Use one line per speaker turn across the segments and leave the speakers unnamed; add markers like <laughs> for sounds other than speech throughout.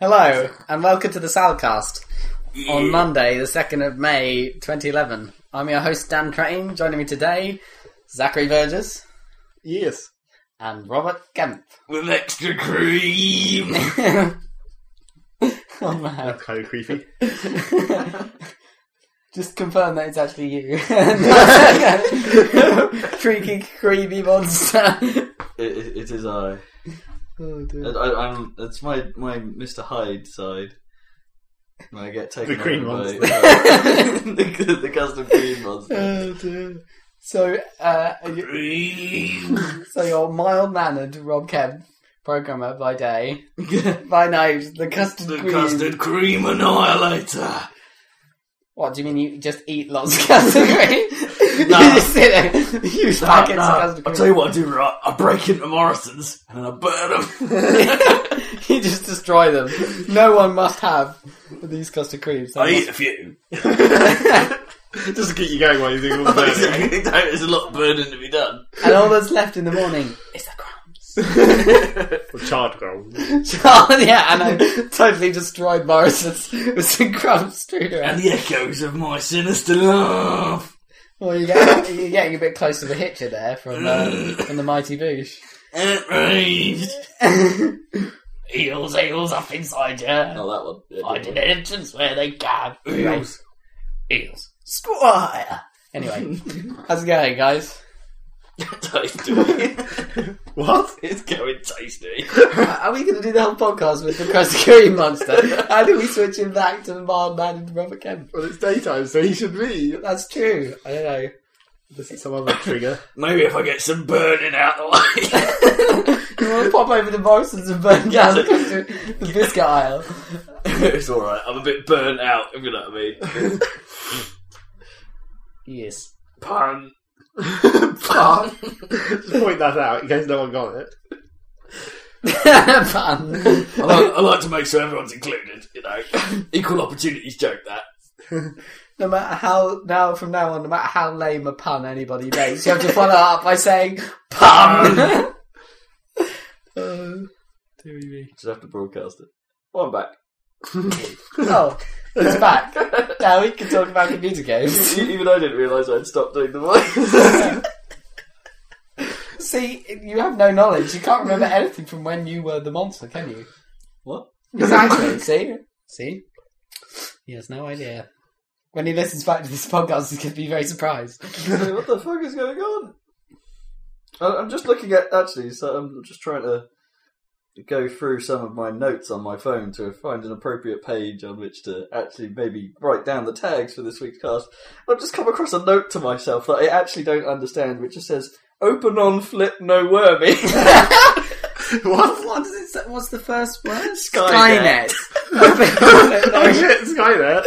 Hello, and welcome to the Salcast on Monday, the 2nd of May 2011. I'm your host, Dan Crane. Joining me today, Zachary Burgess
Yes.
and Robert <laughs> Kemp.
with extra cream.
oh, man.
That's kind of creepy. <laughs>
Just confirm that it's actually <laughs> you. Freaky, creepy monster.
It, it, it is I.
Oh,
I,
dear.
I. I'm. It's my my Mr. Hyde side. And I get taken
The cream
over
monster.
by <laughs> the, the custom cream monster.
Oh, dear. <laughs> So, uh, you-
<laughs>
so you're mild-mannered Rob Kemp, programmer by day, by night, the custard
the
queen.
custard cream annihilator.
What do you mean? You just eat lots of custard
<laughs>
cream?
No.
you just sit there, <laughs> huge
Nah,
packets
nah,
of
I'll tell
<laughs>
you
custard
what I do, right? I break into Morrison's and I burn them. <laughs>
cream. you just destroy them. No one must have these custard creams. They
I eat
must-
a <laughs> few. <laughs>
Just to keep you going while you're doing all
<laughs>
the burning.
There's a lot of burning to be done.
and all that's left in
<laughs>
the morning <laughs> is the crumbs.
Or charred ground.
Charlie, yeah, and I totally destroyed Morrison's <laughs> with some crumbs strewn around.
And the echoes of my sinister laugh.
Well, you're getting, you're getting a bit close to the hitcher there from uh, from the
<laughs>
mighty boosh.
It raised.
eels, eels up inside you.
Oh, that one. Yeah,
Find an entrance where they can.
Eels.
Eels. Squire! Anyway, how's it going, guys?
tasty.
What?
<laughs> it's going tasty.
Are we going to do the whole podcast with the Krusty Cream Monster? How do we switch him back to the mild man and Robert Kemp?
Well, it's daytime, so he should be.
That's true. I don't know.
This is some other trigger.
<laughs> Maybe if I get some burning out the
You want to pop over to Morrison's and burn down the, Krusty- the biscuit aisle?
way, <laughs> it's all right. I'm a bit burnt out. If you know what I <laughs> mean.
Yes.
Pun.
But, just point that out in case no one got it.
Fun.
I like, I like to make sure everyone's included. You know, equal opportunities. Joke that.
No matter how now from now on, no matter how lame a pun anybody makes, you have to follow up by saying pun. oh, dear me.
Just have to broadcast it. Well, I'm back. <laughs>
Oh, it's back. Now we can talk about computer games.
Even, even I didn't realise I'd stopped doing the voice. <laughs>
See, you have no knowledge. You can't remember anything from when you were the monster, can you?
what?
Exactly. See, see. He has no idea. When he listens back to this podcast, he's going to be very surprised.
what the fuck is going on? I- I'm just looking at actually. So I'm just trying to go through some of my notes on my phone to find an appropriate page on which to actually maybe write down the tags for this week's cast. I've just come across a note to myself that I actually don't understand, which just says "open on flip no wormy."
<laughs>
<laughs>
What? What does it say? What's the first word?
Skynet.
<laughs> Oh
Skynet. <laughs>
shit, it's guy there.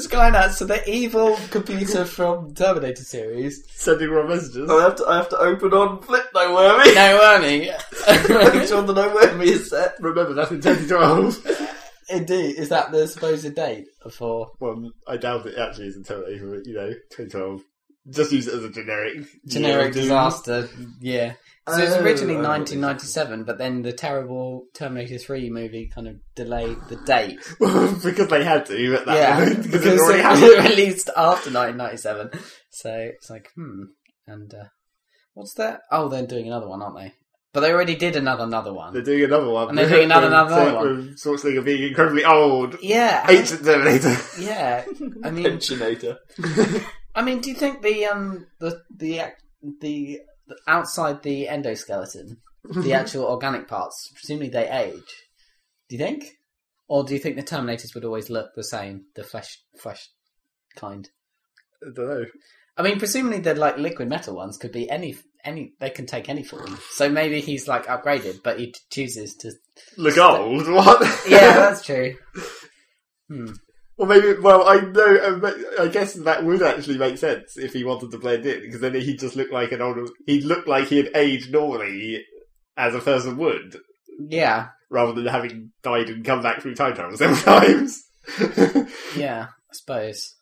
Skynet. So the evil computer from Terminator series.
Sending wrong messages.
Oh.
I have to. I have to open on flip no wormy. <laughs>
No, Ernie.
Make sure the no wormy is set.
Remember, that's in 2012.
<laughs> Indeed, is that the supposed date for
well, I doubt it actually is until over, you know, 2012. Just use it as a generic.
generic
year.
disaster? Yeah. So it was
Oh,
originally
I know what this is.
1997, but then the terrible Terminator 3 movie kind of delayed the date.
<laughs> because they had to at that
yeah,
point. Because it already
was
happened.
released after 1997. So it's like, hmm. And uh, what's that? Oh, they're doing another one, aren't they? But they already did another another
They're
one.
doing another one.
And they're doing
<laughs>
another- another
Sort of-
one.
Schwarzenegger being incredibly old.
Yeah, I-
Ancient Terminator.
yeah. I
<laughs>
mean,
Pensionator.
I mean, do you think the um the the ac- the, the outside the endoskeleton,
<laughs>
the actual organic parts, presumably they age? Do you think, or do you think the Terminators would always look the same, the flesh flesh kind?
I don't know.
I mean, presumably the like liquid metal ones could be any any they can take any form. So maybe he's like upgraded, but he chooses to.
Look old? <laughs> What?
<laughs> Yeah, that's true. Hmm.
Well, maybe. Well, I know. uh, I guess that would actually make sense if he wanted to blend in, because then he'd just look like an older. He'd look like he'd aged normally as a person would,
Yeah,
rather than having died and come back through time travel several <laughs> times.
yeah. I suppose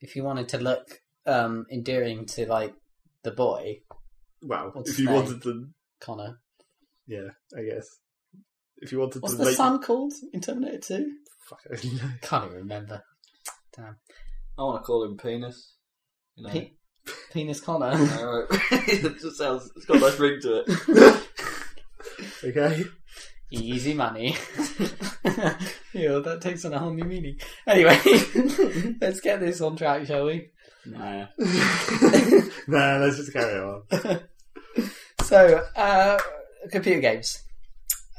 if you wanted to look um endearing to like the boy
well,
What's
if you
that?
wanted to,
Connor,
yeah, I guess. If you wanted
What's
to
the
make,
son called in Terminator 2?
Fuck, <laughs> I don't know.
Can't even remember.
I want to call him penis. You know.
Pe- Penis Connor.
<laughs> Alright. it just sounds. It's got a nice ring to it.
okay,
Easy money. <laughs> yeah, that takes on a whole new meaning. Anyway, <laughs> let's get this on track, shall we?
Nah.
nah, let's just carry on.
So, uh, computer games.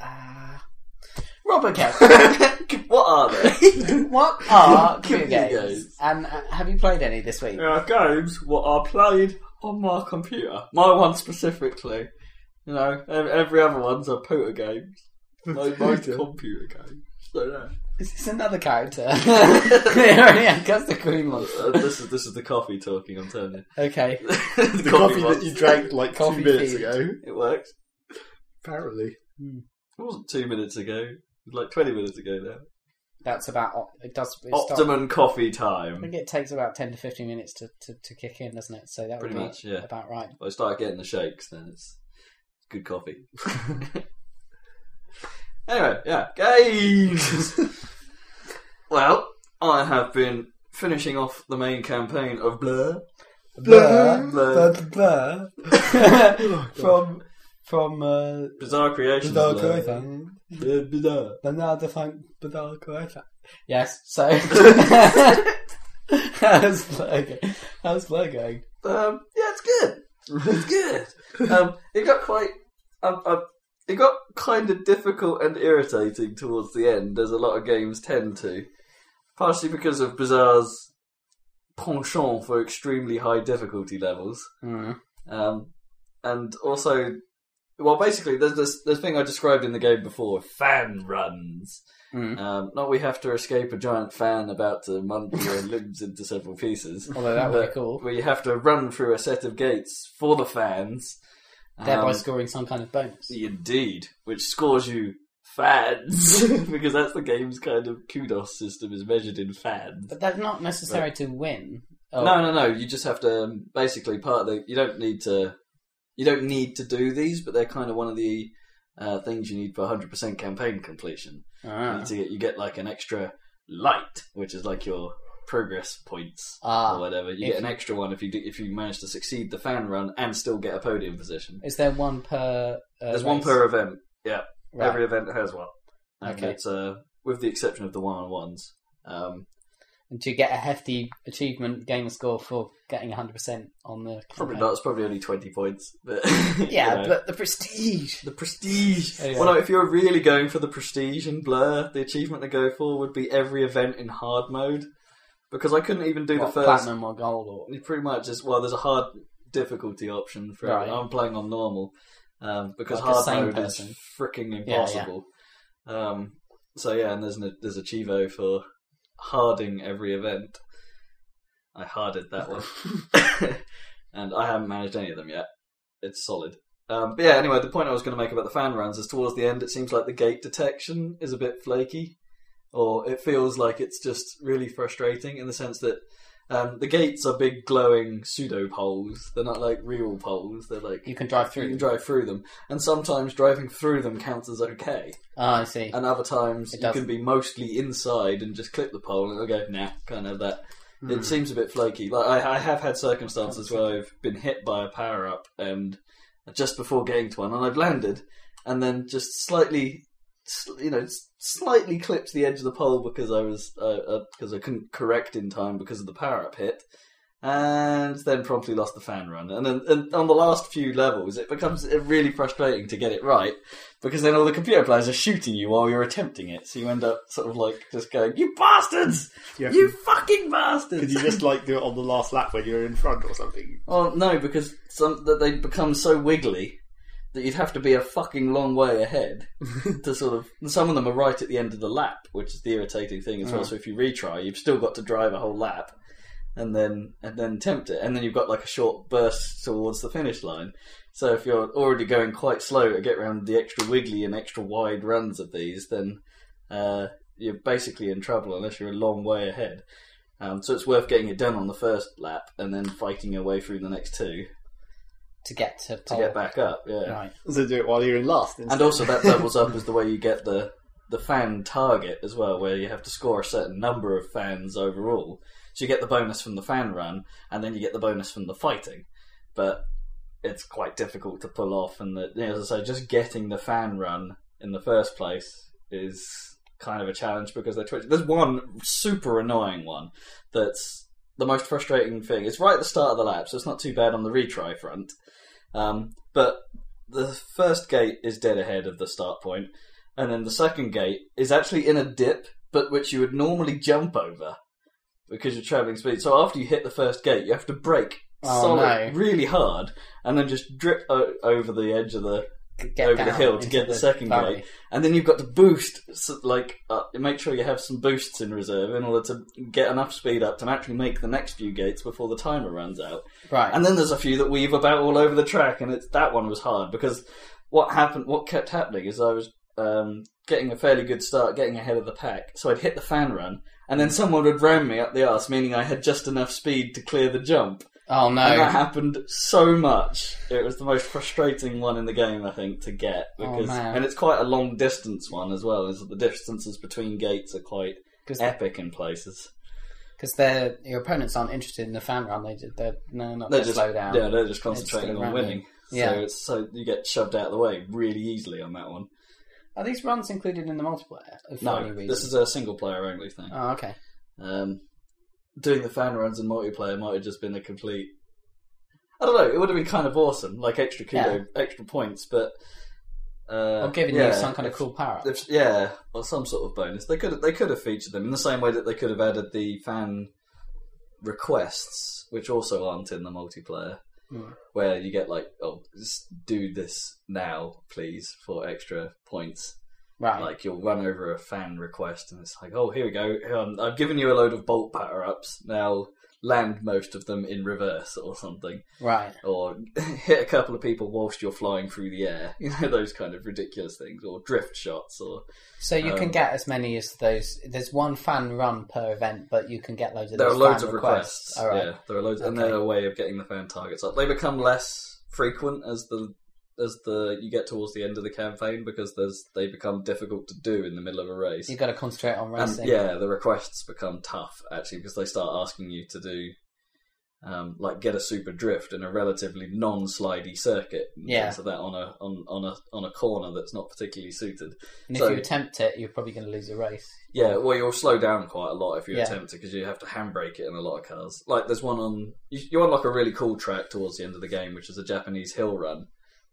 Uh,
<laughs> <laughs>
Robocop.
what are they? <laughs>
what are computer
Computer
games?
games.
And uh, have you played any this week?
There are games what are played on my computer. My one specifically. You know, ev- every other one's a computer game. <laughs> My, my computer game. So yeah.
Is this
<laughs>
another character? they already had Gus the Green Monster.
Uh, this is this is the coffee talking. I'm telling you.
Okay.
<laughs> the coffee
The coffee
one.
that you drank like
Coffee
two minutes
fiend.
ago,
It works.
apparently.
It wasn't two minutes ago. It was like twenty minutes ago now.
That's about. op- It does. It's not-
Optimum coffee
I
time.
think it takes about 10 to 15 minutes to, to, to kick in, doesn't it? So that would
Pretty
be
much, yeah.
about right.
I start getting the shakes, then it's good coffee. <laughs> anyway, yeah, games. <laughs> well, I have been finishing off the main campaign of Blur. Blur, blur. Oh
blur. <laughs> from from uh,
Bizarre Creations. Blur. Blur, Bizarre.
Bernard Funk Bizarre Coifa. Yes,
<laughs>
so. How's Blur going? How's Blur going?
Um, yeah, it's good. It's good. Um, it got quite. Um, um, it got kind of difficult and irritating towards the end, as a lot of games tend to, partially because of Bizarre's penchant for extremely high difficulty levels, um, and also, well, basically, there's this, this thing I described in the game before: fan runs.
Mm.
Um, not we have to escape a giant fan about to munch your limbs into several pieces
Although that would be
But-
cool.
where you have to run through a set of gates for the fans.
Thereby
Um,
scoring some kind of bonus.
indeed, which scores you
<laughs>
fans <laughs> because that's the game's kind of kudos system is measured in fans.
But that's not necessary to win. Oh,
No, no, no. You just have to um, basically part of the. You don't need to. You don't need to do these, but they're kind of one of the uh, things you need for 100% campaign completion. You,
Ah.
need to get, you get like an extra light, which is like your progress points or
Ah.
whatever. You
If-
get an extra one if you do, if you manage to succeed the fan run and still get a podium position.
Is there one per. Uh,
There's one
race?
per event.
Right.
Every event has one. And
Okay.
It's uh, with the exception of the one on ones. Um,
And do you get a hefty achievement gamer score for getting 100% on the.
probably
campaign?
not. It's probably only twenty points. But <laughs>
Yeah,
you know.
but the prestige.
the prestige.
Yeah.
Well, no, if you're really going for the prestige in Blur, the achievement to go for would be every event in hard mode. Because I couldn't even do
What,
the first
platinum or gold or.
You pretty much as well. There's a hard difficulty option for.
Right.
I'm playing on normal um, because
Like a sane
hard mode
person.
is freaking
yeah.
impossible. Um, so yeah, and there's an, there's a chivo for harding every event. I harded that one,
<laughs>
<laughs> and I haven't managed any of them yet. It's solid. Um, but yeah, anyway, the point I was going to make about the fan runs is towards the end, it seems like the gate detection is a bit flaky, or it feels like it's just really frustrating in the sense that um, the gates are big glowing pseudo poles. They're not like real poles. They're like
You can drive
you
through.
can drive through them, and sometimes driving through them counts as okay,
Ah, I see.
and other times
It
you
doesn't.
can be mostly inside and just clip the pole and go, nah, can't have that. It seems a bit flaky. Like I, I have had circumstances where I've been hit by a power up and just before getting to one, and I've landed, and then just slightly, sl- you know, s- slightly clipped the edge of the pole because I was uh, because I couldn't correct in time because of the power up hit, and then promptly lost the fan run. And then and on the last few levels, it becomes really frustrating to get it right because then all the computer players are shooting you while you're attempting it, so you end up sort of like just going, "You bastards!
You have
You
to-
fucking bastards!"
Could you just like do it on the last lap when you're in front or something?
Oh no, because some that they become so wiggly that you'd have to be a fucking long way ahead to sort of. and Some of them are right at the end of the lap, which is the irritating thing as well. So if you retry, you've still got to drive a whole lap and then and then tempt it, and then you've got like a short burst towards the finish line. So if you're already going quite slow to get around the extra wiggly and extra wide runs of these, then uh, you're basically in trouble unless you're a long way ahead. Um, so it's worth getting it done on the first lap and then fighting your way through the next two.
to get to
to
pole.
get back up. Yeah,
Right.
So do it while you're in last.
and
instead.
also that doubles up <laughs> as the way you get the the fan target as well, where you have to score a certain number of fans overall. So you get the bonus from the fan run, and then you get the bonus from the fighting. But it's quite difficult to pull off, and the, you know, as I say, just getting the fan run in the first place is kind of a challenge because they're twitching. There's one super annoying one that's the most frustrating thing. It's right at the start of the lap, so it's not too bad on the retry front. Um, but the first gate is dead ahead of the start point, and then the second gate is actually in a dip, but which you would normally jump over because you're traveling speed. So after you hit the first gate, you have to brake
Oh,
solid,
no.
really hard, and then just drip o- over the edge of the,
Get
Over the
down
hill to
into
get the second
valley.
gate. and then you've got to boost, so, like uh, make sure you have some boosts in reserve in order to get enough speed up to actually make the next few gates before the timer runs out.
Right.
And then there's a few that weave about all over the track, and it's that one was hard because what happened, what kept happening is I was um, getting a fairly good start, getting ahead of the pack, so I'd hit the fan run, and then someone would ram me up the arse, meaning I had just enough speed to clear the jump.
oh
And that
no.
happened so much. It was the most frustrating one in the game, I think, to get
Oh,
because,
man.
and it's quite a long distance one as well. Is that the distances between gates are quite epic in places.
Because their your opponents aren't interested in the fan run. They ju- they're no, not
They're
gonna
just
slow down.
Yeah, they're just
They're just
concentrating
gonna
on
ram you.
winning.
Yeah.
So it's so you get shoved out of the way really easily on that one.
Are these runs included in the multiplayer? If for any
No,
reason?
this is a single player only thing.
Oh, okay.
Um, doing the fan runs in multiplayer might have just been a complete. I don't know. It would have been kind of awesome, like extra kilo, extra points, but. Uh,
Or giving
yeah,
you some kind of
if-
cool power up.
if- yeah, or some sort of bonus. They could they could have featured them in the same way that they could have added the fan requests, which also aren't in the multiplayer,
Hmm.
where you get like, oh, just do this now, please, for extra points.
Right.
Like you'll run over a fan request, and it's like, oh, here we go. Um, I've given you a load of bolt batter ups. Now land most of them in reverse or something,
right.
or <laughs> hit a couple of people whilst you're flying through the air. <laughs> You know those kind of ridiculous things, or drift shots, or
So you
um,
can get as many as those. There's one fan run per event, but you can get loads of.
there are
these
loads
fan
of requests.
All right.
Yeah, there are loads, and
Okay.
they're a way of getting the fan targets up. They become less frequent as the as the you get towards the end of the campaign because there's they become difficult to do in the middle of a race.
You've got to concentrate on
and
racing.
yeah, the requests become tough actually because they start asking you to do um, like get a super drift in a relatively non-slidey circuit. and
Yeah.
things like that on a on, on a on a corner that's not particularly suited.
And if
so-
you attempt it, you're probably going to lose a race.
Yeah, well, you'll slow down quite a lot if you
Yeah.
attempt it because you have to handbrake it in a lot of cars. Like, there's one on you, you're on like a really cool track towards the end of the game, which is a Japanese hill run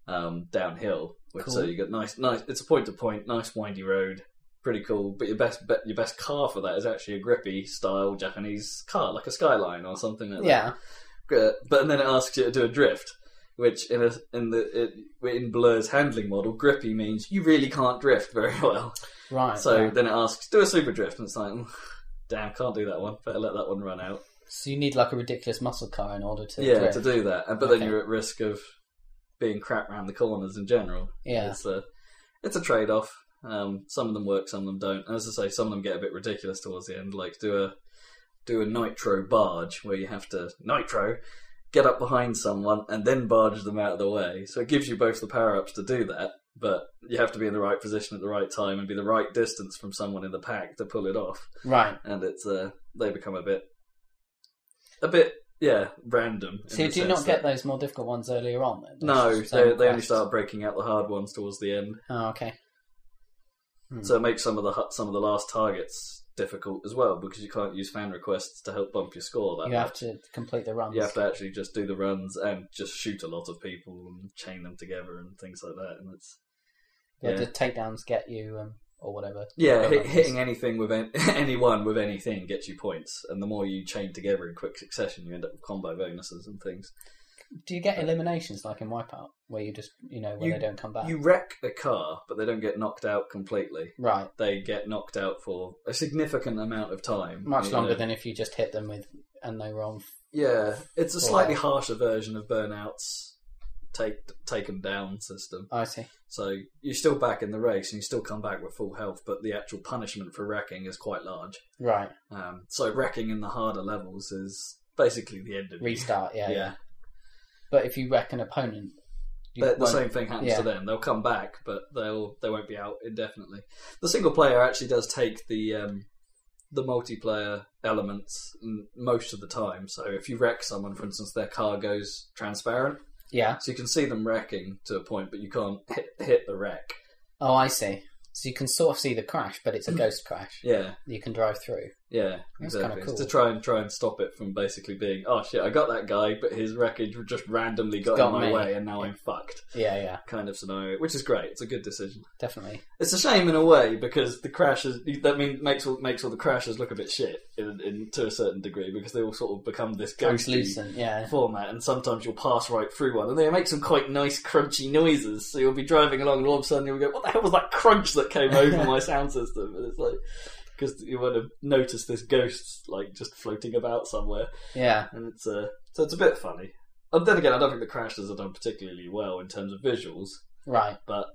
um, downhill. Which so
Cool.
you got nice, nice. It's a point to point, nice windy road, pretty cool. But your best, bet your best car for that is actually a grippy style Japanese car, like a Skyline or something like that.
Yeah.
Uh, but then it asks you to do a drift, which in a in the it, in Blur's handling model, grippy means you really can't drift very <laughs> well.
Right.
So
right.
then it asks, do a super drift, and it's like, "Mm, damn, can't do that one. Better let that one run out.
So you need like a ridiculous muscle car in order to.
yeah,
drift.
to do that, and but
Okay.
then you're at risk of being crap round the corners in general.
Yeah.
it's a it's a trade off. Um, some of them work, some of them don't. And as I say, some of them get a bit ridiculous towards the end. Like do a do a nitro barge where you have to nitro get up behind someone and then barge them out of the way. So it gives you both the power ups to do that, but you have to be in the right position at the right time and be the right distance from someone in the pack to pull it off
Right.
and it's uh, they become a bit, a bit yeah random. in
So
the
do you
sense
not get
that-
those more difficult ones earlier on? Then?
No,
Those same
they, they only
quests?
start breaking out the hard ones towards the end,
Oh, okay. Hmm.
so it makes some of the hu- some of the last targets difficult as well because you can't use fan requests to help bump your score. That
You have
much.
to complete the runs.
you have to actually just do the runs and just shoot a lot of people and chain them together and things like that, and it's
Yeah,
Yeah.
the takedowns get you um, or whatever.
Yeah, hit,
Whatever.
hitting anything with an, <laughs> anyone with anything gets you points, and the more you chain together in quick succession, you end up with combo bonuses and things.
Do you get eliminations like in Wipeout, where you just you know when
You-
they don't come back?
You wreck a car, but they don't get knocked out completely.
Right,
They get knocked out for a significant amount of time.
much
you
longer
know.
than if you just hit them with and they were on.
Yeah, it's a
Or-
slightly harsher version of Burnout's take taken down system.
I see.
So you're still back in the race and you still come back with full health, but the actual punishment for wrecking is quite large.
Right,
Um, so wrecking in the harder levels is basically the end of you.
restart. Yeah, yeah.
yeah.
But if you wreck an opponent, you
But the
won't-
same thing happens
yeah.
to them. They'll come back, but they'll they won't be out indefinitely. The single player actually does take the um, the multiplayer elements m- most of the time. So if you wreck someone, for instance, their car goes transparent,
Yeah.
so you can see them wrecking to a point, but you can't hit, hit the wreck.
Oh, I see. So you can sort of see the crash, but it's a ghost crash.
Yeah,
You can drive through.
yeah,
That's
exactly.
kinda cool.
To try and try and stop it from basically being, oh shit, I got that guy, but his wreckage just randomly got,
got
in my
me."
way, and now I'm fucked.
Yeah, yeah,
Kind of scenario, which is great. It's a good decision.
definitely.
It's a shame in a way because the crashes that mean makes all makes all the crashes look a bit shit in, in to a certain degree because they all sort of become this ghostly
Translucent, yeah.
format and sometimes you'll pass right through one and they make some quite nice crunchy noises so you'll be driving along and all of a sudden you'll go what the hell was that crunch that
<laughs>
came over my sound system and it's like because you want to notice this ghost like just floating about somewhere
Yeah.
and it's uh, so it's a bit funny and then again I don't think the crashes are done particularly well in terms of visuals
Right.
but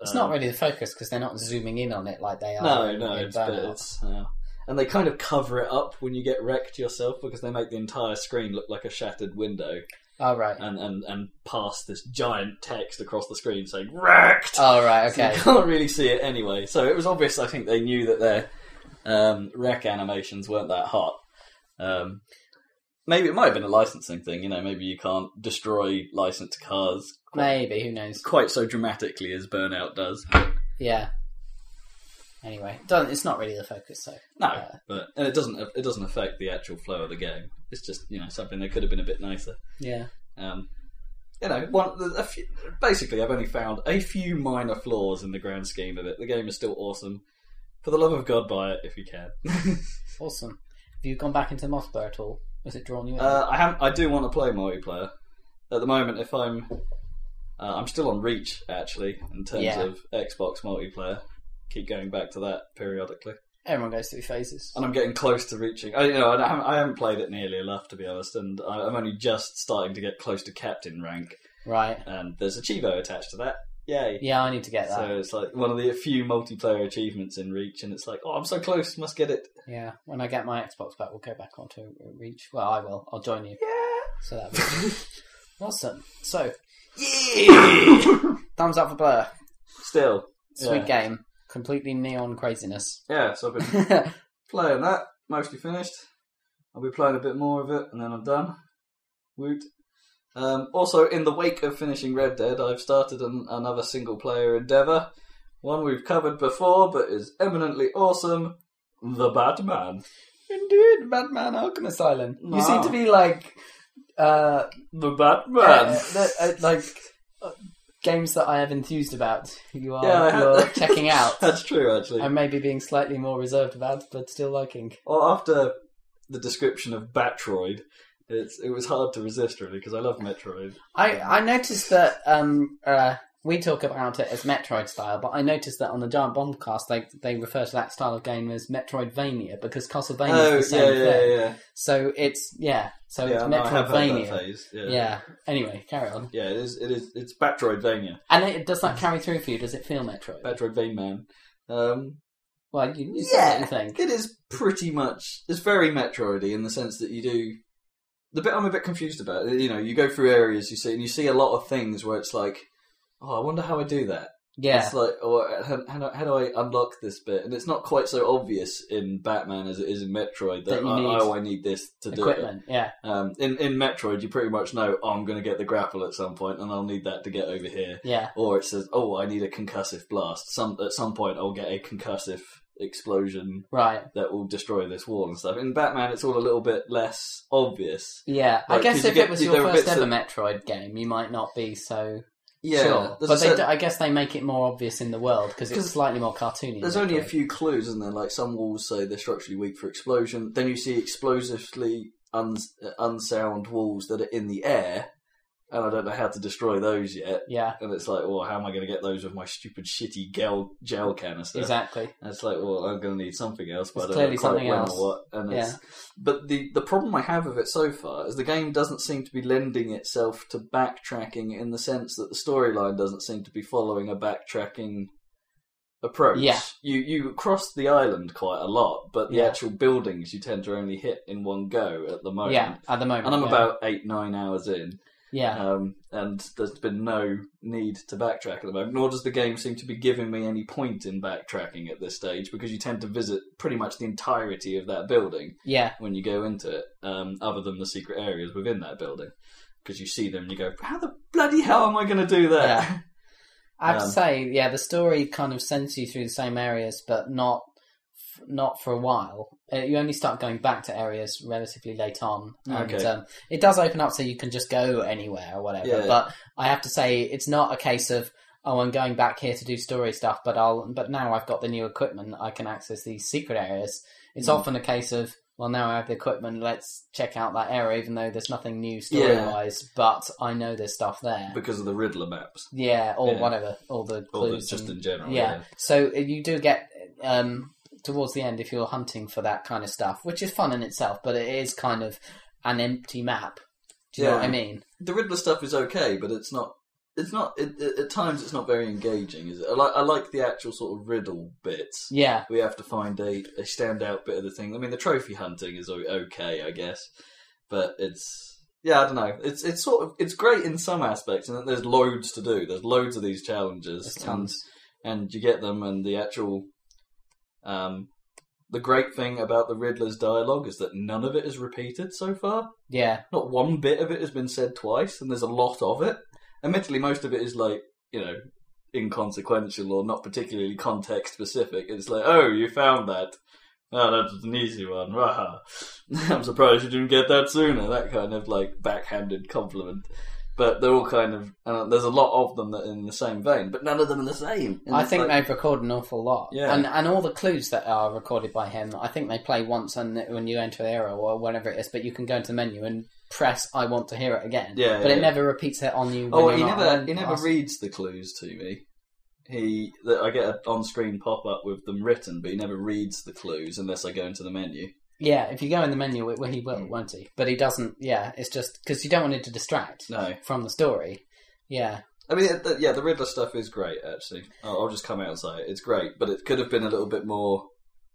It's
um,
not really the focus because they're not zooming in on it like they are.
No,
in-
no,
in
it's, but
Burnout.
it's uh, and they kind of cover it up when you get wrecked yourself because they make the entire screen look like a shattered window
Oh right.
and and and pass this giant text across the screen saying wrecked.
Oh right.
So <laughs>
Okay.
you can't really see it anyway. So it was obvious. I think they knew that their um, wreck animations weren't that hot. Um, maybe it might have been a licensing thing. You know, maybe you can't destroy licensed cars
Maybe. Who knows?
quite so dramatically as Burnout does.
Yeah. Anyway, don't, it's not really the focus, so
No,
Yeah.
Uh, but and it doesn't it doesn't affect the actual flow of the game. It's just you know something that could have been a bit nicer.
yeah.
Um, you know, one there's a few, basically I've only found a few minor flaws in the grand scheme of it. The game is still awesome. For the love of God, buy it if you can. <laughs>
Awesome. Have you gone back into Mothbur at all? Has it drawn you in?
uh, I have I do want to play multiplayer. At the moment, if I'm uh, I'm still on Reach actually in terms
Yeah.
of Xbox multiplayer. Keep going back to that periodically.
Everyone goes through phases.
and I'm getting close to reaching. I, you know, I haven't, I haven't played it nearly enough to be honest, and I, I'm only just starting to get close to captain rank.
Right.
And there's a chivo attached to that. Yay!
Yeah, I need to get that.
So it's like one of the few multiplayer achievements in Reach, and it's like, oh, I'm so close, must get it.
Yeah, when I get my Xbox back, we'll go back onto Reach. Well, I will. I'll join you.
Yeah.
So that'll be
<laughs>
awesome. So, thumbs up for Blur.
Still,
Sweet
Yeah.
game. Completely neon craziness. <laughs>
yeah. So I've been
yeah,
playing that, mostly finished. I'll be playing a bit more of it, and then I'm done. Woot. Um, also, in the wake of finishing Red Dead, I've started an, another single player endeavour. One we've covered before, but is eminently awesome The Batman.
indeed, Batman Arkham Asylum.
Wow.
You seem to be like, uh,
The
uh,
Batman! <laughs>
uh, like uh, games that I have enthused about. You are,
Yeah, I
you
had
are
that. <laughs>
checking out.
That's true, actually.
and maybe being slightly more reserved about, but still liking.
Well, after the description of Batroid, it's, it was hard to resist, really, because I love Metroid.
I, I noticed that um, uh, we talk about it as Metroid style, but I noticed that on the Giant Bombcast they they refer to that style of game as Metroidvania because Castlevania
oh,
is the
yeah,
same
yeah,
thing.
yeah.
So it's yeah, so it's
yeah no, I have heard that
Metroidvania.
phase.
Yeah.
yeah.
Anyway, carry on.
Yeah, it is. It is. It's Batroidvania.
And it, does that carry through for you? Does it feel Metroid?
Batroid Vein Man. Um,
well, you, you
Yeah.
yeah. you think.
it is pretty much. It's very Metroidy in the sense that you do. The bit I'm a bit confused about. uh, You know, you go through areas you see, and you see a lot of things where it's like, oh, I wonder how I do that.
Yeah,
It's like, or how, how, do- how do I unlock this bit? And it's not quite so obvious in Batman as it is in Metroid that,
That you
oh,
need
oh, I need this to do it.
equipment. Yeah,
Um, in in Metroid, you pretty much know oh, I'm going to get the grapple at some point, and I'll need that to get over here.
yeah,
or it says, "Oh, I need a concussive blast." Some at some point, I'll get a concussive explosion
right.
that will destroy this wall and stuff. In Batman, it's all a little bit less obvious.
Yeah, I
Right,
guess
'cause
if
you get-
it was
you-
your
there were
first
bits
ever
that-
Metroid game, you might not be so
Yeah,
sure.
there's,
But
a
they,
cer-
do- I guess they make it more obvious in the world because it's
'Cause
slightly more cartoony.
there's
than
only a
Metroid.
few clues, isn't there? Like some walls say they're structurally weak for explosion. Then you see explosively un- unsound walls that are in the air, and I don't know how to destroy those yet.
Yeah,
And it's like, well, how am I going to get those with my stupid, shitty gel gel canister?
exactly.
And it's like, well, I'm going to need something else, but
It's
I don't
clearly
know quite
something
when
else.
or what. And it's, but the the problem I have with it so far is the game doesn't seem to be lending itself to backtracking in the sense that the storyline doesn't seem to be following a backtracking approach.
Yeah.
you you cross the island quite a lot, but the
Yeah.
actual buildings you tend to only hit in one go at the moment.
Yeah, at the moment.
And I'm
yeah.
about eight, nine hours in.
Yeah.
Um, and there's been no need to backtrack at the moment, nor does the game seem to be giving me any point in backtracking at this stage because you tend to visit pretty much the entirety of that building
Yeah.
when you go into it, um, other than the secret areas within that building. Because you see them and you go, how the bloody hell am I going to do that?
Yeah. I have
Um,
to say, yeah, the story kind of sends you through the same areas, but not not for a while. Uh, you only start going back to areas relatively late on, and
Okay.
um, it does open up so you can just go anywhere or whatever.
Yeah.
But I have to say, it's not a case of oh, I'm going back here to do story stuff, but I'll but now I've got the new equipment, I can access these secret areas. It's
Mm.
often a case of well, now I have the equipment, let's check out that area, even though there's nothing new
Yeah.
story wise, but I know there's stuff there.
<laughs> Because of the Riddler maps.
Yeah, or
Yeah.
whatever, all the
Or the,
clues.
just
and-
in general.
yeah. So uh, you do get um, towards the end if you're hunting for that kind of stuff, which is fun in itself, but it is kind of an empty map. Do you know what I
Yeah.
mean?
the Riddler stuff is okay, but it's not. It's not. It, it, at times, it's not very engaging. Is it? I like, I like the actual sort of riddle bits.
Yeah,
We have to find a, a standout bit of the thing. I mean, the trophy hunting is o- okay, I guess, but it's yeah, I don't know. It's it's sort of it's great in some aspects, and there's loads to do. There's loads of these challenges,
there's
and
tons.
and you get them and the actual um the great thing about the riddler's dialogue is that none of it is repeated so far
Yeah,
not one bit of it has been said twice and there's a lot of it admittedly most of it is like you know inconsequential or not particularly context specific it's like oh you found that oh that's an easy one Raha. <laughs> i'm surprised you didn't get that sooner that kind of like backhanded compliment but they're all kind of uh, there's a lot of them that are in the same vein but none of them are the same And
I
it's
think
like-
they've recorded an awful lot.
Yeah.
and and all the clues that are recorded by him, I think they play once and when you enter the area or whatever it is. But you can go into the menu and press "I want to hear it again."
Yeah,
but
yeah,
it
yeah.
never repeats it on you. when
Oh,
you're
he
not
never he never
asked.
reads the clues to me. He that I get an on-screen pop-up with them written, but he never reads the clues unless I go into the menu.
Yeah, if you go in the menu, it- well, he
Hmm.
will, won't he? But he doesn't. Yeah, it's just because you don't want it to distract
No,
from the story. Yeah,
I mean, it- the, yeah, the Riddler stuff is great. Actually, I'll, I'll just come out and say it. it's great, but it could have been a little bit more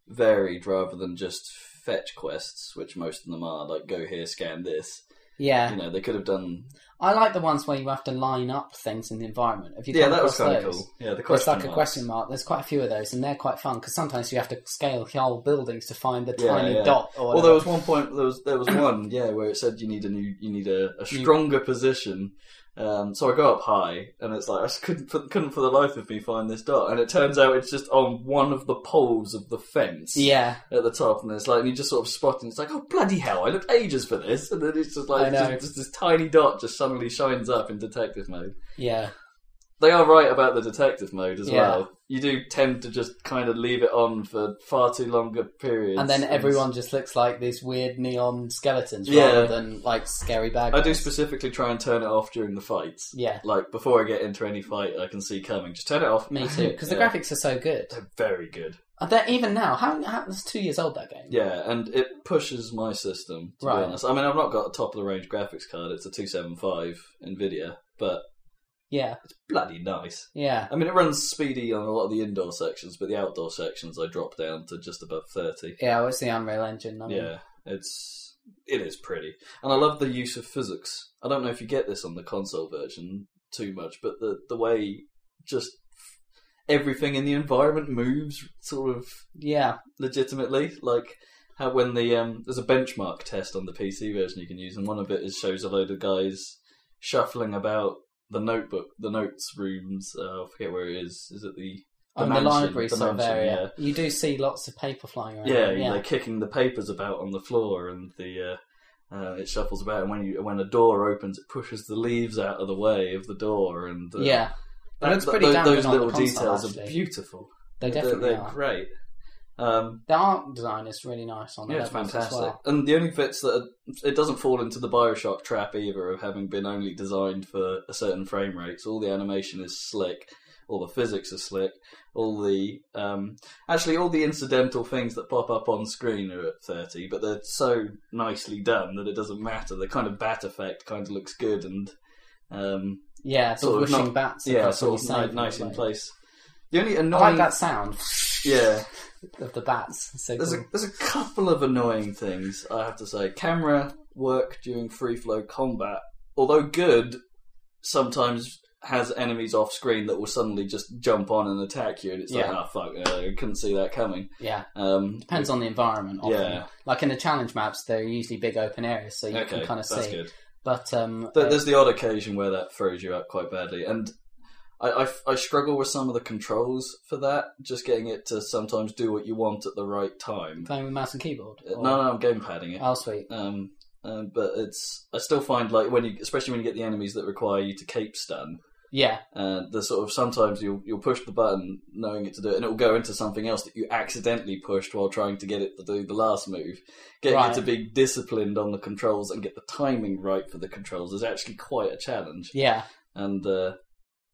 varied rather than just fetch quests, which most of them are. Like, go here, scan this.
yeah.
You know, they could have done.
I like the ones where you have to line up things in the environment. If you
Yeah,
come
that was
across
kind of
those,
cool. Yeah, the
It's
question.
like a
marks.
question mark. There's quite a few of those, and they're quite fun because sometimes you have to scale whole buildings to find the
Yeah,
tiny
yeah.
dot. Or
Well, there
whatever.
was one point. There was
<coughs>
there was one, yeah, where it said you need a new, you need a, a stronger position. Um, so I go up high, and it's like I just couldn't for, couldn't for the life of me find this dot, and it turns out it's just on one of the poles of the fence
yeah,
at the top, and it's like and you just sort of spot, it, and it's like oh bloody hell, I looked ages for this, and then it's just
I
like
know.
just, just this tiny dot just suddenly shines up in detective mode.
yeah,
They are right about the detective mode as
Yeah.
well. You do tend to just kind of leave it on for far too longer periods,
and then everyone just looks like these weird neon skeletons
Yeah.
rather than like scary bad
I
guys.
do specifically try and turn it off during the fights.
Yeah,
Like before I get into any fight, I can see coming. Just turn it off.
me too. Because
<laughs>
the
Yeah.
graphics are so good.
They're very good.
Are they- even now, how, how it's two years old that game.
Yeah, and it pushes my system. To
Right.
be honest, I mean I've not got a top of the range graphics card. It's a two seven five Nvidia, but
Yeah,
bloody nice.
yeah.
I mean it runs speedy on a lot of the indoor sections, but the outdoor sections I drop down to just above thirty.
Yeah, well, it's the Unreal Engine. I mean.
Yeah, it's it is pretty, and I love the use of physics. I don't know if you get this on the console version too much, but the the way just everything in the environment moves sort of
Yeah.
legitimately, like. How when the um, there's a benchmark test on the PC version you can use, and one of it is shows a load of guys shuffling about the notebook, the notes rooms. Uh, I forget where it is. Is it the the
On Oh, the
mansion,
library
the
sort of
mansion,
area, you do see lots of paper flying around.
yeah,
yeah.
they're kicking the papers about on the floor, and the uh, uh, it shuffles about. And when you when a door opens, it pushes the leaves out of the way of the door, and uh,
Yeah,
that-
It looks
th-
pretty
tho-
damning
those
on the
little
console,
details are
actually.
beautiful.
they
They're-
definitely
they're,
are.
great. Um,
The art design is really nice on the
yeah, it's
levels
fantastic.
as well.
And the only bits that are, it doesn't fall into the Bioshock trap either of having been only designed for a certain frame rate. So all the animation is slick, all the physics are slick, all the um, actually all the incidental things that pop up on screen are at thirty, but they're so nicely done that it doesn't matter. The kind of bat effect kind of looks good and um,
Yeah, sort,
Sort
of
of
wishing
not-
bats.
yeah,
across
sort
all
of
your
ni-
sand
nice in
and
place. The only
all that. I like
annoying
that sound
yeah.
of the bats. It's So
There's a,
cool.
there's a couple of annoying things I have to say. Camera work during free flow combat although good, sometimes has enemies off screen that will suddenly just jump on and attack you, and it's like,
Yeah.
oh fuck, uh, I couldn't see that coming.
Yeah,
Um,
depends on the environment. Often.
yeah,
Like in the challenge maps, they're usually big open areas, so you
okay,
can kind of
that's
see.
good.
But um,
Th-
uh,
There's the odd occasion where that throws you out quite badly, and I, I f- I struggle with some of the controls for that. Just getting it to sometimes do what you want at the right time.
playing with mouse and keyboard.
Uh,
or-
No, no, I'm game padding it.
Oh, sweet.
Um, um, but it's I still find like when you, especially when you get the enemies that require you to cape stun,
Yeah,
uh, the sort of sometimes you'll you'll push the button knowing it to do it, and it'll go into something else that you accidentally pushed while trying to get it to do the last move. Getting
Right.
it to be disciplined on the controls and get the timing right for the controls is actually quite a challenge,
yeah.
and. Uh,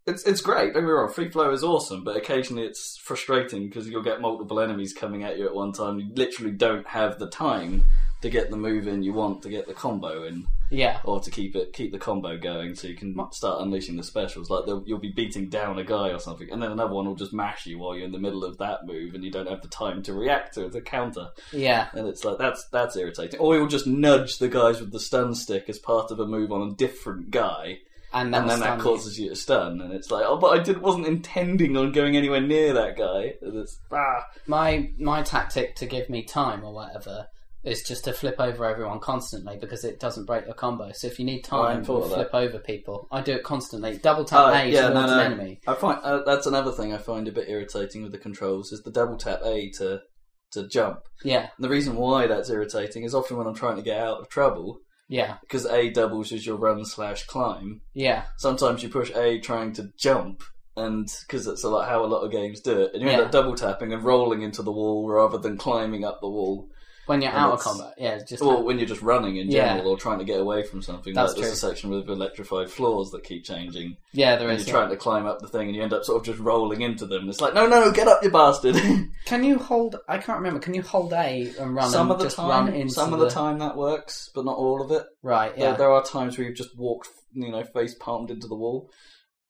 it's it's great. Don't get me wrong. Free flow is awesome, but occasionally it's frustrating because you'll get multiple enemies coming at you at one time. You literally don't have the time to get the move in you want, to get the combo in,
Yeah,
or to keep it keep the combo going, so you can start unleashing the specials. Like they'll- you'll be beating down a guy or something, and then another one will just mash you while you're in the middle of that move, and you don't have the time to react to the counter.
yeah,
And it's like that's that's irritating. Or you'll just nudge the guys with the stun stick as part of a move on a different guy
and,
and then that causes you to stun, and it's like, oh, but I did wasn't intending on going anywhere near that guy. And it's ah,
my my tactic to give me time or whatever is just to flip over everyone constantly because it doesn't break your combo. So if you need
Oh, I hadn't
time,
thought of
you flip over people. I do it constantly. Double tap
Oh,
A
yeah, no,
towards
no.
an enemy.
I find uh, that's another thing I find a bit irritating with the controls is the double tap A to to jump.
Yeah,
And the reason why that's irritating is often when I'm trying to get out of trouble
yeah,
because A doubles as your run slash climb.
yeah,
Sometimes you push A trying to jump. And because that's a lot how a lot of games do it, and you end
Yeah.
up double tapping and rolling into the wall rather than climbing up the wall.
when you're
And
out of
it's-
combat. Yeah, just
Or when you're just running in
Yeah.
general or trying to get away from something.
That's
like, There's a section with electrified floors that keep changing.
yeah, there
And
is.
you're trying to climb up the thing and you end up sort of just rolling into them. It's like, no, no, get up, you bastard. <laughs>
Can you hold? I can't remember. Can you hold A and run?
some
and
of the
just run
time,
into
some of the time that works, but not all of it.
Right.
There-
Yeah.
There are times where you've just walked, you know, face palmed into the wall.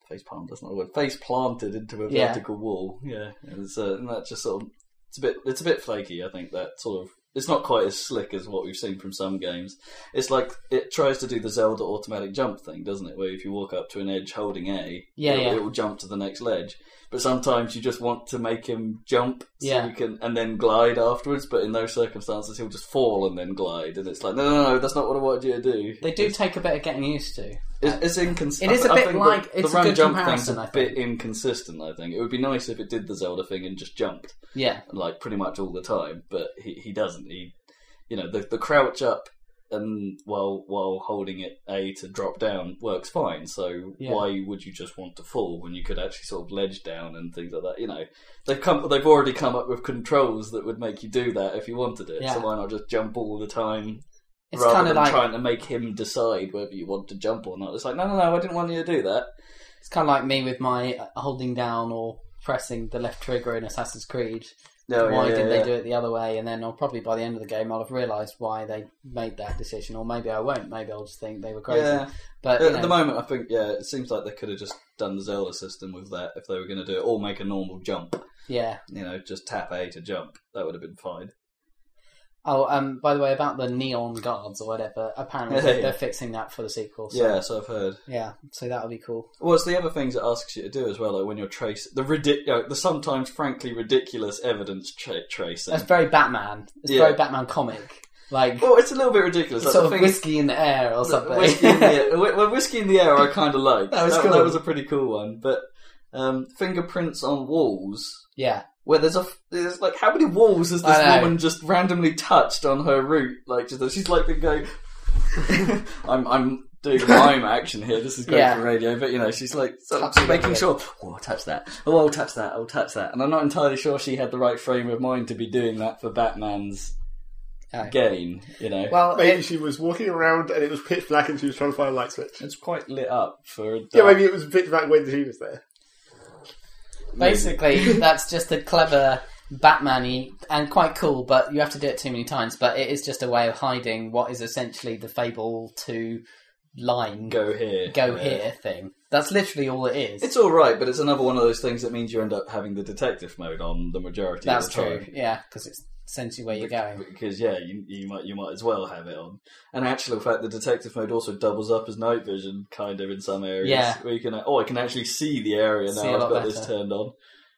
Face palmed, that's not a word. Face planted into a
Yeah.
vertical wall. Yeah. And, it's, uh, and that just sort of, it's a bit, it's a bit flaky. I think that sort of, it's not quite as slick as what we've seen from some games. It's like it tries to do the Zelda automatic jump thing, doesn't it? Where if you walk up to an edge holding A,
Yeah,
it,
yeah.
it will jump to the next ledge. But sometimes you just want to make him jump, so
Yeah.
you can, and then glide afterwards. But in those circumstances, he'll just fall and then glide, and it's like, no, no, no, that's not what I wanted you to do.
They do take a bit of getting used to.
It's, it's inconsistent.
It is a bit like- it's a
run
good
jump
comparison,
thing's a
I think.
bit inconsistent. I think it would be nice if it did the Zelda thing and just jumped
Yeah.
like pretty much all the time, but he, he doesn't. He, you know, the the crouch up and while while holding it A to drop down works fine. So
Yeah.
why would you just want to fall when you could actually sort of ledge down and things like that? You know, they've come they've already come up with controls that would make you do that if you wanted it.
Yeah.
So why not just jump all the time
It's
rather
kind
than
of like
trying to make him decide whether you want to jump or not? It's like no, no, no, I didn't want you to do that.
it's kind of like me with my uh, holding down or pressing the left trigger in Assassin's Creed.
No,
why did they do it the other way? And then I'll probably by the end of the game I'll have realised why they made that decision, or maybe I won't. Maybe I'll just think they were crazy.
Yeah.
But you
At
know,
the moment, I think yeah, it seems like they could have just done the Zelda system with that if they were going to do it, or make a normal jump.
yeah.
You know, just tap A to jump. That would have been fine.
Oh, um, by the way, about the neon guards or whatever. Apparently
<laughs> Yeah.
they're fixing that for the sequel. So,
Yeah, so I've heard.
yeah. So that'll be cool.
Well, it's the other things it asks you to do as well, like when you're trace the ridic- you know, the sometimes frankly ridiculous evidence tra-
<laughs>
tracing.
That's very Batman. It's
Yeah.
very Batman comic. Like
well, it's a little bit ridiculous. Like,
sort
the
of
thing
whiskey in the air or something.
Whiskey
<laughs>
in the air. Wh- Well, whiskey in the air, I kind of like.
That was cool.
that was a pretty cool one. But um, fingerprints on walls.
yeah.
Where there's a, f- there's like, how many walls has this
I know.
woman just randomly touched on her route? Like, just, she's like the go. <laughs> I'm, I'm doing mime action here. This is great
Yeah.
for radio, but you know, she's like sort of
Touching
making
it.
sure. Oh, I'll touch that. Oh, I'll touch that. I'll touch that. And I'm not entirely sure she had the right frame of mind to be doing that for Batman's
Oh.
gain. You know,
Well,
Maybe
it-
she was walking around and it was pitch black and she was trying to find a light switch.
it's quite lit up for. A
Yeah,
dark-
maybe it was pitch black when she was there.
<laughs>
basically that's just a clever Batman-y and quite cool, but you have to do it too many times. But it is just a way of hiding what is essentially the Fable Two line go,
go here. Yeah.
here thing. That's literally all it is.
It's all right, but it's another one of those things that means you end up having the detective mode on the majority
that's
of the
true.
time.
Yeah, because it's sense you where you're going.
because yeah, you, you might you might as well have it on. And actually, in fact, the detective mode also doubles up as night vision, kind of in some areas.
Yeah.
where you can oh, I can actually see the area now.
See a
I've
lot
got this
better.
turned on.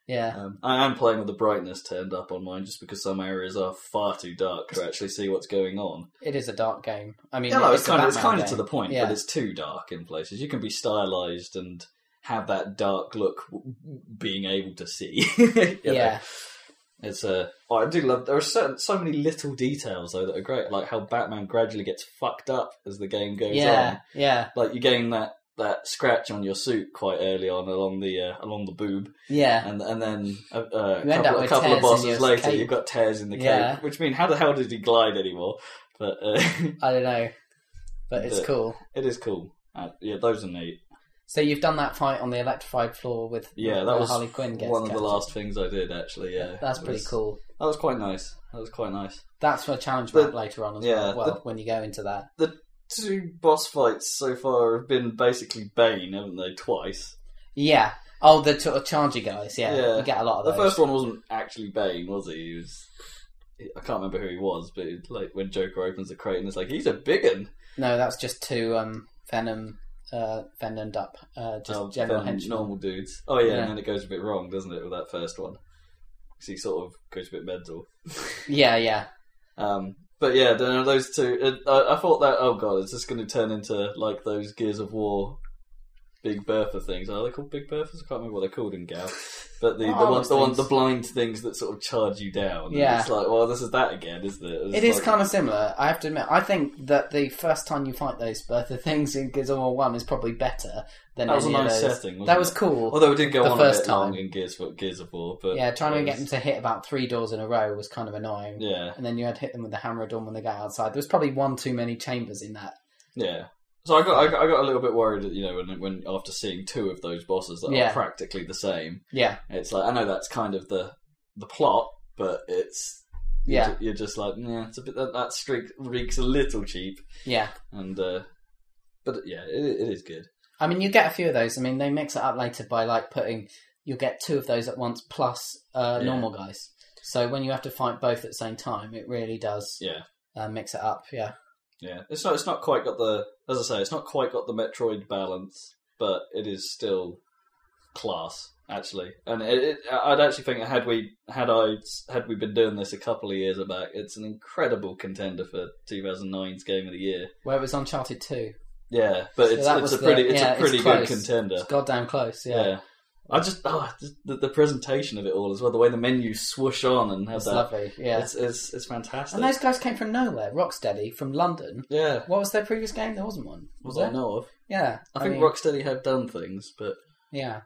Yeah.
Um, I am playing with the brightness turned up on mine, just because some areas are far too dark to actually see what's going on.
It is a dark game. I mean,
Yeah, no,
it's,
it's,
a
kind of it's
Batman
kind of to
game.
the point,
Yeah.
but it's too dark in places. You can be stylized and have that dark look, w- w- being able to see. <laughs> You know?
Yeah.
It's a. Oh, I do love. There are certain, so many little details though that are great, like how Batman gradually gets fucked up as the game goes
Yeah. Yeah.
on. Like you gain that that scratch on your suit quite early on along the uh, along the boob,
Yeah.
and and then uh, uh, a
You end up
couple, a
with
couple
tears
of
in
bosses
your
later,
cape.
you've got tears in the cape.
Yeah.
Which mean, how the hell did he glide anymore? But uh, <laughs>
I don't know, but it's
But-
cool.
it is cool. Uh, yeah, those are neat.
So you've done that fight on the electrified floor with
Yeah, that
where
was
Harley Quinn gets
One of the
captured.
last things I did actually. Yeah,
That's
It
pretty
was-
cool.
That was quite nice. That was quite nice.
That's for a challenge
The-
map later on as
yeah,
well. Well,
the-
when you go into that,
two boss fights so far have been basically Bane, haven't they? Twice.
yeah. Oh, the t- chargy guys. Yeah,
Yeah.
you get a lot of
The
those.
first one wasn't actually Bane, was he? He was. I can't remember who he was, but it's like when Joker opens the crate and it's like he's a big un.
No, that's just two um, Venom, uh, Venomed up, uh, just
Oh,
general
then
henchmen.
normal dudes. Oh yeah,
Yeah.
and then it goes a bit wrong, doesn't it, with that first one? 'Cause he sort of goes a bit mental.
Yeah, yeah,
Um, but yeah, then those two. It, I, I thought that oh god, it's just going to turn into like those Gears of War Big Bertha things. Are they called Big Berthas? I can't remember what they're called in Gal. But the,
What
the
are
ones,
those
the ones, the
things?
blind things that sort of charge you down. And
Yeah.
it's like well, this is that again, isn't it? It's
it is
like-
kind of similar. I have to admit, I think that the first time you fight those Bertha things in Gears of War One is probably better than
That was a
any of
nice
those.
setting. Wasn't
That was
it?
cool.
Although we did go
the
on
first
a bit long
time.
in Gears of, Gears of War, but
yeah, trying
it
to get them
was-
to hit about three doors in a row was kind of annoying.
Yeah,
And then you had to hit them with the hammer of dawn when they got outside. There was probably one too many chambers in that.
Yeah. So I got, I got I got a little bit worried, that, you know, when when after seeing two of those bosses that
Yeah.
are practically the same,
Yeah,
it's like I know that's kind of the the plot, but it's you're
yeah,
ju- you're just like yeah, it's a bit that, that streak reeks a little cheap,
yeah.
and uh but yeah, it, it is good.
I mean, you get a few of those. I mean, they mix it up later by like putting you'll get two of those at once plus uh,
Yeah.
normal guys. So when you have to fight both at the same time, it really does
Yeah,
uh, mix it up. Yeah,
yeah. It's not it's not quite got the as I say, it's not quite got the Metroid balance, but it is still class actually. And it, it, I'd actually think had we had I had we been doing this a couple of years back, it's an incredible contender for 2009's Game of the Year.
where it was Uncharted Two,
Yeah, but
So
it's
that
it's
was
a
the-
pretty it's
yeah,
a
it's
pretty good
close.
contender.
it's goddamn close.
Yeah.
Yeah,
I just, oh, just the, the presentation of it all as well. The way the menus swoosh on and have
it's
that,
lovely. Yeah,
it's, it's it's fantastic.
and those guys came from nowhere. Rocksteady from London.
yeah,
What was their previous game? There wasn't one. Was
what I
there?
know of.
Yeah,
I, think
mean,
Rocksteady have done things, but
Yeah,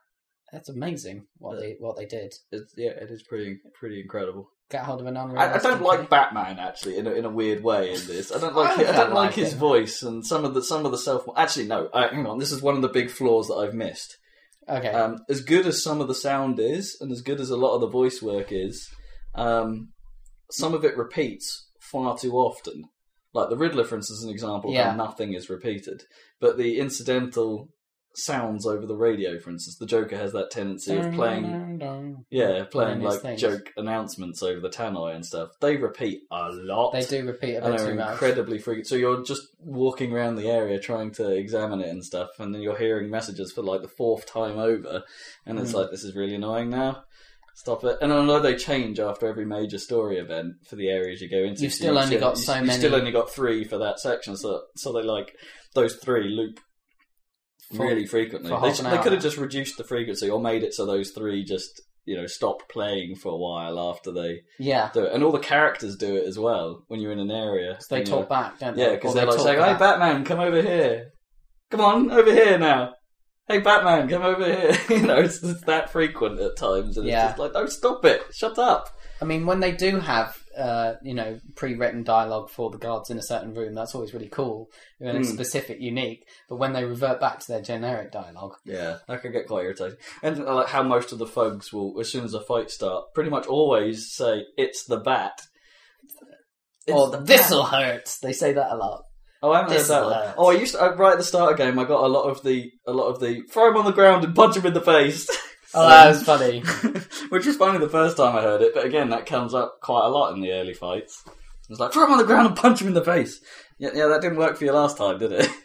that's amazing what
Yeah.
they what they did.
it's, yeah, it is pretty pretty incredible.
Get hold of an unreal.
I, I don't like Batman actually in a, in a weird way in this. I don't like
I
I, don't
don't
like
like
his
him.
voice and some of the some of the self. Actually, no, uh, hang on. This is one of the big flaws that I've missed.
Okay.
Um, as good as some of the sound is, and as good as a lot of the voice work is, um, some of it repeats far too often. Like the Riddler, for instance, is an example
Yeah.
where nothing is repeated, but the incidental sounds over the radio, for instance, the Joker has that tendency of playing, yeah, playing
Playing these
like
Mm-hmm. things.
joke announcements over the tannoy and stuff. They repeat a lot.
They do repeat a
And
bit
are
too much.
incredibly freaky. So you're just walking around the area trying to examine it and stuff, and then you're hearing messages for like the fourth time over, and it's
Mm.
like this is really annoying now. Stop it. And I know they change after every major story event for the areas you go into.
You've
so
still
you
only got
you-
so
you
many-
still only got three for that section. So so they like those three loop
For-
really frequently.
for
They,
half
sh-
an
they
hour.
could have just reduced the frequency or made it so those three just you know stop playing for a while after they
Yeah,
do it, and all the characters do it as well when you're in an area.
so they
you
talk
know.
back, don't they?
uh, yeah, because
Or
they're
they
like
talk
saying, "Hey,
about-
Batman, come over here! Come on, over here now! Hey, Batman, come over here!" <laughs> you know, it's, it's that frequent at times, and
Yeah.
it's just like, "No, stop it! Shut up!"
I mean, when they do have, uh, you know, pre-written dialogue for the guards in a certain room, that's always really cool when it's
Mm.
specific, unique. But when they revert back to their generic dialogue,
Yeah, that can get quite irritating. And uh, like how most of the thugs will, as soon as a fight starts, pretty much always say, "It's the bat." It's
or
the bat."
this'll "Oh, hurt. They say that a lot.
Oh, I haven't heard
This
that
alert.
one. Oh, I used to, uh, right at the start of the game. I got a lot of the a lot of the throw him on the ground and punch him in the face. <laughs>
Oh, that was funny.
Which is funny the first time I heard it, but again, that comes up quite a lot in the early fights. It's like, throw him on the ground and punch him in the face. Yeah, yeah that didn't work for you last time, did it? <laughs>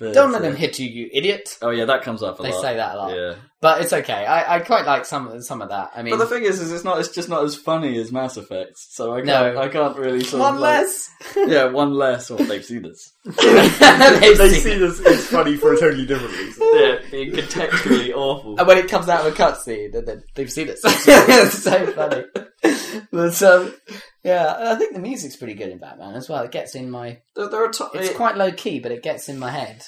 But,
Don't let
uh,
them hit you, you idiot.
Oh, yeah, that comes up a
They
lot.
say that a lot.
Yeah.
But it's okay. I, I quite like some some of that. I mean,
But the thing is, is it's not. It's just not as funny as Mass Effect, so I can't,
No.
I can't really sort
one
of like-
<laughs> less.
<laughs> yeah, one less. Well, they've seen this.
They've
they
seen
see this as funny for a totally different reason.
Yeah, being contextually <laughs> awful.
And when it comes out of a cutscene, and then they've <laughs> seen it. it's so funny. But um, yeah, and I think the music's pretty good in Batman as well. It gets in my.
There, there are to-
It's
it-
quite low key, but it gets in my head.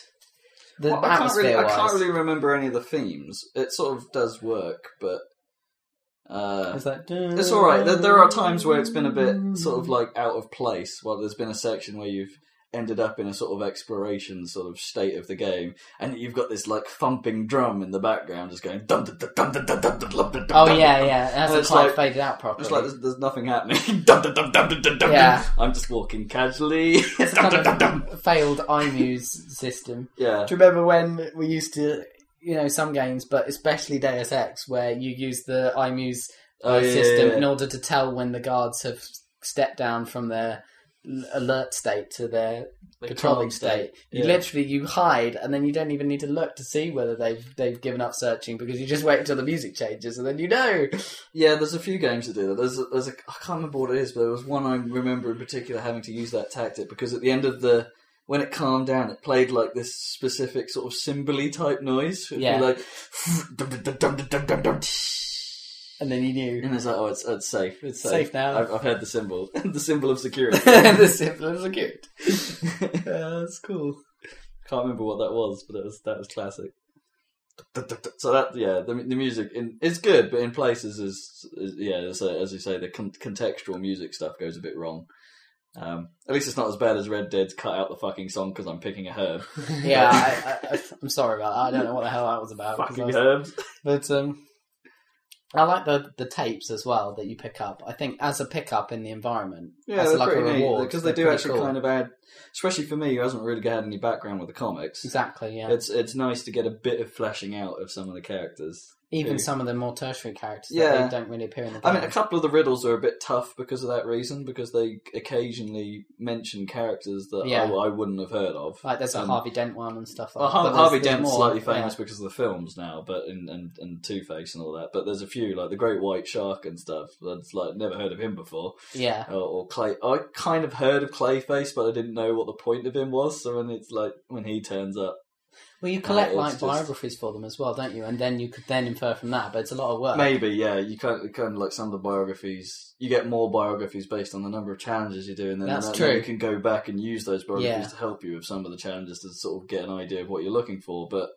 The
well, I can't
atmosphere
really. I
wise.
can't really remember any of the themes. It sort of does work, but uh,
It's like,
it's all right. There, there are times where it's been a bit sort of like out of place. Well, there's been a section where you've ended up in a sort of exploration sort of state of the game, and you've got this like thumping drum in the background, just going dum dum dum dum dum dum dum dum dum. dum,
Oh
dum,
yeah,
dum.
yeah. It hasn't
It's
quite
like-
faded out properly.
It's like there's, there's nothing happening. <laughs> dum, dum, dum, dum, dum, dum, dum.
Yeah.
I'm just walking casually. <laughs>
It's a
dum, dum,
kind
dum,
of
dum.
failed iMuse system.
Yeah.
Do you remember when we used to, you know, some games, but especially Deus Ex, where you use the iMuse
Oh, yeah,
system
yeah, yeah.
in order to tell when the guards have stepped down from their l- alert state to their
Like
patrolling
calm
state. You
Yeah.
literally you hide, and then you don't even need to look to see whether they've they've given up searching because you just wait until the music changes, and then you know.
Yeah, there's a few games that do that. There's, a, there's a, I can't remember what it is, but there was one I remember in particular having to use that tactic because at the end of the when it calmed down, it played like this specific sort of cymbally type noise. It'd be
Yeah.
like <laughs> dum, dum, dum, dum, dum, dum, dum,
And then you knew. <laughs>
and it's like, oh, it's, it's safe. It's safe,
Safe now.
I've, I've heard the symbol, <laughs> the symbol of security.
the symptoms are good.
<laughs> yeah, that's cool. Can't remember what that was, but that was that was classic. So that yeah, the the music in is good, but in places is, is yeah, as, as you say, the con- contextual music stuff goes a bit wrong. Um, at least it's not as bad as Red Dead's cut out the fucking song because I'm picking a herb.
Yeah, I, I, I'm sorry about that. I don't know what the hell that was about. 'cause I
fucking
was-
herbs.
But um, I like the the tapes as well that you pick up. I think as a pickup in the environment,
Yeah,
as
they're
like a
pretty neat
reward,
because they do actually kind of add, especially for me who hasn't really had any background with the comics.
exactly yeah.
It's it's nice to get a bit of fleshing out of some of the characters.
Even
yeah.
some of the more tertiary characters,
Yeah.
that they don't really appear in the game.
I mean, a couple of the riddles are a bit tough because of that reason, because they occasionally mention characters that oh,
Yeah.
I, I wouldn't have heard of.
like there's a
um,
Harvey Dent one and stuff. Like
well,
that.
Har-
But there's-
Harvey
there's
Dent's
more,
slightly
yeah.
famous because of the films now, but in, and and Two Face and all that. But there's a few like the Great White Shark and stuff. That's like never heard of him before.
Yeah,
Or, or Clay, I kind of heard of Clayface, but I didn't know what the point of him was. So when it's like when he turns up,
well, you
Uh,
collect
it's
like
just-
biographies for them as well, don't you? And then you could then infer from that, but it's a lot of work.
Maybe, yeah. You kind of, kind of like some of the biographies, you get more biographies based on the number of challenges you do, and then,
That's
and then
true.
you can go back and use those biographies
Yeah.
to help you with some of the challenges to sort of get an idea of what you're looking for. But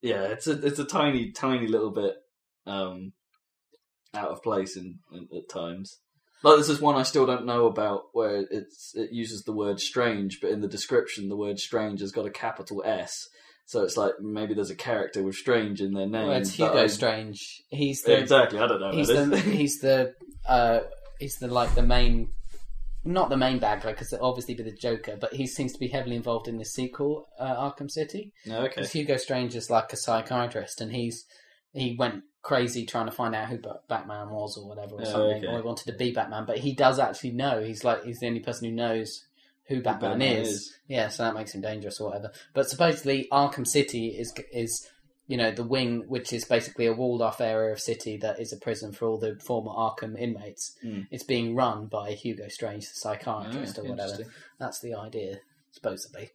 yeah, it's a it's a tiny, tiny little bit um, out of place in, in, at times. Like this is one I still don't know about where it's it uses the word strange, but in the description the word strange has got a capital S. So it's like maybe there's a character with strange in their name.
Well, it's
that
Hugo
I-
Strange. He's
yeah,
the
exactly. I don't know.
he's
about <laughs>
the
this.
he's the uh, he's the like the main not the main bad guy because obviously be the Joker, but he seems to be heavily involved in the sequel uh, Arkham City.
no, okay.
'Cause Hugo Strange is like a psychiatrist, and he's he went crazy trying to find out who Ba- Batman was or whatever, or
Oh,
something,
okay.
or he wanted to be Batman, but he does actually know. He's like he's the only person who knows who Batman,
Batman
is. Yeah, so that makes him dangerous or whatever. But supposedly Arkham City is is you know the wing, which is basically a walled off area of city that is a prison for all the former Arkham inmates.
Hmm.
It's being run by Hugo Strange, the
Ah,
psychiatrist or whatever.
interesting.
That's the idea, supposedly.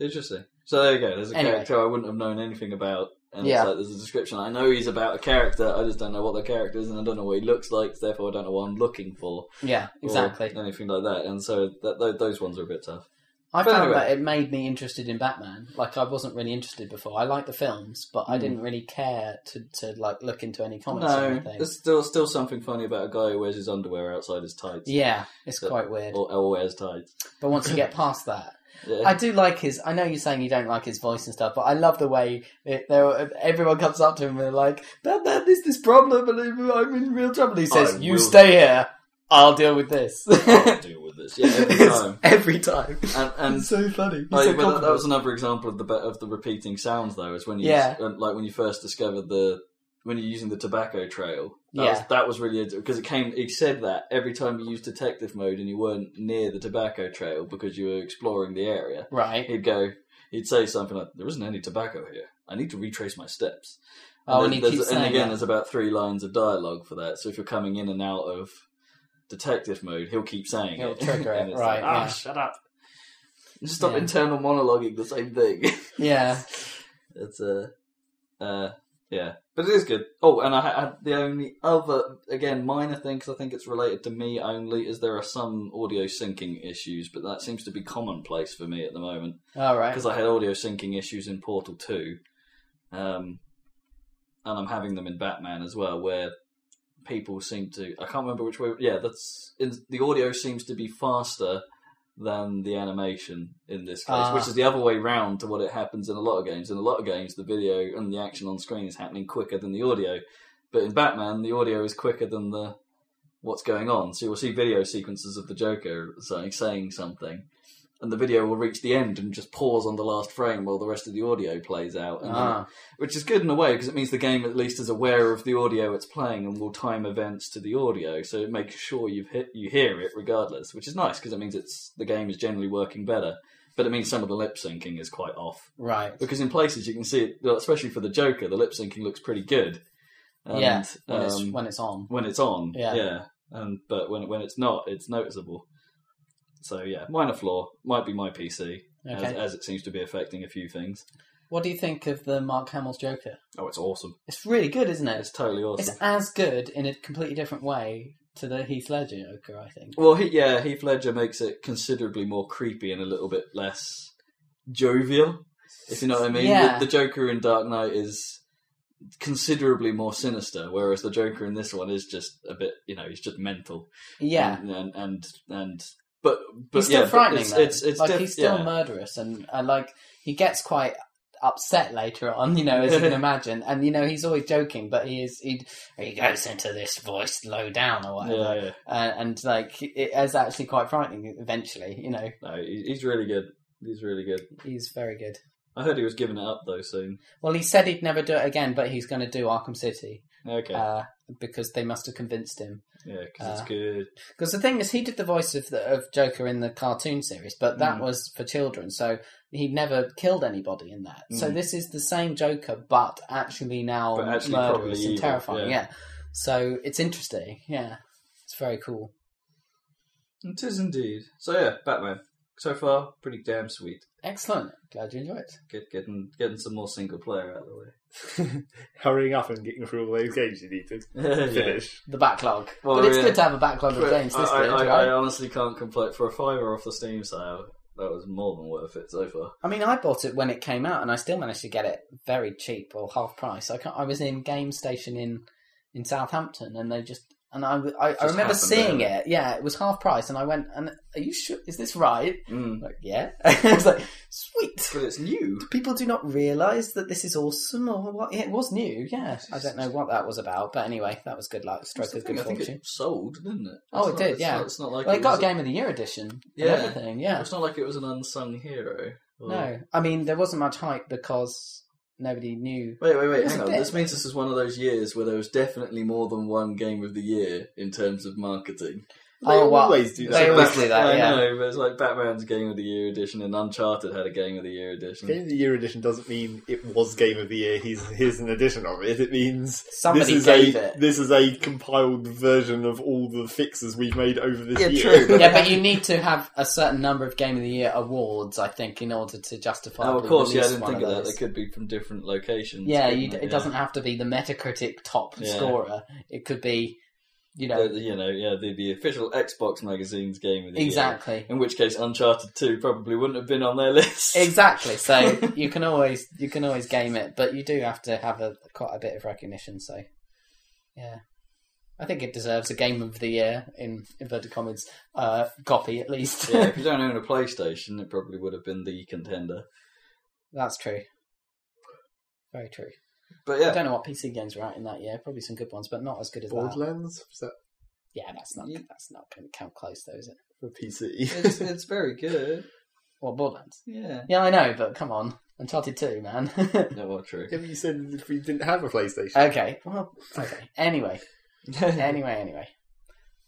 Interesting. So there you go. There's a
Anyway.
character I wouldn't have known anything about. And
Yeah.
it's like, there's a description. I know he's about a character. I just don't know what the character is, and I don't know what he looks like. so Therefore, I don't know what I'm looking for.
Yeah,
or
exactly.
anything like that. And so that, tho- those ones are a bit tough.
I
But
found
anyway.
that it made me interested in Batman. Like I wasn't really interested before. I liked the films, but I
Hmm.
didn't really care to, to like look into any comics or
no,
anything.
there's still still something funny about a guy who wears his underwear outside his tights.
Yeah, it's
But-
quite weird.
Or, or wears tights.
But once you get past that,
Yeah.
I do like his. I know you're saying you don't like his voice and stuff, but I love the way it, there. Everyone comes up to him and they're like, "Batman, there's this problem, and I'm I'm in real trouble." He says,
I
"You
will-
stay here. I'll deal with this.
I'll deal with this. <laughs> Yeah, every time.
<laughs> It's every time.
And, and
It's so funny. He's
like,
so
but that, that
confident.
was another example of the be- of the repeating sounds though. Is when you
Yeah.
uh, like when you first discovered the when you're using the tobacco trail. That
Yeah.
was, that was really because it came. He said that every time you used detective mode and you weren't near the tobacco trail because you were exploring the area.
Right.
He'd go. He'd say something like, "There isn't any tobacco here. I need to retrace my steps."
Oh,
then
and he
there's-
keeps
and
saying
again,
that.
there's about three lines of dialogue for that. So if you're coming in and out of detective mode, he'll keep saying
He'll
it. <laughs>
trigger
And
it,
it's
right,
"Ah,
yeah.
shut up. Just stop
Yeah.
internal monologuing the same thing. <laughs>
Yeah.
it's uh, uh, yeah, but it is good. Oh, and I had the only other again minor thing because I think it's related to me only is there are some audio syncing issues, but that seems to be commonplace for me at the moment
All right.
because I had audio syncing issues in Portal Two, um, and I'm having them in Batman as well, where people seem to I can't remember which way. Yeah, that's in, the audio seems to be faster than the animation in this case,
Ah.
which is the other way round to what it happens in a lot of games. In a lot of games, the video and the action on screen is happening quicker than the audio, but in Batman, the audio is quicker than the what's going on. So you'll see video sequences of the Joker saying, saying something, and the video will reach the end and just pause on the last frame while the rest of the audio plays out, and then-
Ah.
which is good in a way because it means the game at least is aware of the audio it's playing and will time events to the audio, so it makes sure you've hit, you hear it regardless, which is nice because it means it's the game is generally working better. But it means some of the lip syncing is quite off
Right.
because in places you can see it, well, especially for the Joker, the lip syncing looks pretty good. And,
Yeah, When it's
um,
when it's on.
when it's on,
Yeah.
yeah, And but when when it's not, it's noticeable. So yeah, minor flaw might be my PC
Okay.
as, as it seems to be affecting a few things.
What do you think of the Mark Hamill's Joker?
Oh, it's awesome!
It's really good, isn't it?
It's totally awesome.
It's as good in a completely different way to the Heath Ledger Joker, I think.
Well, he, yeah, Heath Ledger makes it considerably more creepy and a little bit less jovial, if you know what I mean.
Yeah.
The, the Joker in Dark Knight is considerably more sinister, whereas the Joker in this one is just a bit, you know, he's just mental.
Yeah.
and and and, and but but
he's still
yeah, but
frightening
It's
though.
it's, it's
like
diff-
he's still
yeah.
murderous and, and like he gets quite upset later on, you know, as you
<laughs>
can imagine. And you know, he's always joking, but he is he he goes into this voice low down or whatever.
yeah, yeah.
Uh, and like it is actually quite frightening eventually, you know.
No, he, he's really good. He's really good.
He's very good.
I heard he was giving it up though soon.
Well, he said he'd never do it again, but he's going to do Arkham City
Okay,
uh, because they must have convinced him.
yeah, because
uh,
it's good.
Because the thing is, he did the voice of the, of Joker in the cartoon series, but that
Mm.
was for children, so he never killed anybody in that. So
Mm.
this is the same Joker, but actually now
But actually probably
murderous and
evil,
terrifying.
yeah.
Yeah. So it's interesting. Yeah, it's very cool.
It is indeed. So yeah, Batman. So far, pretty damn sweet.
Excellent. Glad you enjoyed it.
Get, getting getting some more single player out of the
Hurrying up and getting through all those games you need to
way. <laughs> Yeah.
finish.
The backlog,
Well,
but it's
yeah.
good to have a backlog of
But
games this
I,
good,
I,
right?
I honestly can't complain for a fiver off the Steam sale. That was more than worth it so far.
I mean, I bought it when it came out, and I still managed to get it very cheap or half price. I can't, I was in Game Station in in Southampton, and they just and I w- I, I
Just
remember
happened,
seeing
didn't
it. Yeah, it was half price, and I went and Are you sure? Is this right?
Mm.
I'm like, yeah. <laughs> it's like sweet.
But it's new.
People do not realise that this is awesome, or what? It was new. Yeah, I don't know what that was about, but anyway, that was good luck.
That's
Stroke
the
of
thing,
good
I think
fortune.
it sold, didn't it?
Oh,
It's
it did,
It's
yeah.
Not, it's not like
Well,
it
it got
was
a Game of the Year edition.
Yeah.
and everything. Yeah.
It's not like it was an unsung hero. Or-
No, I mean there wasn't much hype because nobody knew
Wait, wait,
It
wait.
was
Hang
a
on.
bit.
This means this is one of those years where there was definitely more than one game of the year in terms of marketing.
They
Oh, well,
always do that.
they always do that,
I
yeah.
know, but it's like Batman's Game of the Year edition and Uncharted had a Game of the Year edition.
Game of the Year edition doesn't mean it was Game of the Year. He's here's an edition of it. It means
Somebody
this is
gave
a
<laughs>
it.
this is a compiled version of all the fixes we've made over this
Yeah,
year.
true,
yeah, but you need to have a certain number of Game of the Year awards, I think, in order to justify.
Oh, of course, yeah, I didn't think of that. They could be from different locations.
Yeah,
couldn't
you,
they?
it doesn't have to be the Metacritic top
Yeah.
scorer. It could be, you
Yeah.
know,
The- you know, yeah, the, the official Xbox magazine's game of the year.
exactly,
In which case, Uncharted Two probably wouldn't have been on their list.
exactly. So you can always you can always game it, but you do have to have a quite a bit of recognition. So, yeah, I think it deserves a Game of the Year in inverted commas uh, copy at least.
<laughs> yeah, if you don't own a PlayStation, it probably would have been the contender.
<laughs> That's true. Very true.
But
I
yeah,
don't know what PC games were out in that year. Probably some good ones, but not as good as that.
<laughs> Borderlands? Was that
Yeah, that's not
You-
that's not going to come close, though, is it?
for PC.
It's, it's very good.
Well, Borderlands.
Yeah.
Yeah, I know, but come on, Uncharted Two, man. <laughs>
No, well, true.
yeah, but you said <laughs> if we didn't have a PlayStation.
okay. Well, Uh, okay. Anyway, anyway, anyway,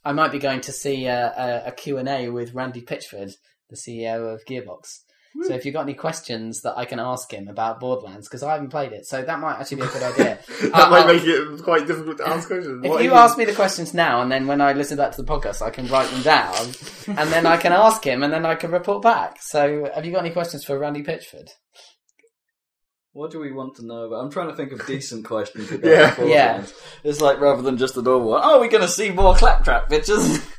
I might be going to see uh, a, a Q&A with Randy Pitchford, the CEO of Gearbox. So if you've got any questions that I can ask him about Borderlands, because I haven't played it, so that might actually be a good idea.
<laughs> that
I'll-
might
I'll-
make it quite difficult
<laughs>
to ask questions.
Uh, um, If
What
you
even-
ask me the questions now, and then when I listen back to the podcast, I can write them down, and then I can ask him, and then I can report back. So have you got any questions for Randy Pitchford?
What do we want to know about? I'm trying to think <laughs> of decent questions.
Yeah.
About yeah. It's like rather than just a normal one, oh, we're going to see more claptrap, bitches. <laughs> yeah,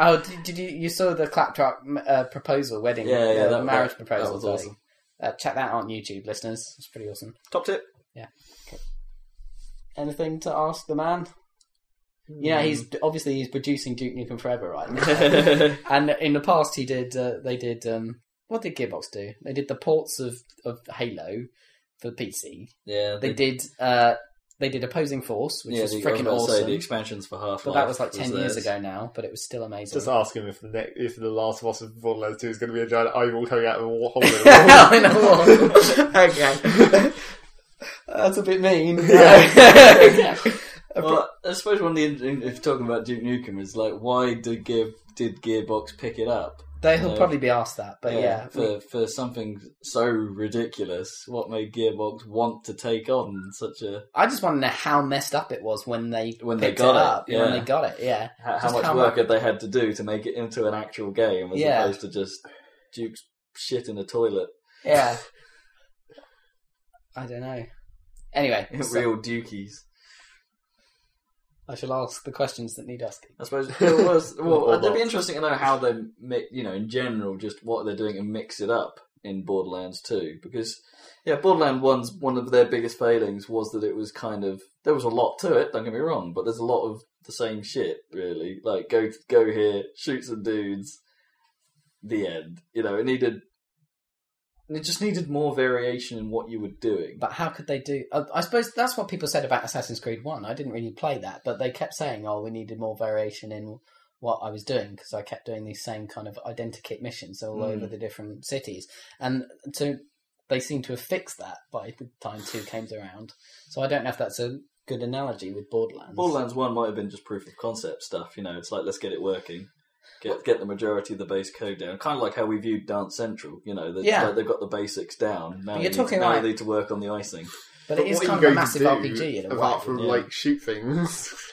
Oh, did, did you you saw the claptrap m- uh, proposal wedding?
Yeah, yeah,
uh,
that-
marriage
that-
proposal.
that was
day?
awesome.
Uh, check that out on YouTube, listeners. It's pretty awesome.
Top tip.
Anything to ask the man? Yeah, he's obviously he's producing Duke Nukem Forever
<laughs>
right
<laughs>
now.
yeah,
and in the past, he did. Uh, they did. Um, what did Gearbox do? They did the ports of of Halo for PC. They did. Uh, they did Opposing Force, which
yeah,
was
the- I
freaking
about to say,
awesome.
the expansions for Half Life.
but that was like ten years
theirs.
ago now. But it was still amazing. <laughs>
<laughs> Just ask him if the next, if the last boss of Borderlands Two is going to be a giant eyeball coming out of a
<laughs>
wa- hole. in the wall.
I know. <laughs> okay. That's a bit mean.
Yeah.
<laughs>
Well, I suppose one of the in- if you're talking about Duke Nukem is like, why did Gear did Gearbox pick it up?
They'll
No.
probably be asked that, but yeah.
for for something so ridiculous, what made Gearbox want to take on such a
I just want to know how messed up it was when they
When they
picked
got
it
it,
up, when
yeah.
they got it. Yeah,
how, how
Just
much
how
work
much-
had they had to do to make it into an actual game as
Yeah.
opposed to just Duke's shit in a toilet,
yeah. <laughs> I don't know. <laughs> Anyway, so
real Dukies.
I shall ask the questions that need asking.
I
<laughs>
suppose it was. Well,
Or
it'd
not.
be interesting to know how they, mi- you know, in general, just what they're doing and mix it up in Borderlands 2. Because, yeah, Borderlands 1's one of their biggest failings was that it was kind of. There was a lot to it, don't get me wrong, but there's a lot of the same shit, really. Like, go go here, shoot some dudes, the end. You know, it needed. It just needed more variation in what you were doing.
But how could they do? I I suppose that's what people said about Assassin's Creed One. I didn't really play that, but they kept saying, "Oh, we needed more variation in what I was doing because I kept doing these same kind of identikit missions all
Hmm.
Mm.
over the different cities." And so they seem to have fixed that by the time two came around. So I don't know if that's a good analogy with Borderlands.
Borderlands One might have been just proof of concept stuff. You know, it's like let's get it working, get get the majority of the base code down. Kind of like how we viewed Dance Central. You know, that-
Yeah.
like they've got the basics down. Now
But
you
you're
need-
talking
now
like-
they need to work on the icing.
but it is
what are
kind
you
of a
going
massive
to do
RPG in a way.
apart from
yeah.
like shoot
<laughs>
things. <laughs>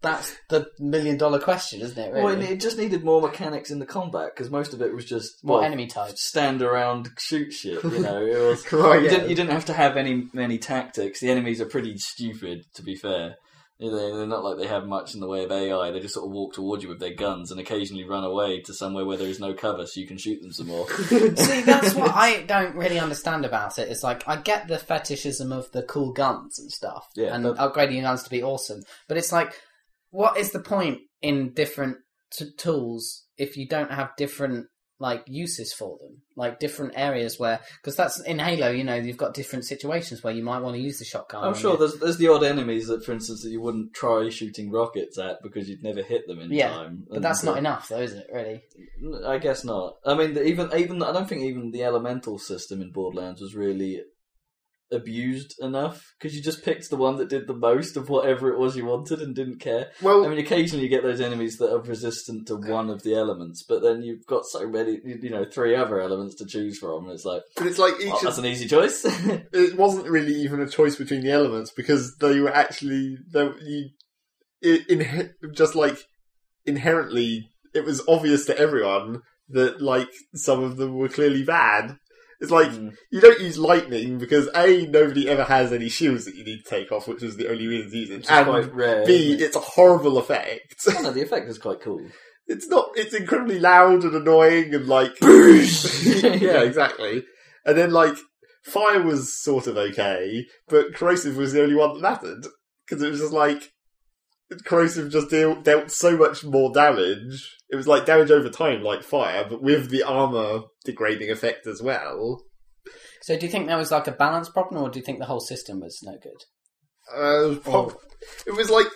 That's the million dollar question, isn't it? Really?
Well, it just needed more mechanics in the combat because most of it was just
More
well,
enemy types.
stand around, shoot shit. You know, it <laughs> was
Oh,
right,
you
yeah.
didn't you didn't have to have any many tactics. The enemies are pretty stupid, to be fair. You know, They're not like they have much in the way of AI. They just sort of walk towards you with their guns and occasionally run away to somewhere where there is no cover, so you can shoot them some more.
<laughs> See, that's
<laughs>
what I don't really understand about it. It's like I get the fetishism of the cool guns and stuff,
Yeah,
and
but-
upgrading your guns to be awesome. But it's like, what is the point in different t- tools if you don't have different like uses for them, like different areas where? Because that's in Halo, you know, you've got different situations where you might want to use the shotgun.
I'm
and
sure
you-
there's there's the odd enemies that, for instance, that you wouldn't try shooting rockets at because you'd never hit them in
Yeah,
time.
But
And,
that's not
uh,
enough, though, is it? Really?
I guess not. I mean, the- even even I don't think even the elemental system in Borderlands was really abused enough because you just picked the one that did the most of whatever it was you wanted and didn't care.
well,
I mean, occasionally you get those enemies that are resistant to one of the elements, but then you've got so many, you you know, three other elements to choose from. It's like
but it's like each.
well,
of-
that's an easy
<laughs>
choice.
it wasn't really even a choice between the elements because they were actually they were- you it, in just like inherently it was obvious to everyone that like some of them were clearly bad. It's like
Mm.
you don't use lightning because a nobody ever has any shields that you need to take off, which is the only reason to use it.
Which is
And
quite rare.
b
isn't it?
it's a horrible effect. <laughs>
I don't know, the effect is quite cool.
it's not it's incredibly loud and annoying and like
<laughs>
<laughs> yeah exactly and then like fire was sort of okay but corrosive was the only one that mattered because it was just like corrosive just deal, dealt so much more damage it was like damage over time like fire but with the armor degrading effect as well
So, do you think that was like a balance problem, or do you think the whole system was no good?
Oh.
Uh, it was prob- It was like,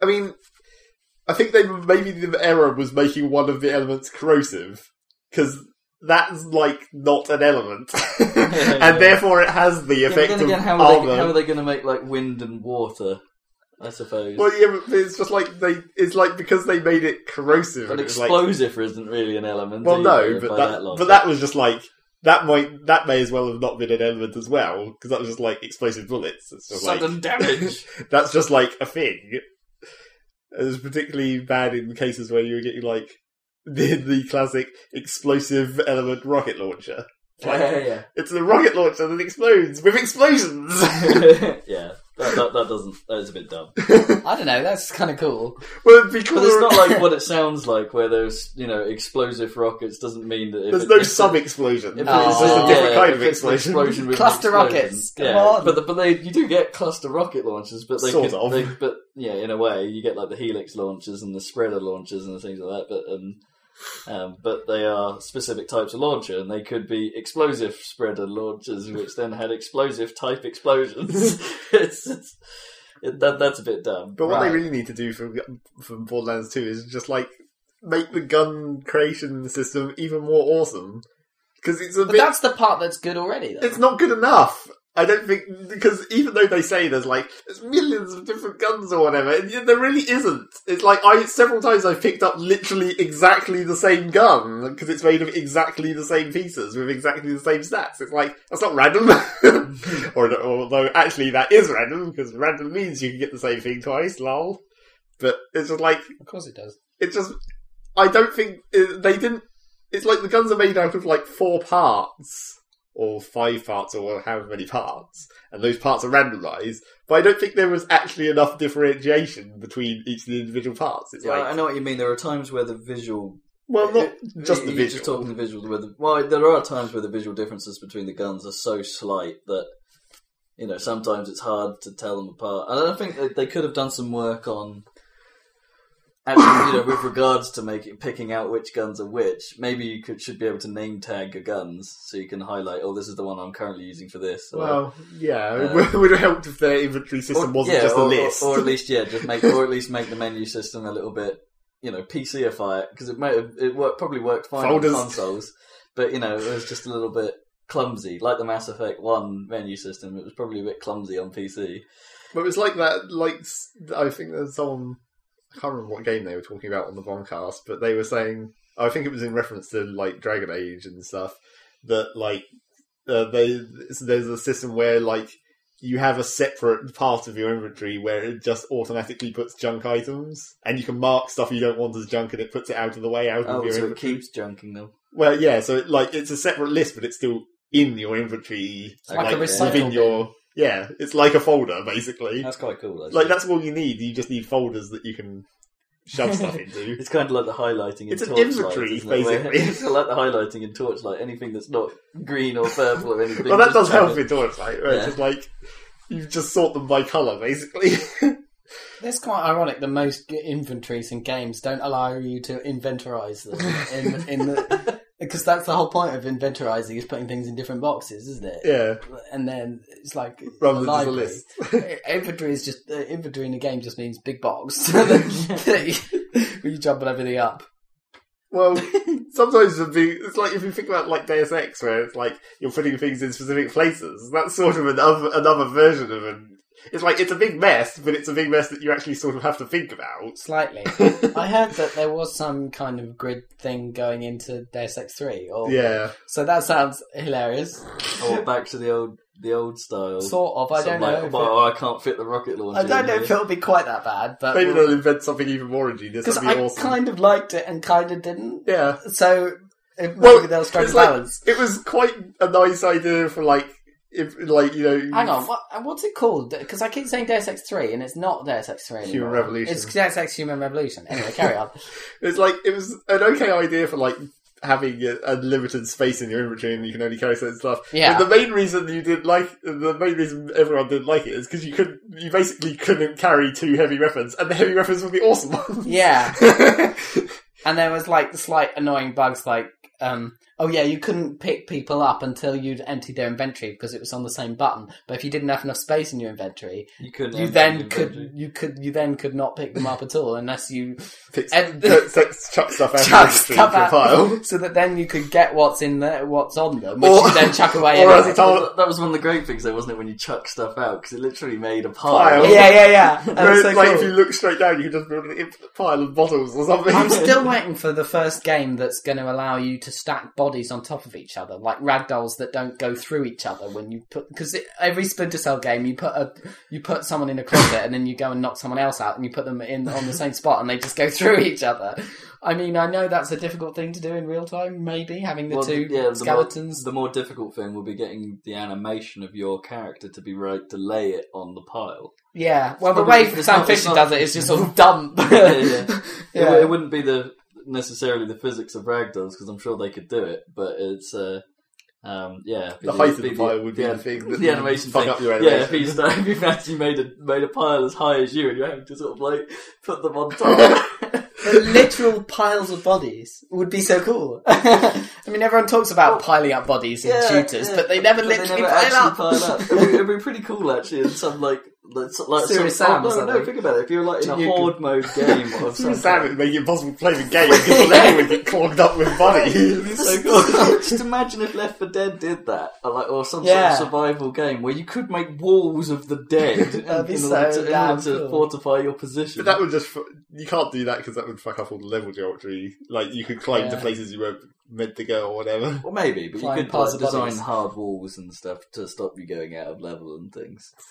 I mean, I think they maybe the error was making one of the elements corrosive because that's like not an element, <laughs> and
yeah.
therefore it has the
Yeah, but
effect
then again,
of
how are,
armor.
they, how are they going to make like wind and water? I suppose.
well, yeah, but it's just like they. It's like because they made it corrosive.
but
and it's like,
explosive isn't really an element.
well, no,
either,
but
by
that,
logic.
but that was just like that might that may as well have not been an element as well because that was just like explosive bullets. It's just like-
sudden <laughs> damage.
that's just like a thing. It was particularly bad in cases where you were getting like <laughs> the, the classic explosive element rocket launcher. Like,
yeah,
it's a rocket launcher that explodes with explosions. <laughs>
yeah, <laughs> yeah. That, that, that doesn't. That is a bit dumb.
I don't know. That's kind of cool.
well, it'd be cool.
But it's not like what it sounds like, where there's you know explosive rockets. Doesn't mean that if
There's
it-
no
if it-
sub explosion. It's
If
Oh,
it's
just a
yeah,
different kind
Ah. if
of
it's an
explosion.
explosion with an
Cluster
explosion.
rockets, come
yeah.
on.
But the, but they you do get cluster rocket launches, but they
Sort
could-
of.
they- but yeah, in a way you get like the helix launches and the spreader launches and the things like that. But um, um, but they are specific types of launcher, and they could be explosive spreader launches, which then had explosive type
<laughs>
explosions. it's, it's it, that that's a bit dumb.
<laughs> But what
Right.
they really need to do for for Borderlands 2 is just like make the gun creation system even more awesome because it's a
But
bit
that's the part that's good already. Though.
It's not good enough. I don't think because even though they say there's like there's millions of different guns or whatever, and yet there really isn't. It's like I several times I've picked up literally exactly the same gun because it's made of exactly the same pieces with exactly the same stats. It's like that's not random, <laughs> or although actually that is random because random means you can get the same thing twice. Lol. But it's just like
Of course it does.
it just I don't think uh, they didn't. It's like the guns are made out of like four parts or five parts or however many parts, and those parts are randomized. But I don't think there was actually enough differentiation between each of the individual parts. It's
Yeah, I
like
know what you mean. There are times where the visual
well, not
It-
just the
you're
visual.
Just talking the visuals. Where the, well, there are times where the visual differences between the guns are so slight that you know sometimes it's hard to tell them apart. And I think that they could have done some work on. Actually, you know, with regards to making picking out which guns are which, maybe you could should be able to name tag your guns so you can highlight. Oh, this is the one I'm currently using for this. Or,
well, yeah, <laughs>
Uh,
it would have helped if their inventory
or-
system wasn't
yeah,
just a
or- or-
list.
Or, at least yeah, just make
<laughs>
or at least make the menu system a little bit you know PCify it because it might have, it worked, probably worked fine
Folders.
on consoles, but you know it was just a little bit clumsy. Like the Mass Effect One menu system, it was probably a bit clumsy on PC.
But it's like that. Like s- I think there's someone I can't remember what game they were talking about on the Bombcast, but they were saying I think it was in reference to like Dragon Age and stuff that like uh, they there's a system where like you have a separate part of your inventory where it just automatically puts junk items, and you can mark stuff you don't want as junk, and it puts it out of the way out of
Oh,
your
so it
inventory.
keeps junking them.
Well, yeah, so it, like it's a separate list, but it's still in your inventory,
like a recycle
within
bin.
your yeah, it's like a folder basically
That's quite cool. Actually.
like that's all you need. You just need folders that you can
<laughs>
shove stuff into.
It's kind of like the highlighting in
It's an
Torchlight,
inventory,
isn't it? Where- <laughs>
basically.
it's like the highlighting in Torchlight. Anything that's not green or purple or anything.
<laughs> well, that
just
does
tag
help
it.
in Torchlight. Right? Where It's
Yeah.
just like you just sort them by color, basically. <laughs>
That's quite ironic that most g- inventories in games don't allow you to inventorize them. In, in the,
<laughs>
because that's the whole point of inventorizing is putting things in different boxes, isn't it?
yeah,
And then it's like
rather
a
than just a
library.
list. <laughs>
inventory is just uh, inventory in a game just means big box. <laughs> Where you jumble everything up.
Well, sometimes it'd be, it's like if you think about like Deus Ex, where it's like you're putting things in specific places. That's sort of another another version of an. It's like it's a big mess, but it's a big mess that you actually sort of have to think
<laughs>
about. <laughs>
Slightly. I heard that there was some kind of grid thing going into Deus Ex 3. Or,
Yeah,
So that sounds hilarious.
Or back to the old the old style.
Sort of. I
So I'm
don't
like,
know. if
well,
it-
I can't fit the rocket launcher.
I don't
in
know
here.
if it'll be quite that bad, but
maybe they'll invent something even more ingenious.
because
That'd be
I
awesome.
kind of liked it and kind of didn't.
yeah.
So if maybe
Well,
they'll strike a
it's like-
balance.
It was quite a nice idea for like, if like you know,
Hang on, what, uh, what's it called? Because I keep saying Deus Ex 3, and it's not Deus Ex 3 anymore.
Human Revolution.
It's Deus Ex Human Revolution. Anyway, carry
<laughs>
on.
It's like it was an okay idea for like having a, a limited space in your inventory and you can only carry certain stuff.
Yeah.
But the main reason you didn't like the main reason everyone didn't like it is because you could you basically couldn't carry two heavy weapons, and the heavy weapons were the awesome <laughs> ones.
Yeah.
<laughs> Yeah.
And there was like the slight annoying bugs like um oh yeah, you couldn't pick people up until you'd emptied their inventory because it was on the same button. But if you didn't have enough space in your inventory,
You couldn't.
you
have
then
that
could
inventory.
you could you then could not pick them up at all unless
<laughs>
you
Picks,
And-
chuck- chuck- chuck stuff out
chuck
of the inventory
stuff
into a
out, <laughs>
pile.
so that then you could get what's in there, what's on them, which
Or-
you then chuck away.
<laughs> or
anyway.
as it's all-
That- that was one of the great things, though, wasn't it? When you chuck stuff out, because it literally made a
Pile.
pile.
<laughs> yeah, yeah, yeah.
<laughs>
And it's
Whereas,
so
like
cool.
if you look straight down, you can just build an infinite pile of bottles or something. <laughs>
I'm still waiting for the first game that's going to allow you to stack bodies on top of each other, like ragdolls that don't go through each other when you put because every Splinter Cell game you put a you put someone in a closet and then you go and knock someone else out and you put them in on the same spot and they just go <laughs> through each other. I mean, I know that's a difficult thing to do in real time. Maybe having the
Well,
two
yeah, the more-
skeletons.
The more difficult thing will be getting the animation of your character to be right to lay it on the
<laughs>
pile.
yeah, well, the
Probably-
way
it's
Sam
not- it's
Fisher
not-
does it is just sort
<laughs>
of dump.
yeah,
<laughs>
yeah. It,
Yeah.
w- it wouldn't be the necessarily the physics of ragdolls because I'm sure they could do it, but it's uh, um, yeah,
the height of
Be
the pile would be
yeah,
the thing. that
the animation
fuck
thing.
up your
Yeah, if
animation.
he's uh, <laughs> if you've actually made a made a pile as high as you and you're having to sort of like put them on
<laughs>
top.
The literal piles of bodies would be so cool. <laughs> I mean, everyone talks about piling up bodies in shooters, but they never literally
never
pile, up.
actually <laughs> It'd, be, it'd be pretty cool actually in some like like, some- like some,
Serious Sam or
oh, no,
something.
no, think about it. If you're like in a
You could-
horde mode game
<laughs>
of some
Sam,
sort.
it would make it impossible to play the game because everyone would get clogged up with bodies. <laughs>
So cool. <laughs> Just imagine if Left 4 Dead did that, or, like, or some
Yeah.
sort of survival game where you could make walls of the dead
<laughs> That'd be
in,
so
order to, in
damn
order to
cool.
fortify your position.
But that would just fu- you can't do that because that would fuck up all the level geometry. Like you could climb to
Yeah.
places you weren't meant to go or whatever.
Well, maybe, but you
Flying
could
piles
like,
of
design
bodies.
hard walls and stuff to stop you going out of level and things.
<laughs>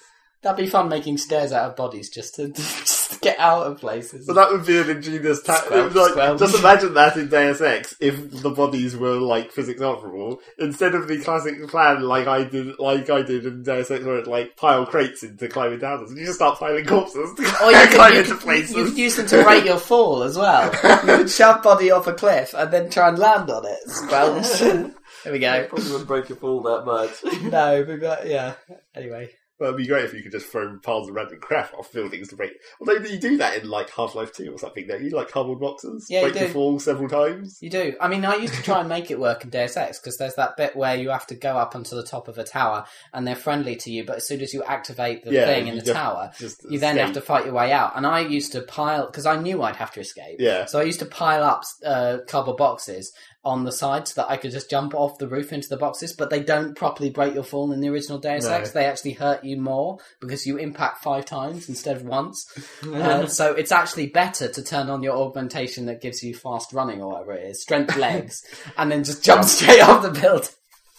That'd be fun making stairs out of bodies just to <laughs> just to get out of places.
So that would be an ingenious tactic.
Squelch,
Like,
squelch.
just imagine that in Deus Ex if the bodies were like physics operable instead of the classic plan like I did, like I did in Deus Ex, where it like pile crates into climbing downwards. You just start piling corpses <laughs> to
Or you
climb
could, you,
into
could,
places.
you could use them to rate your fall
<laughs>
as well. You could shove body off a cliff and then try and land on it.
<laughs>
Squelch. there we
I
go.
probably wouldn't break your fall that <laughs> much.
No, but that, yeah. Anyway,
Well, it'd be great if you could just throw piles of random crap off buildings to break. Although you do that in like Half Life Two or something, don't you? Like cardboard boxes,
Yeah, you
break the
do.
fall several times.
you do. I mean, I used to try and make it work in Deus Ex because there's that bit where you have to go up onto the top of a tower and they're friendly to you, but as soon as you activate the
Yeah,
thing in
you
the
just-
tower,
Just
you then have to
escape.
fight your way out. And I used to pile because I knew I'd have to escape.
yeah.
So I used to pile up uh, cardboard boxes on the side so that I could just jump off the roof into the boxes. But they don't properly break your fall in the original Deus
No.
Ex. They actually hurt you more because you impact five times instead of
<laughs>
once. Uh, so it's actually better to turn on your augmentation that gives you fast running or whatever it is, strength
<laughs>
legs, and then just jump straight off the building.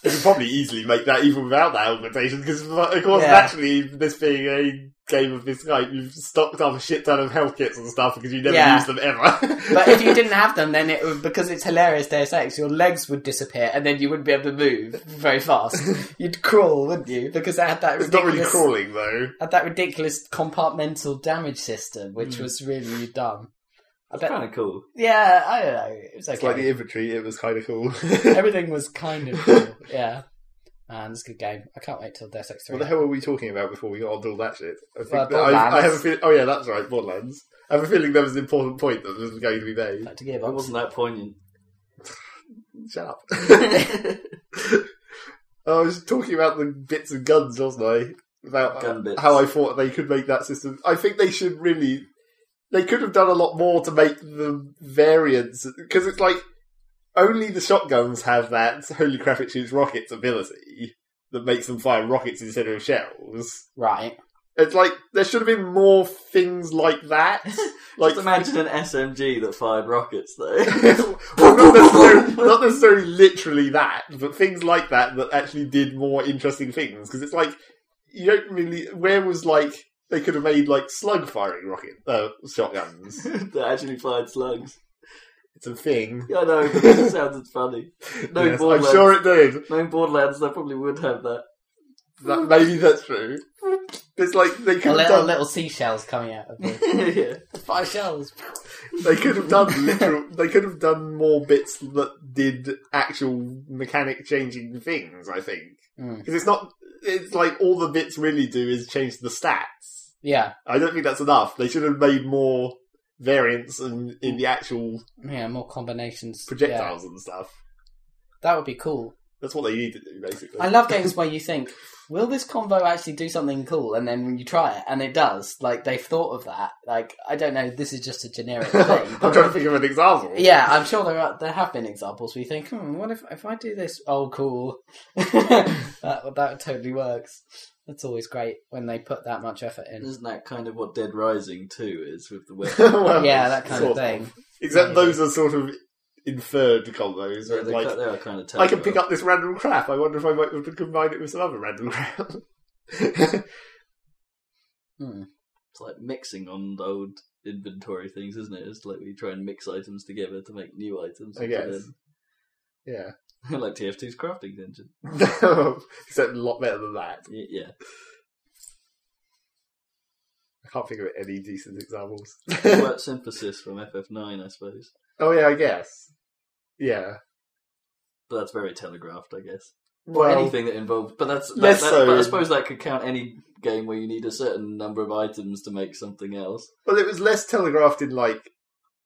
You could probably easily make that even without that augmentation, because of course,
Yeah.
naturally, this being a game of this type, you've stocked up a shit ton of health kits and stuff because you never
Yeah.
use them ever. <laughs>
But if you didn't have them, then it would, because it's hilarious Deus Ex, your legs would disappear and then you wouldn't be able to move very fast.
<laughs>
You'd crawl, wouldn't you? Because it had that
it's not really
ridiculous-
crawling though.
had that ridiculous compartmental damage system, which was really dumb. I bet,
kind of cool.
yeah, I don't know. It was
It's like the
okay.
infantry; it was kind of cool.
Everything was kind of cool. Yeah, man, it's a good game. I can't wait till Deus Ex Three.
What the hell were we talking about before we got onto all that shit? I think
Well,
that I, I
Borderlands.
have a feeling. Oh yeah, that's right, Borderlands. I have a feeling there was an important point that was going to be made.
Back to Gearbox.
That wasn't that poignant.
Shut up. I was talking about the bits and guns, wasn't I? About
Gun bits.
how I thought they could make that system. I think they should really. They could have done a lot more to make the variants because it's like only the shotguns have that holy crap it shoots rockets ability that makes them fire rockets instead of shells.
Right.
It's like there should have been more things like that. Like
<laughs> Just imagine an SMG that fired rockets, though.
<laughs> well, not, necessarily, not necessarily literally that, but things like that that actually did more interesting things. Because it's like you don't really. Where was like they could have made like slug firing rocket uh, shotguns?
that actually fired slugs.
It's a thing.
Yeah, I know, but
<laughs>
it sounded funny. <laughs> No
Yes, I'm
Borderlands.
sure
<laughs>
it did.
No Borderlands, they probably would have that. <laughs>
That, maybe that's true. It's like they could
A
have
little,
done.
little seashells coming out of
<laughs>
the
yeah.
five shells.
They could have done literal. they could have done more bits that did actual mechanic changing things. I think.
Mm.
Because it's not. It's like all the bits really do is change the stats.
Yeah,
I don't think that's enough. They should have made more variants in, in the actual
yeah, more combinations. Yeah.
projectiles and stuff.
That would be cool.
That's what they need to do, <laughs> basically.
I love games where you think, will this convo actually do something cool? And then when you try it, and it does. Like, they've thought of that. Like, I don't know, this is just a
<laughs>
generic thing.
I'm trying to think of an example.
Yeah, I'm sure there are, there have been examples where you think, hmm, what if if I do this? Oh, cool. <laughs> that that totally works. That's always great when they put that much effort in.
Isn't that kind of what Dead Rising 2 is
<laughs>
with the weapon?
Well,
Yeah, that kind of
sort
thing.
Except
Yeah.
those are sort of inferred combos.
yeah,
where
they,
like,
they are kind of
I can pick up this random crap. I wonder if I might be able to combine it with some other random crap. <laughs>
Hmm.
It's like mixing on old inventory things, isn't it? It's like we try and mix items together to make new items.
I
and
guess. yeah.
then- <laughs> like TFT's crafting engine.
<laughs> Except a lot better than that.
Y-
<laughs>
Yeah.
I can't think of any decent examples.
Word synthesis from FF9, I suppose.
oh yeah, I guess. Yeah.
But that's very telegraphed, I guess.
Well,
Anything that involves. But that's. That,
Less
that-
so
but I
in-
suppose that could count any game where you need a certain number of items to make something else.
well, it was less telegraphed in like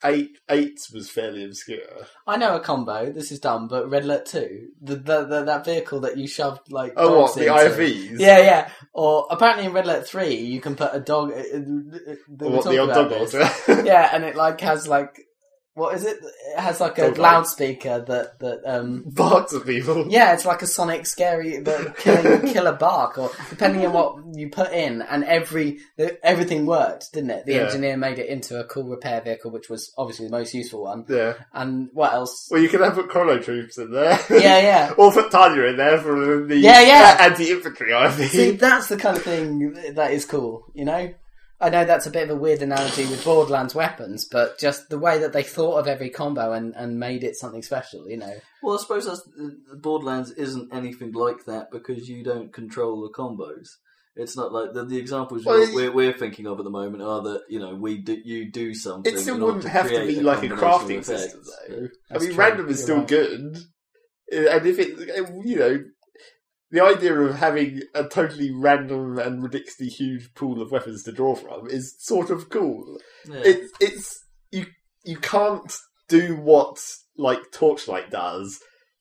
eight. Eights was fairly obscure.
I know a combo. This is dumb, but Red Alert Two, the, the, the that vehicle that you shoved like
Oh,
dogs
what the
into.
IFVs?
Yeah, yeah. Or apparently in Red Alert Three, you can put a dog. uh, uh, uh, they
Or
were
what
talking
the old
about
dog
this.
was?
yeah, and it like has like what is it? It has like a
Dog light.
loudspeaker that that um
<laughs> Barks at people.
yeah, it's like a sonic scary but
<laughs>
killing killer bark or depending on what you put in and every the, everything worked, didn't it? The
Yeah.
engineer made it into a cool repair vehicle, which was obviously the most useful one.
Yeah.
And what else?
<laughs> Well, you can have put Chrono Troops in there.
yeah, yeah.
<laughs> Or put Tanya in there from the
Yeah, yeah.
anti infantry IFV.
See, that's the kind of thing that is cool, you know? I know that's a bit of a weird analogy with Borderlands weapons, but just the way that they thought of every combo and, and made it something special, you know?
Well, I suppose that's the the Borderlands isn't anything like that because you don't control the combos. It's not like the, the examples
Well,
we're, we're, we're thinking of at the moment are that you know we do, you do something.
It still
in order
wouldn't
to
have to
create
be like a
combination
crafting
of effects.
system, though. I
That's
mean,
true.
random is
You're
still
right.
good, Uh, and if it, you know, the idea of having a totally random and ridiculously huge pool of weapons to draw from is sort of cool.
Yeah.
It's it's you you can't do what like Torchlight does.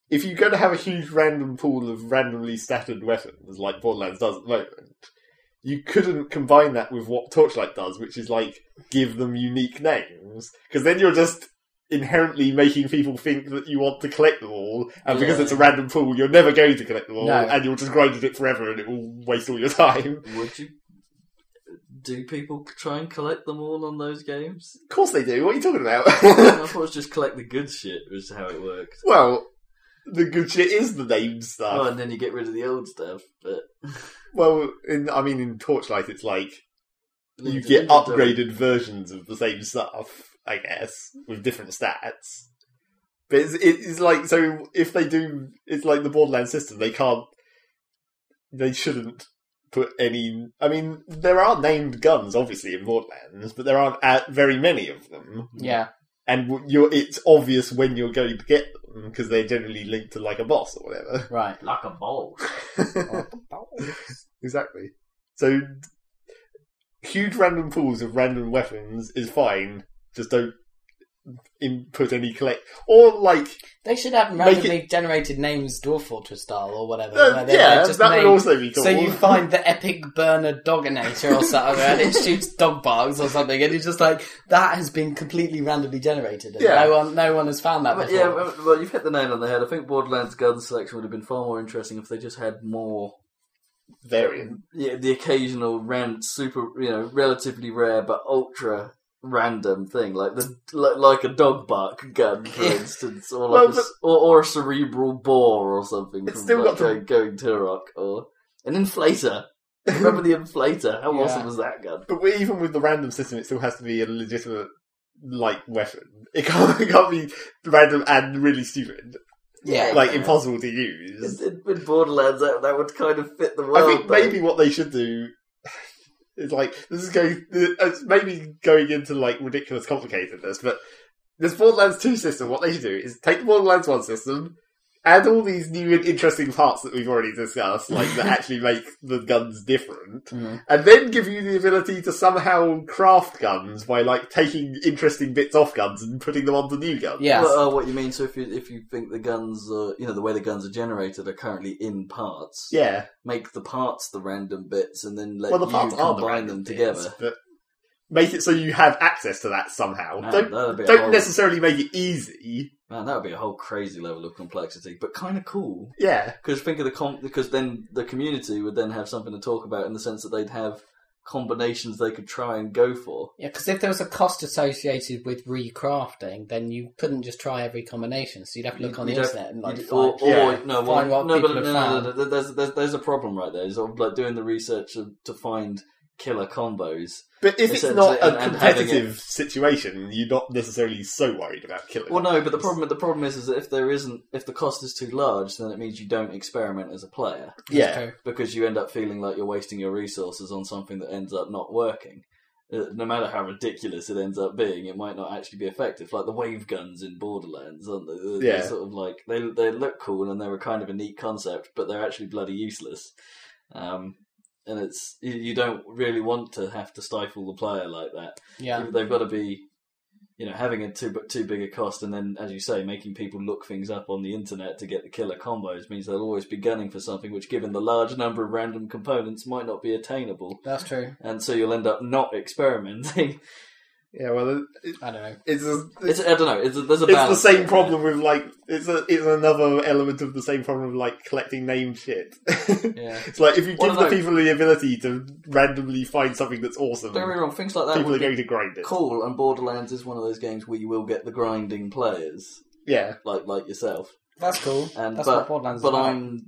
If you're going to have a huge random pool of randomly scattered weapons, like Borderlands does at the moment, you couldn't combine that with what Torchlight does, which is like give them unique names, because then you're just inherently making people think that you want to collect them all, and because
Yeah.
it's a random pool, you're never going to collect them all,
No.
and you'll just grind at it forever, and it will waste all your time.
Would you? Do people try and collect them all on those
<laughs>
games?
Of course they do. What are you talking
<laughs>
about?
I thought it was just collect the good shit was how it worked.
well, the good shit is the name stuff.
Oh, and then you get rid of the old stuff, but
Well, in I mean, in Torchlight, it's like you get upgraded versions of the same stuff, I guess, with different stats. But it's, it's like so if they do, it's like the Borderlands system. They can't, they shouldn't put any. I mean, there are named guns obviously in Borderlands, but there aren't uh, very many of them.
Yeah.
and w- you're it's obvious when you're going to get them because they're generally linked to like a boss or whatever.
Right.
like a ball.
Oh,
<laughs>
Exactly. So huge random pools of random weapons is fine. Just don't input any collect or like
They should have
Make
randomly generated names Dwarf Fortress style or whatever.
uh,
where they're
yeah,
just
that would
named-
also be cool.
So you find the epic burner doginator or something, and it shoots dog barks or something, and it's just like that has been completely randomly generated. And
Yeah.
no one, no one has found that
But
before.
yeah, well, well, you've hit the nail on the head. I think Borderlands gun selection would have been far more interesting if they just had more,
variant.
yeah, the occasional rand, super, you know, relatively rare but ultra random thing, like the like, like a dog bark gun, for
Yeah.
instance, or like
Well,
a s- or, or a cerebral bore or something.
It's
from,
still
like,
got to-
going, going Turok or an inflator. Remember the inflator?
<laughs>
How
Yeah.
awesome was that gun?
But we- even with the random system, it still has to be a legitimate like weapon. It can't, <laughs> it can't be random and really stupid,
Yeah.
like impossible to use.
It- it- With Borderlands, that, that would kind of fit the
I
world.
think
though.
maybe what they should do <laughs> is like this is going it's maybe going into like ridiculous complicatedness, but this Borderlands two system, what they should do is take the Borderlands one system, add all these new and interesting parts that we've already discussed, like
<laughs>
that actually make the guns different,
Mm-hmm.
Mhm.
and then give you the ability to somehow craft guns by like taking interesting bits off guns and putting them onto new guns.
Yes.
Well, uh, what you mean? So if you if you think the guns, are, you know, the way the guns are generated are currently in parts,
Yeah.
make the parts the random bits, and then let
Well, the
you
parts are the
combine
random
them
bits,
together.
but make it so you have access to that somehow.
Man,
don't
that'd be a
don't
whole-
necessarily make it easy.
Man, that would be a whole crazy level of complexity, but kind of cool.
Yeah.
Because think of the com- because then the community would then have something to talk about in the sense that they'd have combinations they could try and go for.
Yeah, because if there was a cost associated with recrafting, then you couldn't just try every combination. So you'd have to look
You'd-
on the
you'd have-
internet and like
You'd-
find.
or, or-
yeah,
no, well,
find what
no, but
people have
no, no, no,
found.
no, there's, there's there's a problem right there. It's sort of like doing the research of, to find killer combos.
But if it's
It's- and-
not a
and having
competitive situation, you're not necessarily so worried about killing.
Well, no, but the
guns.
problem the problem is is that if there isn't if the cost is too large, then it means you don't experiment as a player
Yeah.
True.
because you end up feeling like you're wasting your resources on something that ends up not working. Uh, No matter how ridiculous it ends up being, it might not actually be effective. Like the wave guns in Borderlands, aren't they? They're, they're
Yeah.
sort of like they they look cool and they're a kind of a neat concept, but they're actually bloody useless. Um, and it's you, you don't really want to have to stifle the player like that
Yeah.
they've got to be you know having a too too big a cost and then as you say making people look things up on the internet to get the killer combos means they'll always be gunning for something which given the large number of random components might not be attainable
That's true.
and so you'll end up not experimenting <laughs>
Yeah. Well, it,
I don't know.
it's a,
it's i don't know it's a, there's a
it's the
balance
same
there.
problem with like it's a, it's another element of the same problem of like collecting named shit.
yeah
<laughs> it's like if you
One
give
of
the
those-
people the ability to randomly find something that's awesome,
don't get me wrong things like that
people are
would be
going to grind it.
cool and borderlands is one of those games where you will get the grinding players
Yeah.
like like yourself
That's cool.
And
That's
but,
what Borderlands is
but
about.
I'm,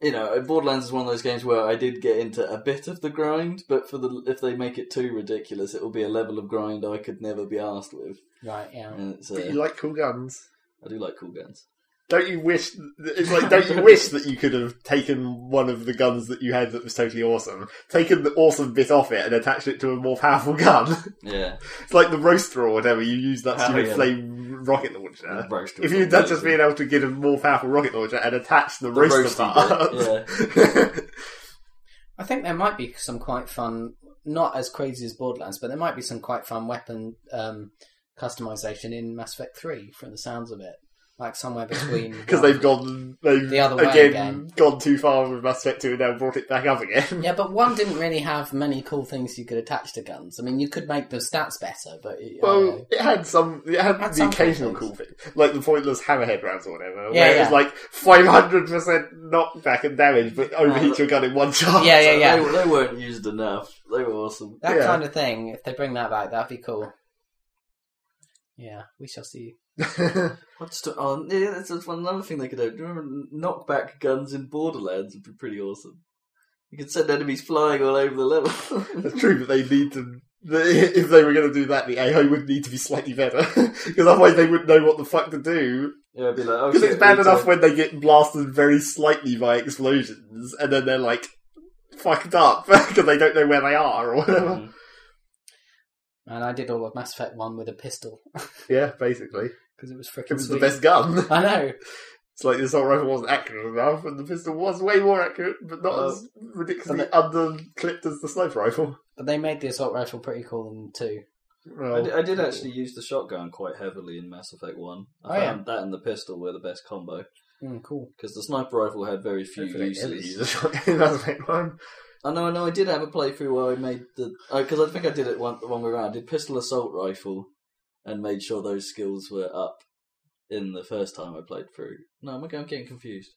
you know, Borderlands is one of those games where I did get into a bit of the grind, but for the if they make it too ridiculous, it will be a level of grind I could never be asked with.
Right. Yeah.
And it's, uh,
But you like cool guns.
I do like cool guns.
Don't you wish? It's like, don't you wish that you could have taken one of the guns that you had that was totally awesome, taken the awesome bit off it, and attached it to a more powerful gun? <laughs>
Yeah,
it's like the roaster or whatever. You use that
Oh,
stupid
yeah.
flame rocket launcher.
roast.
Uh, If you had just been able to get a more powerful rocket launcher and attach the, roaster
roasty
part, <laughs>
I think there might be some quite fun, not as crazy as Borderlands, but there might be some quite fun weapon um, customization in Mass Effect 3 from the sounds of it. Like somewhere between.
<laughs> because they've gone they've
The other way
again,
again.
gone too far with Mass Effect Two and now brought it back up again.
Yeah, but one didn't really have many cool things you could attach to guns. I mean, you could make the stats better, but. I don't
Well, <laughs>
know.
it had some. It had,
Had
the
some
occasional
things.
cool thing, like the pointless hammerhead rounds or whatever.
Yeah,
where it
yeah.
was like five hundred percent knockback and damage, but overheat your gun in one shot.
Uh-huh. yeah, yeah,
Yeah,
yeah.
they, they weren't used enough. They were awesome.
That
Yeah.
kind of thing, if they bring that back, that'd be cool. Yeah, we shall see.
yeah.
What's to, oh, yeah, that's that's one another thing they could do. Do you remember knockback guns in Borderlands would be pretty awesome. You could send enemies flying all over the
<laughs>
level.
<laughs>
<laughs>
That's true, but they need to. The, if they were going to do that, the AI would need to be slightly better <laughs> because otherwise they wouldn't know what the fuck to do.
Yeah, it'd be like, oh,
Because
shit,
it's bad
we need
enough
to-
when they get blasted very slightly by explosions, and then they're like fucked up <laughs> because they don't know where they are or whatever.
Mm.
And I did all of Mass Effect 1 with a pistol,
Yeah, basically,
because it was
it
freaking
was the
sweet.
best gun.
I know.
It's like the assault rifle wasn't accurate enough, and the pistol was way more accurate, but not
Uh,
as ridiculously underclipped as the sniper rifle.
But they made the assault rifle pretty cool in 2.
Well,
I did, I did actually use the shotgun quite heavily in Mass Effect 1. I
Oh, yeah.
found that and the pistol were the best combo.
Mm, cool.
Because the sniper rifle had very few
Hopefully I never use
uses.
a shotgun in Mass Effect One.
I know, I know, I did have a playthrough where I made the. Because I think I did it one, the one way around. I did pistol assault rifle and made sure those skills were up in the first time I played through. No, am I going- I'm getting confused.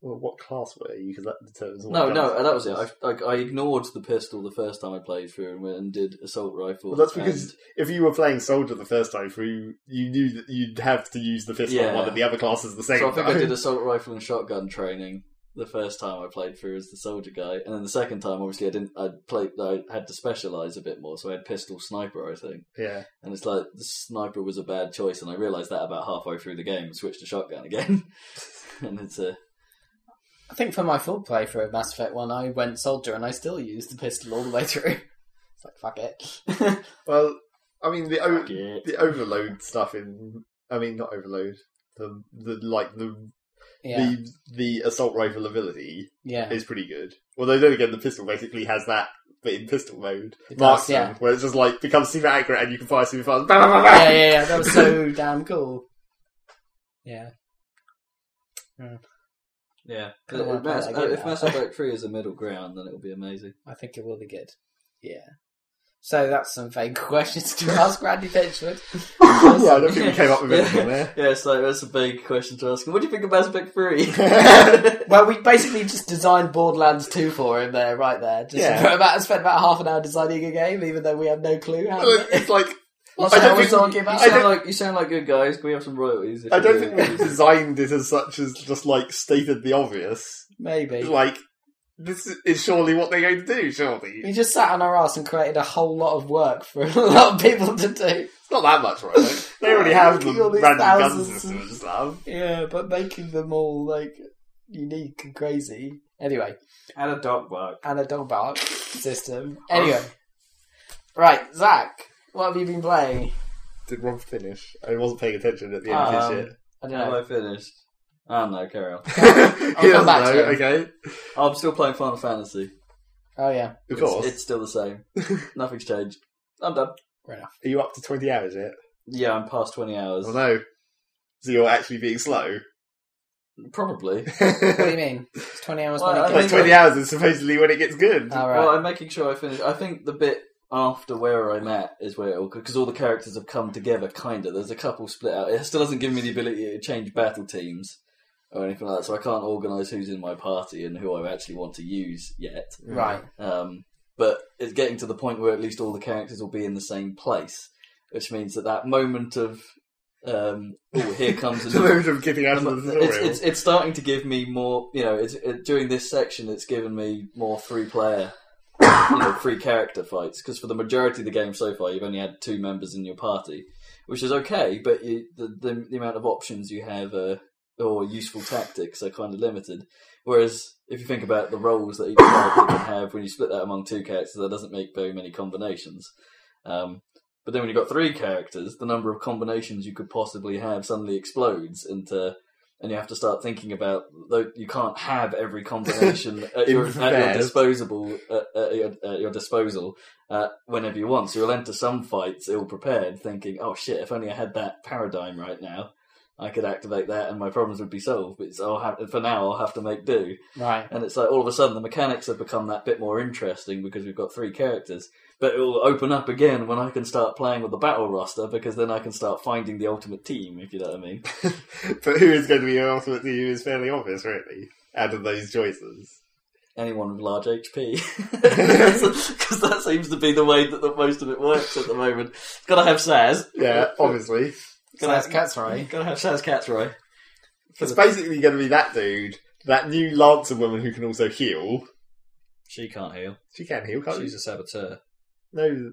Well, what class were you? Because Oh, that determines. What
No,
guns
no,
you
that was it.
use.
I, I, I ignored the pistol the first time I played through and, went and did assault rifle.
Well, that's because
and-
if you were playing soldier the first time through, you knew that you'd have to use the pistol
Yeah.
one, and the other class is the same.
So I think I
time.
did assault rifle and shotgun training the first time I played through as the soldier guy, and then the second time, obviously, I didn't. I played. I had to specialize a bit more, so I had pistol sniper, I think.
<laughs> Yeah,
And it's like the sniper was a bad choice, and I realized that about halfway through the game, and switched to shotgun again. <laughs> and it's a
I think for my full playthrough of Mass Effect 1, I went soldier and I still used the pistol all the way through. <laughs> It's like, fuck it. <laughs>
well, I mean the o-
yeah.
Oh, the overload stuff in. I mean, not overload. the the like the
Yeah.
the the assault rifle ability
yeah.
is pretty good. Although then again, the pistol basically has that, but in pistol mode,
It does,
marksman,
yeah.
where it's just like becomes super accurate and you can fire super fast.
<laughs> yeah, yeah, yeah. That was so damn cool. Yeah.
Yeah.
I don't wanna play
Mass-
that
uh,
again
if <laughs>
now.
Mass Effect 3 is a middle ground, then it'll be amazing.
I think it will be good. Yeah. So that's some vague <laughs> questions to ask Randy Pitchford.
<laughs> yeah, I don't think we came up with anything there.
Yeah, it's like, that's a big question to ask. What do you think of Mass Effect 3?
<laughs> Well, we basically just designed Borderlands 2 for him there, right there. Just
Yeah.
for about, spent about half an hour designing a game, even though we have no clue how
<laughs> Like,
to
It's like
what
<laughs>
<laughs> I don't
hell we're
think-
talking
You
about.
I
sound
don't-
like you sound like good guys. Can we have some royalties? if
I
you do?
don't
<laughs>
<laughs>
think we designed it as such as just like stated the obvious.
Maybe.
Like this is surely what they're going to do.
We
Surely
just sat on our ass and created a whole lot of work for <laughs> a lot of people to do.
it's not that much, right?
<laughs>
They already have the
All
random
these
gun
thousands.
system and stuff. um,
Yeah, but making them all like unique and crazy. Anyway,
add a dog bark.
and a dog bark system. Anyway,
Oh.
right, Zach, what have you been playing?
Did Rob finish? I wasn't paying attention at the end of
Um,
his
<laughs>
shit.
I don't
Have
know.
I finished? Oh no, carry
<laughs>
on. Oh,
he
come
doesn't
back
know.
to him.
Okay,
I'm still playing Final Fantasy.
Oh yeah,
of
It's-
course.
It's, still the
<laughs>
same. Nothing's changed. I'm done.
fair enough.
Are you up to 20 hours yet?
Yeah, I'm past 20 hours.
Oh no. So you're actually being slow. <laughs>
Probably.
What do
like
you mean? It's twenty hours.
Well,
when it
I mean-
goes.
20 hours is supposedly when it gets good.
All
Well,
right.
I'm making sure I finish. I think the bit after where I'm at is where it all because all the characters have come together. Kind of. There's a couple split out. It still doesn't give me the ability to change battle teams or anything like that. So I can't organise who's in my party and who I actually want to use yet.
<laughs>
Right.
Um, but it's getting to the point where at least all the characters will be in the same place, which means that that moment of um, oh, here
<laughs>
comes
the
a new
moment of getting out of the tutorial.
it's, it's, it's starting to give me more. You know, it's it, during this section, it's given me more three-player, you know, three-character fights. Because for the majority of the game so far, you've only had two members in your party, which is okay. But you, the, the the amount of options you have uh, or useful tactics are kind of limited. Whereas if you think about the roles that each character can have, when you split that among two characters, that doesn't make very many combinations. Um, but then when you've got three characters, the number of combinations you could possibly have suddenly explodes into, and you have to start thinking about though you can't have every combination at, your, at your
Fair.
disposable at, at, your, at your disposal uh, whenever you want. So you'll enter some fights ill prepared, thinking, "Oh shit! If only I had that paradigm right now." I could activate that, and my problems would be solved. But it's, I'll have, for now, I'll have to make do.
Right.
And it's like all of a sudden the mechanics have become that bit more interesting because we've got three characters. But it'll open up again when I can start playing with the battle roster because then I can start finding the ultimate team, if you know what I mean.
but who is going to be your ultimate team is fairly obvious, really, out of those choices.
Anyone with large <laughs> HP. Because that seems to be the way that the, most of it works at the moment. Gotta have Saz.
Yeah, obviously.
So that's cuts right.
Gotta have Saz Catroy.
It's basically going to be that dude, that new Lancer woman who can also heal.
She can't heal.
She can heal, can't
She's
she?
a saboteur.
No.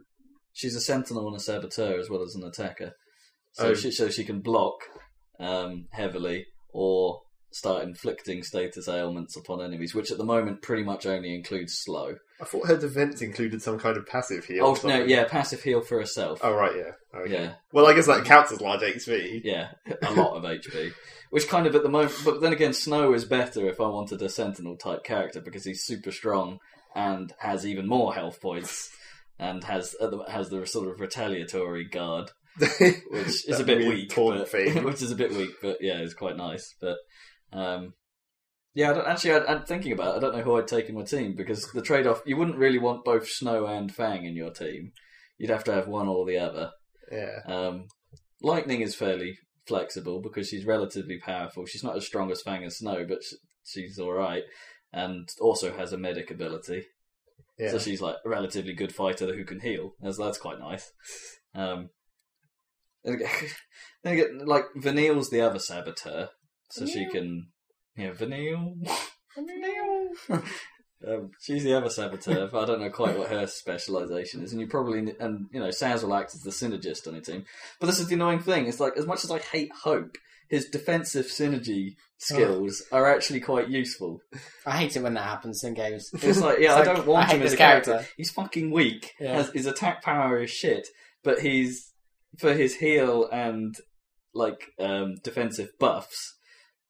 She's a sentinel and a saboteur as well as an attacker. So
Oh.
she so she can block um, heavily or start inflicting status ailments upon enemies, which at the moment pretty much only includes slow.
I thought her defense included some kind of passive heal.
Oh
or
no,
something.
yeah, passive heal for herself.
Oh, right, yeah. Okay.
Yeah,
Well, I guess that counts as large XP.
yeah, a lot of HP. Which kind of at the moment, but then again, Snow is better if I wanted a Sentinel type character because he's super strong and has even more health points and has has the sort of retaliatory guard
<laughs>
which is
That
a bit
weird
weak,
taunt
but, <laughs>
thing.
which is a bit weak, but yeah, it's quite nice. But um, yeah, I don't, actually, I, I'm thinking about. It, I don't know who I'd take in my team because the trade-off you wouldn't really want both Snow and Fang in your team. You'd have to have one or the other.
Yeah.
Um, Lightning is fairly flexible because she's relatively powerful. She's not as strong as Fang and Snow, but sh- she's all right, and also has a medic ability.
Yeah.
So she's like a relatively good fighter who can heal. That's, that's quite nice. Um, and again- <laughs> then again, like Vanille's the other saboteur, so she can yeah Vanille. Um, she's the other saboteur, but I don't know quite what her specialization is. And you probably ne- and you know Saz will act as the synergist on your team. But this is the annoying thing. It's like as much as I hate Hope, his defensive synergy skills are actually quite useful.
I hate it when that happens
<laughs>
in games.
It's like,
<laughs>
yeah,
It's
I
like,
don't want
I hate
him as
this
a character.
character.
He's fucking weak.
Yeah.
Has, his attack power is shit, but he's for his heal and like um, defensive buffs.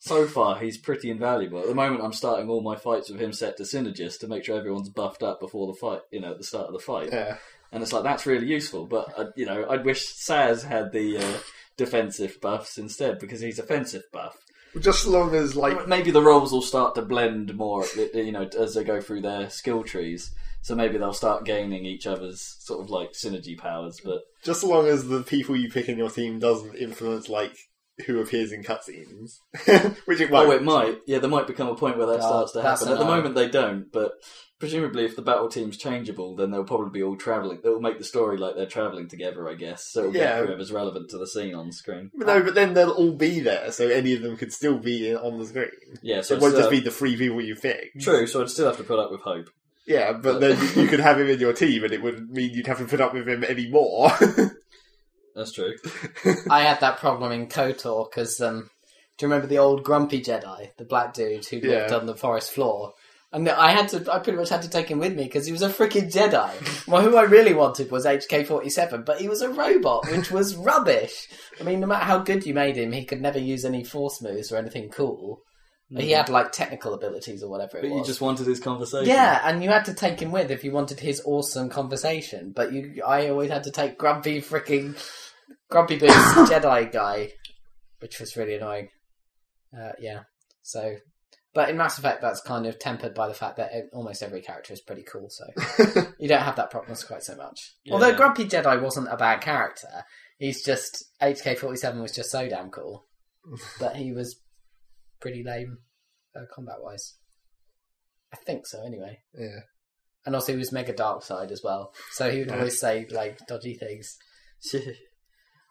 So far, he's pretty invaluable. At the moment, I'm starting all my fights with him set to synergist to make sure everyone's buffed up before the fight. You know, at the start of the fight,
Yeah.
and it's like that's really useful. But uh, you know, I'd wish Saz had the uh, defensive buffs instead because he's offensive buff.
Just as long as like
Maybe the roles will start to blend more, you know, as they go through their skill trees. So maybe they'll start gaining each other's sort of like synergy powers. But
just as long as the people you pick in your team doesn't influence like who appears in cutscenes, <laughs> which it won't.
oh, it might. Yeah, there might become a point where that
Oh,
starts to
that's
happen. At the
annoying.
moment, they don't. But presumably, if the battle team's changeable, then they'll probably be all traveling. It'll make the story like they're traveling together, I guess. So it'll
Yeah.
get whoever's relevant to the scene on screen.
no, but then they'll all be there, so any of them could still be in, on the screen.
Yeah, so
it won't
it's,
just
uh,
be the three people you pick.
true. So I'd still have to put up with hope.
Yeah, but then you could have him in your team, and it would mean you'd have to put up with him anymore. <laughs>
That's true.
I had that problem in KOTOR because um, do you remember the old grumpy Jedi, the black dude who lived
Yeah.
on the forest floor? And I had to, I pretty much had to take him with me because he was a freaking Jedi. well, who I really wanted was HK47, but he was a robot, which was rubbish. I mean, no matter how good you made him, he could never use any force moves or anything cool. He had like technical abilities or whatever. it
Mm-hmm. But you
was.
just wanted his conversation.
Yeah, and you had to take him with if you wanted his awesome conversation. But you, I always had to take grumpy freaking grumpy boots Jedi guy, which was really annoying. Uh, yeah, so. But in Mass Effect, that's kind of tempered by the fact that it, almost every character is pretty cool, so
<laughs>
you don't have that problem quite so much.
Yeah.
Although Grumpy Jedi wasn't a bad character, he's just HK47 was just so
<laughs>
damn cool, but he was pretty lame uh, combat wise. I think so, anyway
yeah,
and also he was mega dark side as well. So he would
Yeah.
always say like dodgy things.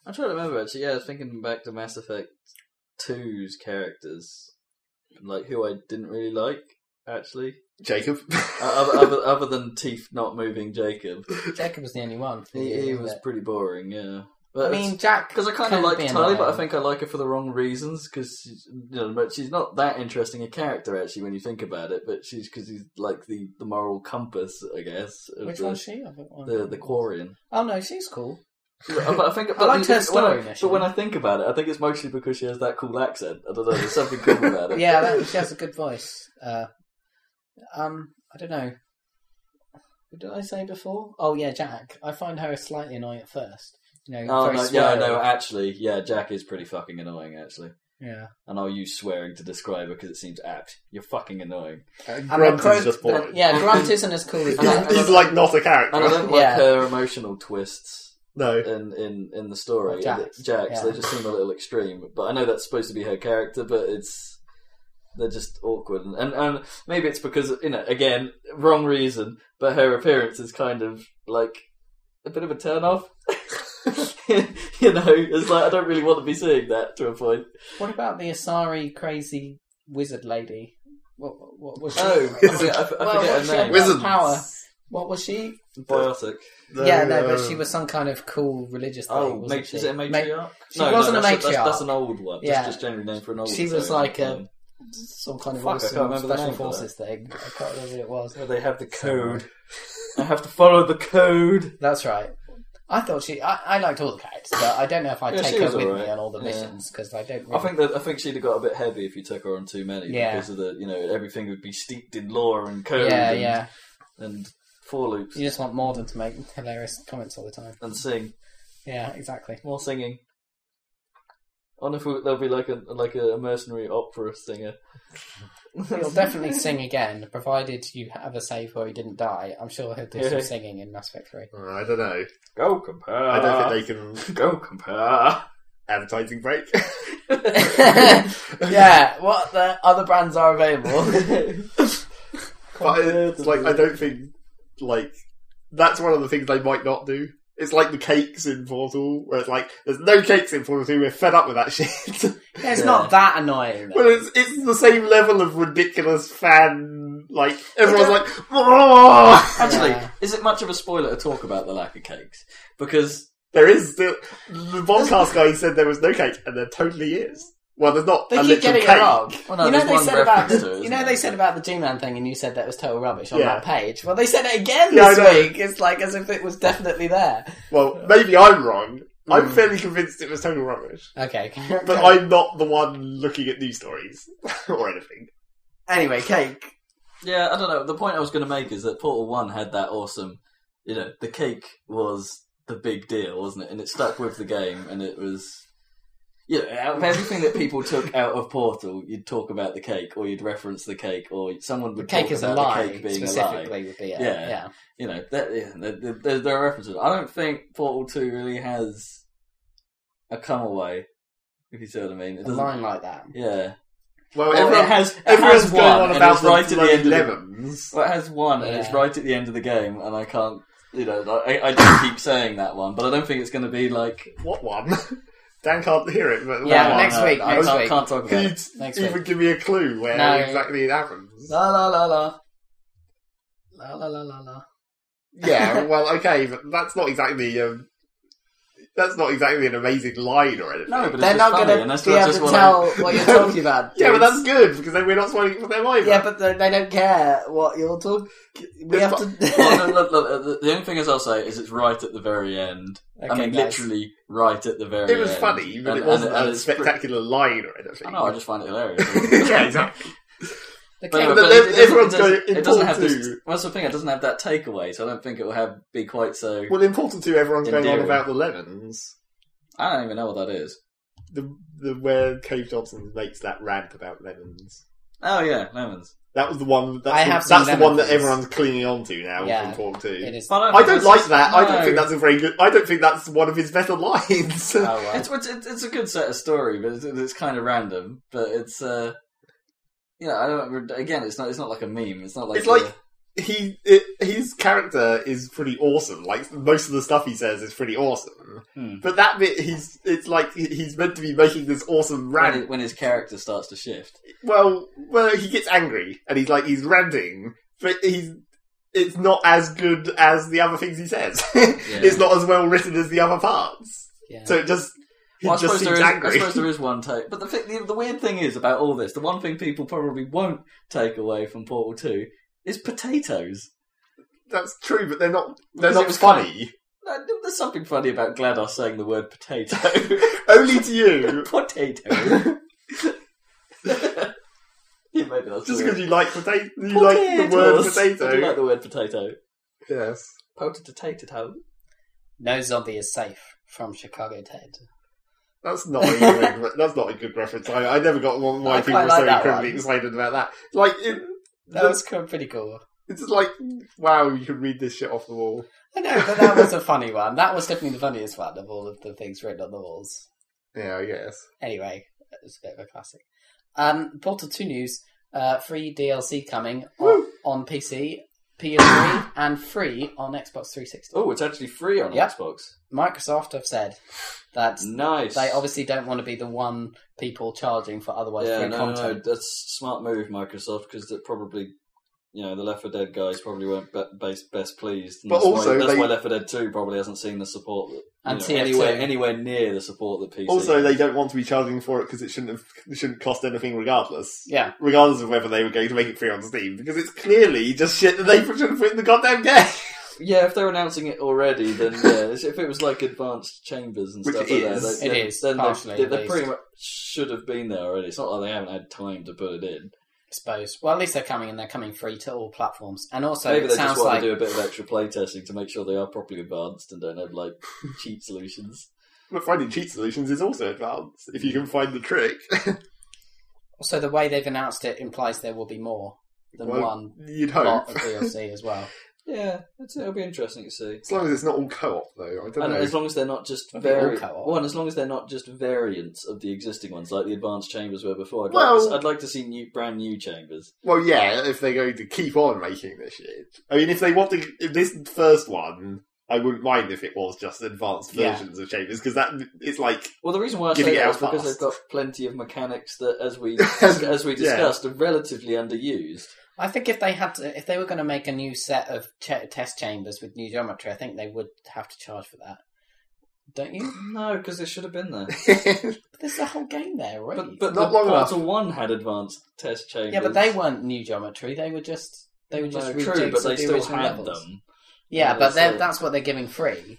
I'm trying to remember actually. Yeah, I was thinking back to Mass Effect 2's characters, like who I didn't really like actually.
Jacob.
Uh, O-
<laughs>
other,
<laughs>
other, other than teeth not moving, Jacob,
Jacob was the only one. for
he,
you,
he
wasn't
was
it?
pretty boring. Yeah,
I
but
mean, Jack
because I kind
can
of like
be
Tali, but I
annoying.
think I like her for the wrong reasons. Because you know, but she's not that interesting a character actually when you think about it. But she's because he's like the, the moral compass, I guess. of
Which
the,
one's she? I think one-
The the Quarian.
Oh no, she's cool.
Yeah, but I think but
liked her
when
story
I-
initially.
but when I think about it, I think it's mostly because she has that cool accent. I don't know. There's something cool about
<laughs>
it.
Yeah, that, she has a good voice. Uh, um, I don't know. What did I say before? Oh yeah, Jack. I find her slightly annoying at first. You know,
Oh,
very
no, yeah,
sweary.
no, actually, yeah, Jack is pretty fucking annoying, actually.
Yeah.
And I'll use swearing to describe her because it seems apt. You're fucking annoying.
And
And
Grunt
Grunt-
is just boring.
Yeah, Grunt isn't
<laughs>
as cool as
And I-
Jack.
He's, <laughs> he's like not a character.
And I
<laughs>
don't like
Yeah.
her emotional twists
no.
in, in, in the story.
Of Jack's,
Jack's,
yeah.
they just seem a little extreme. But I know that's supposed to be her character, but it's. They're just awkward. And, and, and maybe it's because, you know, again, wrong reason, but her appearance is kind of like a bit of a turn off. <laughs> you know, it's like I don't really want to be seeing that to a point.
What about the Asari crazy wizard lady? What, what was she?
Oh, I forget, I,
<laughs> Well,
forget
what's
her name.
Wizard.
Wizards.
Power. What was she?
Biotic.
yeah, no,
uh,
but she was some kind of cool religious thing.
Oh,
wasn't
ma-
she?
is it a
Ma-
matriarch?
she wasn't a
that's That's,
matriarch.
that's an old one. That's
Yeah.
just generally named for an old.
She was
sorry.
like a- some kind of
Fuck, I
awesome
can't remember the
special
name for
forces thing. I can't remember what it was.
Oh, they have the code. I have to follow the code.
That's right. I thought she. I, I liked all the characters, but I don't know if I'd
Yeah, she
take her
was
with
alright.
me on all the
Yeah.
missions because I don't. Really,
I think that I think she'd have got a bit heavy if you took her on too many
Yeah.
because of the you know everything would be steeped in lore and code.
Yeah,
and,
yeah.
and for loops
You just want Morden to make hilarious comments all the time.
and sing
Yeah, exactly.
more singing. I wonder if we, there'll be like a like a mercenary opera singer.
He'll definitely sing again, provided you have a save where he didn't die. I'm sure he'll do some
Yeah.
singing in Mass Effect Three.
<laughs>
I don't know.
<laughs> Go compare.
I don't think they can
Go compare.
advertising break.
yeah, what the <laughs> other brands
<laughs>
are available?
but it's like I don't think like that's one of the things they might not do. It's like the cakes in Portal, where it's like there's no cakes in Portal Two. We're fed up with that <laughs> shit.
It's
Yeah.
not that annoying.
<laughs>
though.
but it's it's the same level of ridiculous fan. Like everyone's like, "Oh!"
Actually,
Yeah.
is it much of a spoiler to talk about the lack of cakes? Because
there is still the podcast guy said there was no cake, and there totally is. Well, there's not
They
a
keep
literal
getting it
cake.
wrong.
Well, no,
you know
there's
they
one
said about
reference to it,
the, you
isn't
know
there?
they said about the G-Man thing, and you said that was total rubbish on
Yeah.
that page. Well, they said it again
Yeah, I
this
know.
week. It's like as if it was definitely there.
Well, maybe I'm wrong, I'm fairly convinced it was total rubbish.
Okay. <laughs>
But I'm not the one looking at news stories <laughs> or anything.
Anyway, cake.
Yeah, I don't know. The point I was going to make is that Portal One had that awesome, you know, the cake was the big deal, wasn't it? And it stuck with the game, and it was, you know, out of everything that people took out of Portal, you'd talk about the cake, or you'd reference the cake, or someone
The
would
cake
talk
is a
about
lie.
the cake being a
specifically
lie.
would be it.
Yeah.
yeah.
You know, that, yeah, there, there, there are references. I don't think Portal Two really has a come away, if you see what I mean. It
A
doesn't-
line like that.
Yeah, Well,
Well, Oh, everyone,
it has. It
everyone's
has
going
one,
on
and
about
it's
the
right at the
bloody
end of the
lemons.
Well, it has one, and it's
Yeah.
right at the end of the game, and I can't, you know, I, I just keep saying that one, but I don't think it's going to be like.
What one? <laughs> Dan can't hear it, but
Yeah,
what one?
next
no,
week,
I
next
can't,
week.
can't talk
Can
about
you
it.
t-
Next
even
week.
give me a clue where
No.
exactly it happens?
La la la la.
La la la la la.
<laughs> Yeah, well, okay, but that's not exactly um, that's not exactly an amazing line or anything.
No, but it's
They're
just
not
funny,
going
and
to
that's
be
not
able
just
to
what
tell
I,
what you're talking about.
yeah, but
dudes.
that's good because then we're not spoiling for them either.
Yeah, but they they don't care what you're talking. We
It's
have
fu-
<laughs> <laughs>
to. <laughs>
Well, no, look, look, the- the only thing is I'll say is it's right at the very end. I mean,
guys.
literally right at the very.
it was
end.
funny, but
And-
it wasn't
and- and
a
it's pretty-
spectacular line or anything.
I know, I just find it
<laughs>
hilarious.
<laughs> yeah, exactly.
The
But,
cake-
but
but
then
it, doesn't-
everyone's
it doesn't,
going,
it doesn't have
"Important
this.
to-"
Well, that's the thing. It doesn't have that takeaway, so I don't think it will have be quite so.
Well, important to everyone's going on
Endearing.
about the lemons.
I don't even know what that is.
The the where Cave Johnson makes that rant about lemons.
Oh yeah, lemons.
That was the one. That's
I
the,
have seen
that's the
lemon
one that
juice.
everyone's clinging on to now
Yeah,
from Talk Two.
It is.
But
I don't
think
like
that's-
that. I don't
no.
think that's a very good. I don't think that's one of his better lines. <laughs>
Oh,
<laughs>
well.
It's, it's it's it's a good set of story, but it's, it's kind of random. But it's uh, yeah, I don't. Again, it's not it's not like a meme. It's not like
It's
a-
like- he it, his character is pretty awesome. Like most of the stuff he says is pretty awesome.
Hmm.
But that bit, he's it's like he- he's meant to be making this awesome
when,
rant.
it- when his character starts to shift.
Well, well, he gets angry and he's like he's ranting, but he's it's not as good as the other things he says. <laughs> It's not as well written as the other parts.
Yeah.
So it just he
Well, I,
just
suppose there
seems
is, I
angry.
suppose there is one take, but the, thi- the the weird thing is about all this. The one thing people probably won't take away from Portal Two is potatoes.
<laughs> That's true, but they're not they're
Because it
not
was
funny.
Uh, There's something funny about GLaDOS saying the word
<laughs>
potato. <laughs>
Only to you.
potato.
<laughs>
<laughs> yeah, maybe that's
Just
the
because
word.
you like potato, you like the word
Potatoes. I do
potato.
like the word potato.
Yes.
Potato.
No zombie is safe from Chicago Ted.
That's not a good, <laughs> that's not a good reference. I, I never got one why
I quite
people were
like
so
that
incredibly
one.
excited about that. Like it,
That was co- pretty cool.
it's just like wow, you can read this shit off the wall.
I know, but that was a funny one. That was definitely the funniest one of all of the things written on the walls.
Yeah, I guess.
Anyway, it's a bit of a classic. Um, Portal 2 news, uh, free DLC coming on, on PC,
<coughs>
PS3, and free on Xbox 360.
Oh, it's actually free on
Yep.
Xbox.
Microsoft have said that
Nice.
they obviously don't want to be the one people charging for otherwise
yeah,
free
no, no, no,
content.
that's a smart move, Microsoft, because that probably, you know, the Left 4 Dead guys probably weren't be- best, best pleased. And
But
that's
also
why, that's
they-
why Left 4 Dead 2 probably hasn't seen the support that, you
And
know,
TF2.
anywhere anywhere near the support that PC.
Also, they
has.
don't want to be charging for it because it shouldn't have, it shouldn't cost anything, regardless.
Yeah,
Regardless of whether they were going to make it free on Steam, because it's clearly just shit that they <laughs> should have put in the goddamn game,
yeah, if they're announcing it already, then
<laughs>
yeah, it's- if it was like Advanced Chambers and
Which
stuff
it
like
is.
that,
It
then,
is,
then
partially,
they,
at
they pretty
least.
much should have been there already. It's not like they haven't had time to put it in.
I suppose. Well, at least they're coming and they're coming free to all platforms. And also,
Maybe
it
they just
sounds
want
like
to do a bit of extra playtesting to make sure they are properly advanced and don't have <laughs> like cheat solutions.
but finding cheat solutions is also advanced if you can find the trick. <laughs>
also the way they've announced it implies there will be more than
Well,
one
You'd
lot
hope,
of DLC as well.
Yeah, it's, it'll be interesting to see.
as long as it's not all co-op though. I don't
And
know.
as long as they're not just
I think all
vari-
co-op.
well, and as long as they're not just variants of the existing ones, like the advanced chambers were before. I'd,
Well-
like, to, I'd like to see new, brand new chambers.
Well, yeah, if they're going to keep on making this shit. I mean, if they want to, if this first one, I wouldn't mind if it was just advanced
Yeah.
versions of Chambers because that it's like
Well, the reason why I
Getting
say
it
that
out
is because
fast.
they've got plenty of mechanics that, as
<laughs>
we as we discussed, are relatively underused.
I think if they had to, if they were going to make a new set of ch- test chambers with new geometry, I think they would have to charge for that. Don't you?
No, because they should have been there.
But there's a whole game there already.
But but
Not
the
long enough.
Portal One had advanced test chambers.
yeah, but they weren't new geometry. They were just they were just
no, true,
rejigs
but
of
they
the
still
original
had
levels.
them.
Yeah,
Yeah,
but they're-
so-
that's what they're giving free.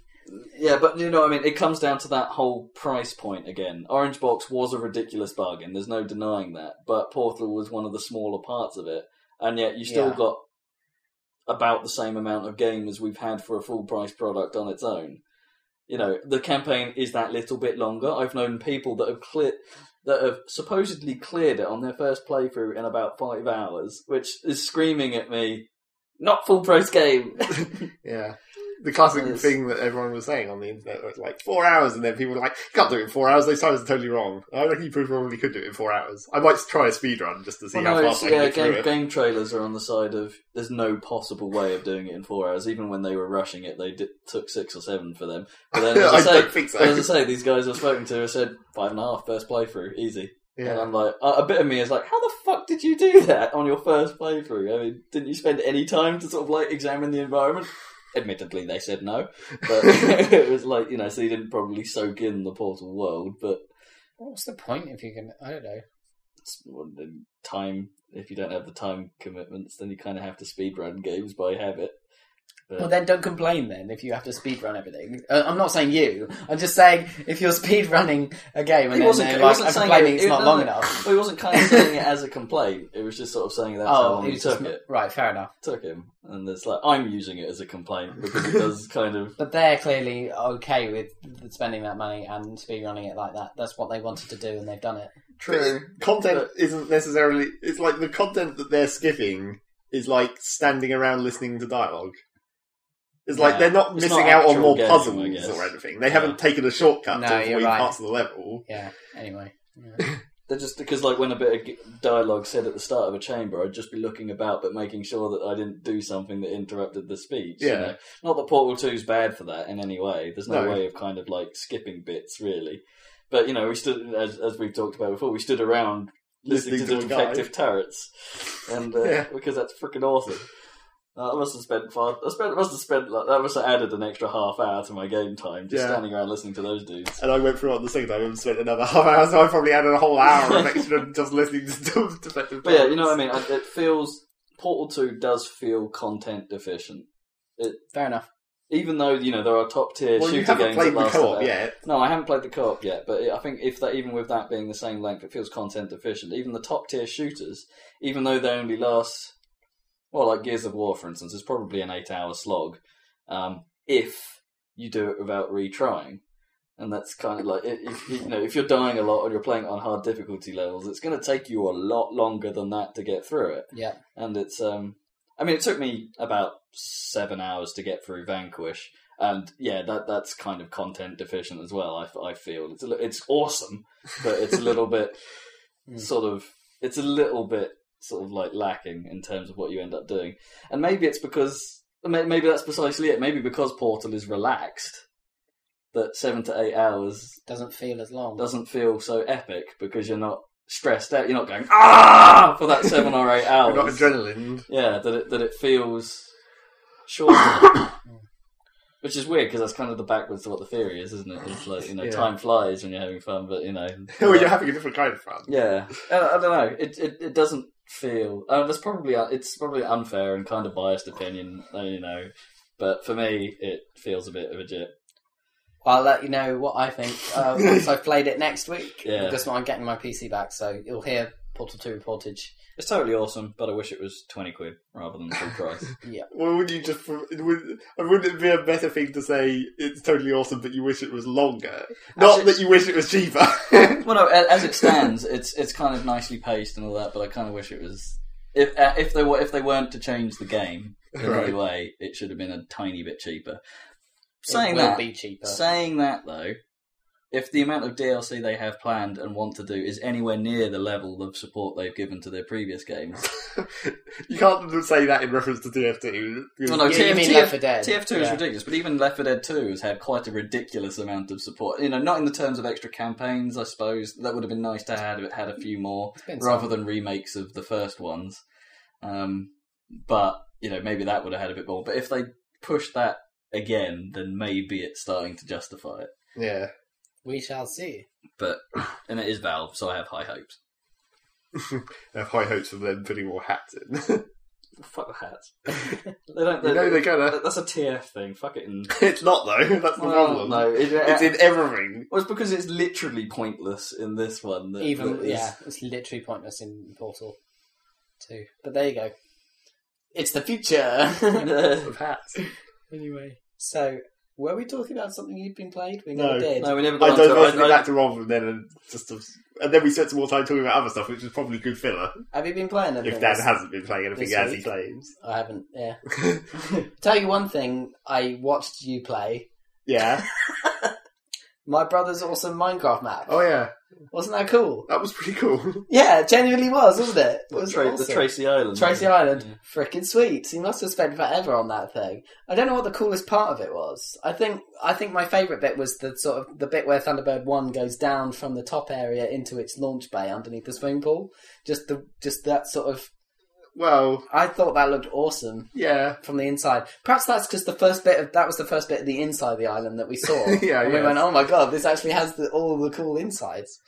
Yeah, but you know, what I mean, it comes down to that whole price point again. Orange Box was a ridiculous bargain. There's no denying that. But Portal was one of the smaller parts of it, and yet you still
Yeah.
got about the same amount of game as we've had for a full price product on its own. You know, the campaign is that little bit longer. I've known people that have cleared that have supposedly cleared it on their first playthrough in about five hours, which is screaming at me, "Not full price game." <laughs>
Yeah. The classic
Yes.
thing that everyone was saying on the internet was like four hours, and then people were like, "Can't do it in four hours." Those times are totally wrong. I reckon you probably could do it in four hours. I might try a speed run just to see
Well,
how
no,
fast I
it's-
can
yeah,
get through
game,
it.
game trailers are on the side of there's no possible way of doing it in four hours. Even when they were rushing it, they did, took six or seven for them. But
<laughs>
then, as I,
I
say,
don't think so.
as I say, these guys I've spoken to have said five and a half first playthrough, easy. And
<laughs> yeah,
I'm like, a a bit of me is like, how the fuck did you do that on your first playthrough? I mean, didn't you spend any time to sort of like examine the environment? Admittedly, they said no, but <laughs> it was like you know, so you didn't probably soak in the portal world, but
What's the point if you can? I don't know.
it's well, the time if you don't have the time commitments then you kind of have to speed run games by habit but,
Well, then don't complain then if you have to speedrun everything. Uh, I'm not saying you. I'm just saying if you're speedrunning a game
He
and then
wasn't-
they're
he
like,
wasn't
I'm
saying
complaining
it-
it's
it-
not
no,
long
no.
enough.
but he wasn't kind of saying it as a complaint it was just sort of saying that's how
Oh,
long
he
he
was
took
just-
it
right, fair enough.
took him and it's like i'm using it as a complaint because it does kind of
But they're clearly okay with spending that money and speedrunning it like that. That's what they wanted to do, and they've done it.
true
content isn't necessarily. It's like the content that they're skipping is like standing around listening to dialogue. It's like
Yeah.
they're not
It's
missing
not
out on
actual
more
game, I
puzzles
guess.
or anything. They
Yeah.
haven't taken a shortcut
No,
to
you're
avoid
right.
parts of the level.
Yeah. Anyway. Yeah.
they're just because like when a bit of g- dialogue said at the start of a chamber i'd just be looking about but making sure that i didn't do something that interrupted the speech you
Yeah.
know? not that portal 2 is bad for that in any way there's no,
No.
way of kind of like skipping bits really but you know we stood as, as we've talked about before we stood around listening,
Listening
to,
to
the
a guy.
defective turrets and uh,
Yeah.
because that's freaking awesome Uh, I must have spent far. I spent. I must have spent. Like, I must have added an extra half hour to my game time just
Yeah.
standing around listening to those dudes.
And I went through on the second time and spent another <laughs> half hour, so I probably added a whole
<laughs>
hour of extra just listening to <laughs> defective.
But yeah, you know what I mean. I- It feels Portal Two does feel content deficient,
Fair enough.
even though you know there are top tier
Well, you
shooter
haven't
games.
played
that
the
last
co-op
about-
yet.
No, I haven't played the co-op yet. But I think if that, even with that being the same length, it feels content deficient. Even the top tier shooters, even though they only last, well, like Gears of War, for instance, is probably an eight hour slog, um, if you do it without retrying. And that's kind of like i- if you know if you're dying a lot or you're playing on hard difficulty levels, it's going to take you a lot longer than that to get through it
Yeah.
and it's um i mean it took me about seven hours to get through vanquish and yeah that that's kind of content deficient as well i, f- I feel it's a, li- it's awesome but it's a little
<laughs>
bit
Hmm.
Mm.
sort of it's a little bit sort of like lacking in terms of what you end up doing and maybe it's because may- maybe that's precisely it maybe because portal is relaxed that seven to eight hours
Doesn't feel as long.
doesn't feel so epic because you're not stressed out you're not going ah for that seven or eight
<laughs> You're
hours
not
<laughs>
adrenaline. <laughs>
yeah, that it that it feels shorter, <coughs> which is weird because that's kind of the backwards to what the theory is, isn't it? It's like you know,
Yeah.
time flies when you're having fun, but you know,
<laughs> well, you're having a different kind of fun.
<laughs> yeah, I, I don't know. It it, it doesn't feel. Uh, that's probably it's probably unfair and kind of biased opinion, uh, you know. But for me, it feels a bit of a jip.
I'll let you know what I think uh,
<laughs>
once I've played it next week.
Yeah.
Just when I'm getting my PC back, so you'll hear Portal 2 reportage.
It's totally awesome, but I wish it was twenty quid rather than full price.
Well, would you just? Would, wouldn't it be a better thing to say it's totally awesome, but you wish it was longer? Not
Actually-
that you wish it
<laughs>
was cheaper. <laughs>
Well, no. a- As it stands, it's it's kind of nicely paced and all that, but I kind of wish it was. If uh, if they were if they weren't to change the game in
Right. <laughs>
any way, it should have been a tiny bit cheaper.
it
Saying
will
that,
be cheaper.
saying that though, if the amount of DLC they have planned and want to do is anywhere near the level of support they've given to their previous games,
you can't say that in reference to TF2.
Well, no,
you,
TF
you mean
TF
Left 4 Dead?
TF2 is
Yeah.
ridiculous, but even Left 4 Dead 2 has had quite a ridiculous amount of support. You know, not in the terms of extra campaigns, I suppose. That would have been nice to have had, had a few more,
It's been
rather
some.
than remakes of the first ones. Um, but, you know, maybe that would have had a bit more. But if they push that again, then maybe it's starting to justify it.
Yeah.
We shall see.
But, <sighs> and it is Valve, so I have high hopes.
I have high hopes of them putting more hats in. <laughs>
Fuck the hats. <laughs> they don't. They,
You know they're gonna.
that's a TF thing. Fuck it. And,
<laughs> It's not though. <laughs> That's the
Well,
problem.
No, it-
It's in everything.
Well, it's because it's literally pointless in this one. That,
Even
that is-
yeah, it's literally pointless in Portal Two. But there you go. It's the future.
<laughs>
<laughs>
Of hats. <laughs>
anyway, so were we talking about something you've been played? We
No.
never did.
no, we never got
I
onto it.
diverted
I- I-
back to Rob and then and just and then we spent some more time talking about other stuff, which was probably good filler.
Have you been playing anything?
if Dan hasn't been playing anything
this
as he
week.
claims.
I haven't.
<laughs>
Yeah. <laughs> Tell you one thing. I watched you play.
yeah.
My brother's awesome Minecraft map.
Oh yeah.
Wasn't that cool?
That was pretty <laughs> cool.
Yeah, it genuinely was, wasn't it? It
the,
was
Tra- the
awesome.
Tracy Island.
Tracy Island, frickin' sweet. He must have spent forever on that thing. I don't know what the coolest part of it was. I think I think my favourite bit was the sort of the bit where Thunderbird One goes down from the top area into its launch bay underneath the swimming pool. Just the just that sort of.
Well,
I thought that looked awesome
yeah.
from the inside. Perhaps that's because the first bit of that was the first bit of the inside of the island that we saw.
<laughs> Yeah,
and we
yes.
went, oh my god, this actually has the, all the cool insides.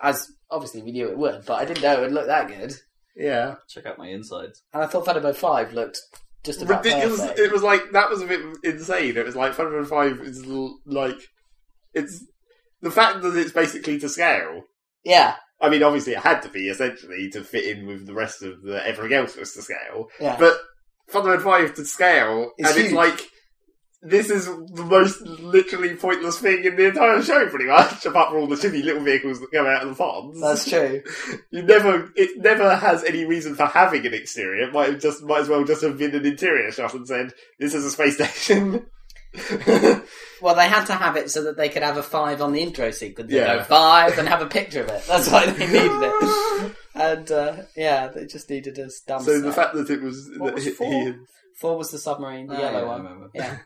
As obviously we knew it would, but I didn't know it would look that good.
Yeah.
Check out my insides.
And I thought Thunderbird 5 looked just about
Ridiculous.
perfect.
It was like that was a bit insane. It was like Fun Run Five is l- like it's the fact that it's basically to scale.
Yeah,
I mean, obviously, it had to be essentially to fit in with the rest of the everything else was to scale.
yeah.
But Fun Run Five to scale,
It's
and it's
huge.
like this is the most literally pointless thing in the entire show, pretty much, apart from all the shitty little vehicles that go out of the ponds.
that's true.
You never, it never has any reason for having an exterior. It might have just, might as well just have been an interior shot and said, "This is a space station."
Well, they had to have it so that they could have a 5 on the intro sequence. Yeah.
Yeah.
Go 5 and have a picture of it. That's why
<laughs>
they needed it. And, uh, yeah, they just needed a dump
so the
site.
fact that it was,
What
that
was
he-
four?
he-
Four was the submarine, the
Ah,
yellow
yeah, I
one.
remember.
Yeah.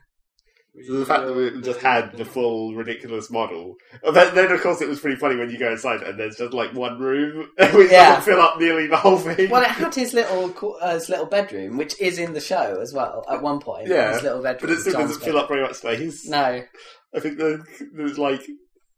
so the fact that it just had the full ridiculous model. And then, then, of course, it was pretty funny when you go inside and there's just like one room <laughs> which
Yeah.
doesn't fill up nearly the whole thing.
Well, it had his little qu- uh, his little bedroom, which is in the show as well. At one point,
Yeah,
his little bedroom.
but it still
John's
doesn't fill up very much space.
bedroom. No,
I think there, there's like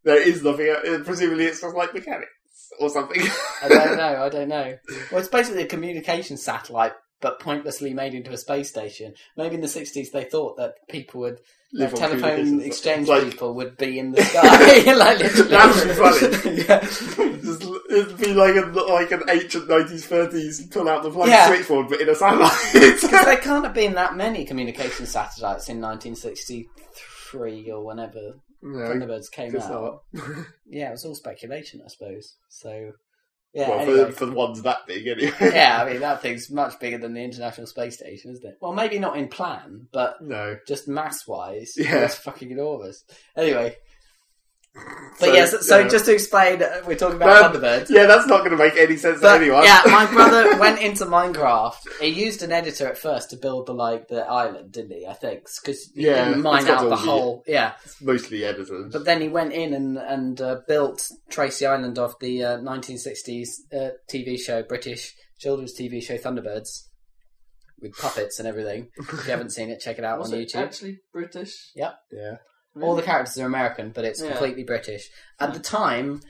there is nothing. uh, Presumably, it's just like mechanics or something. <laughs>
I don't know. I don't know. Well, it's basically a communication satellite, but pointlessly made into a space station. Maybe in the sixties they thought that people would
Live on
telephone
communications.
exchange
Like-
people would be in the sky. <laughs> like literally,
That would
<laughs> yeah.
Just, it'd be like a, like an ancient nineties thirties pull out the plug
Yeah.
switchboard, but in a
Because
satellite. <laughs>
there can't have been that many communication satellites in 1963 or whenever
no,
Thunderbirds came
it's
out.
not.
Yeah, it was all speculation, I suppose. So, yeah,
well,
anyway.
for, for the ones that big, anyway.
yeah, I mean that thing's much bigger than the International Space Station, isn't it? Well, maybe not in plan, but
<laughs> No.
just mass-wise,
Yeah.
it's fucking enormous. Anyway, but
So,
yes, so
yeah.
just to explain, uh, we're talking about
Um, <laughs>
Thunderbirds.
Yeah, that's not going to make any sense
But,
to anyone.
yeah, my brother <laughs> went into Minecraft. He used an editor at first to build the like the island, didn't he? I think because he
Yeah,
didn't mine
it's got
out
all
the
the-
whole. Yeah,
It's mostly editors.
but then he went in and and uh, built Tracy Island off the uh, 1960s uh, TV show, British children's TV show Thunderbirds, with puppets and everything. If you haven't seen it, check it out
Was
on
it
YouTube.
actually British?
yeah,
All the characters are American, but it's
Mm. Yeah.
completely British. At the time,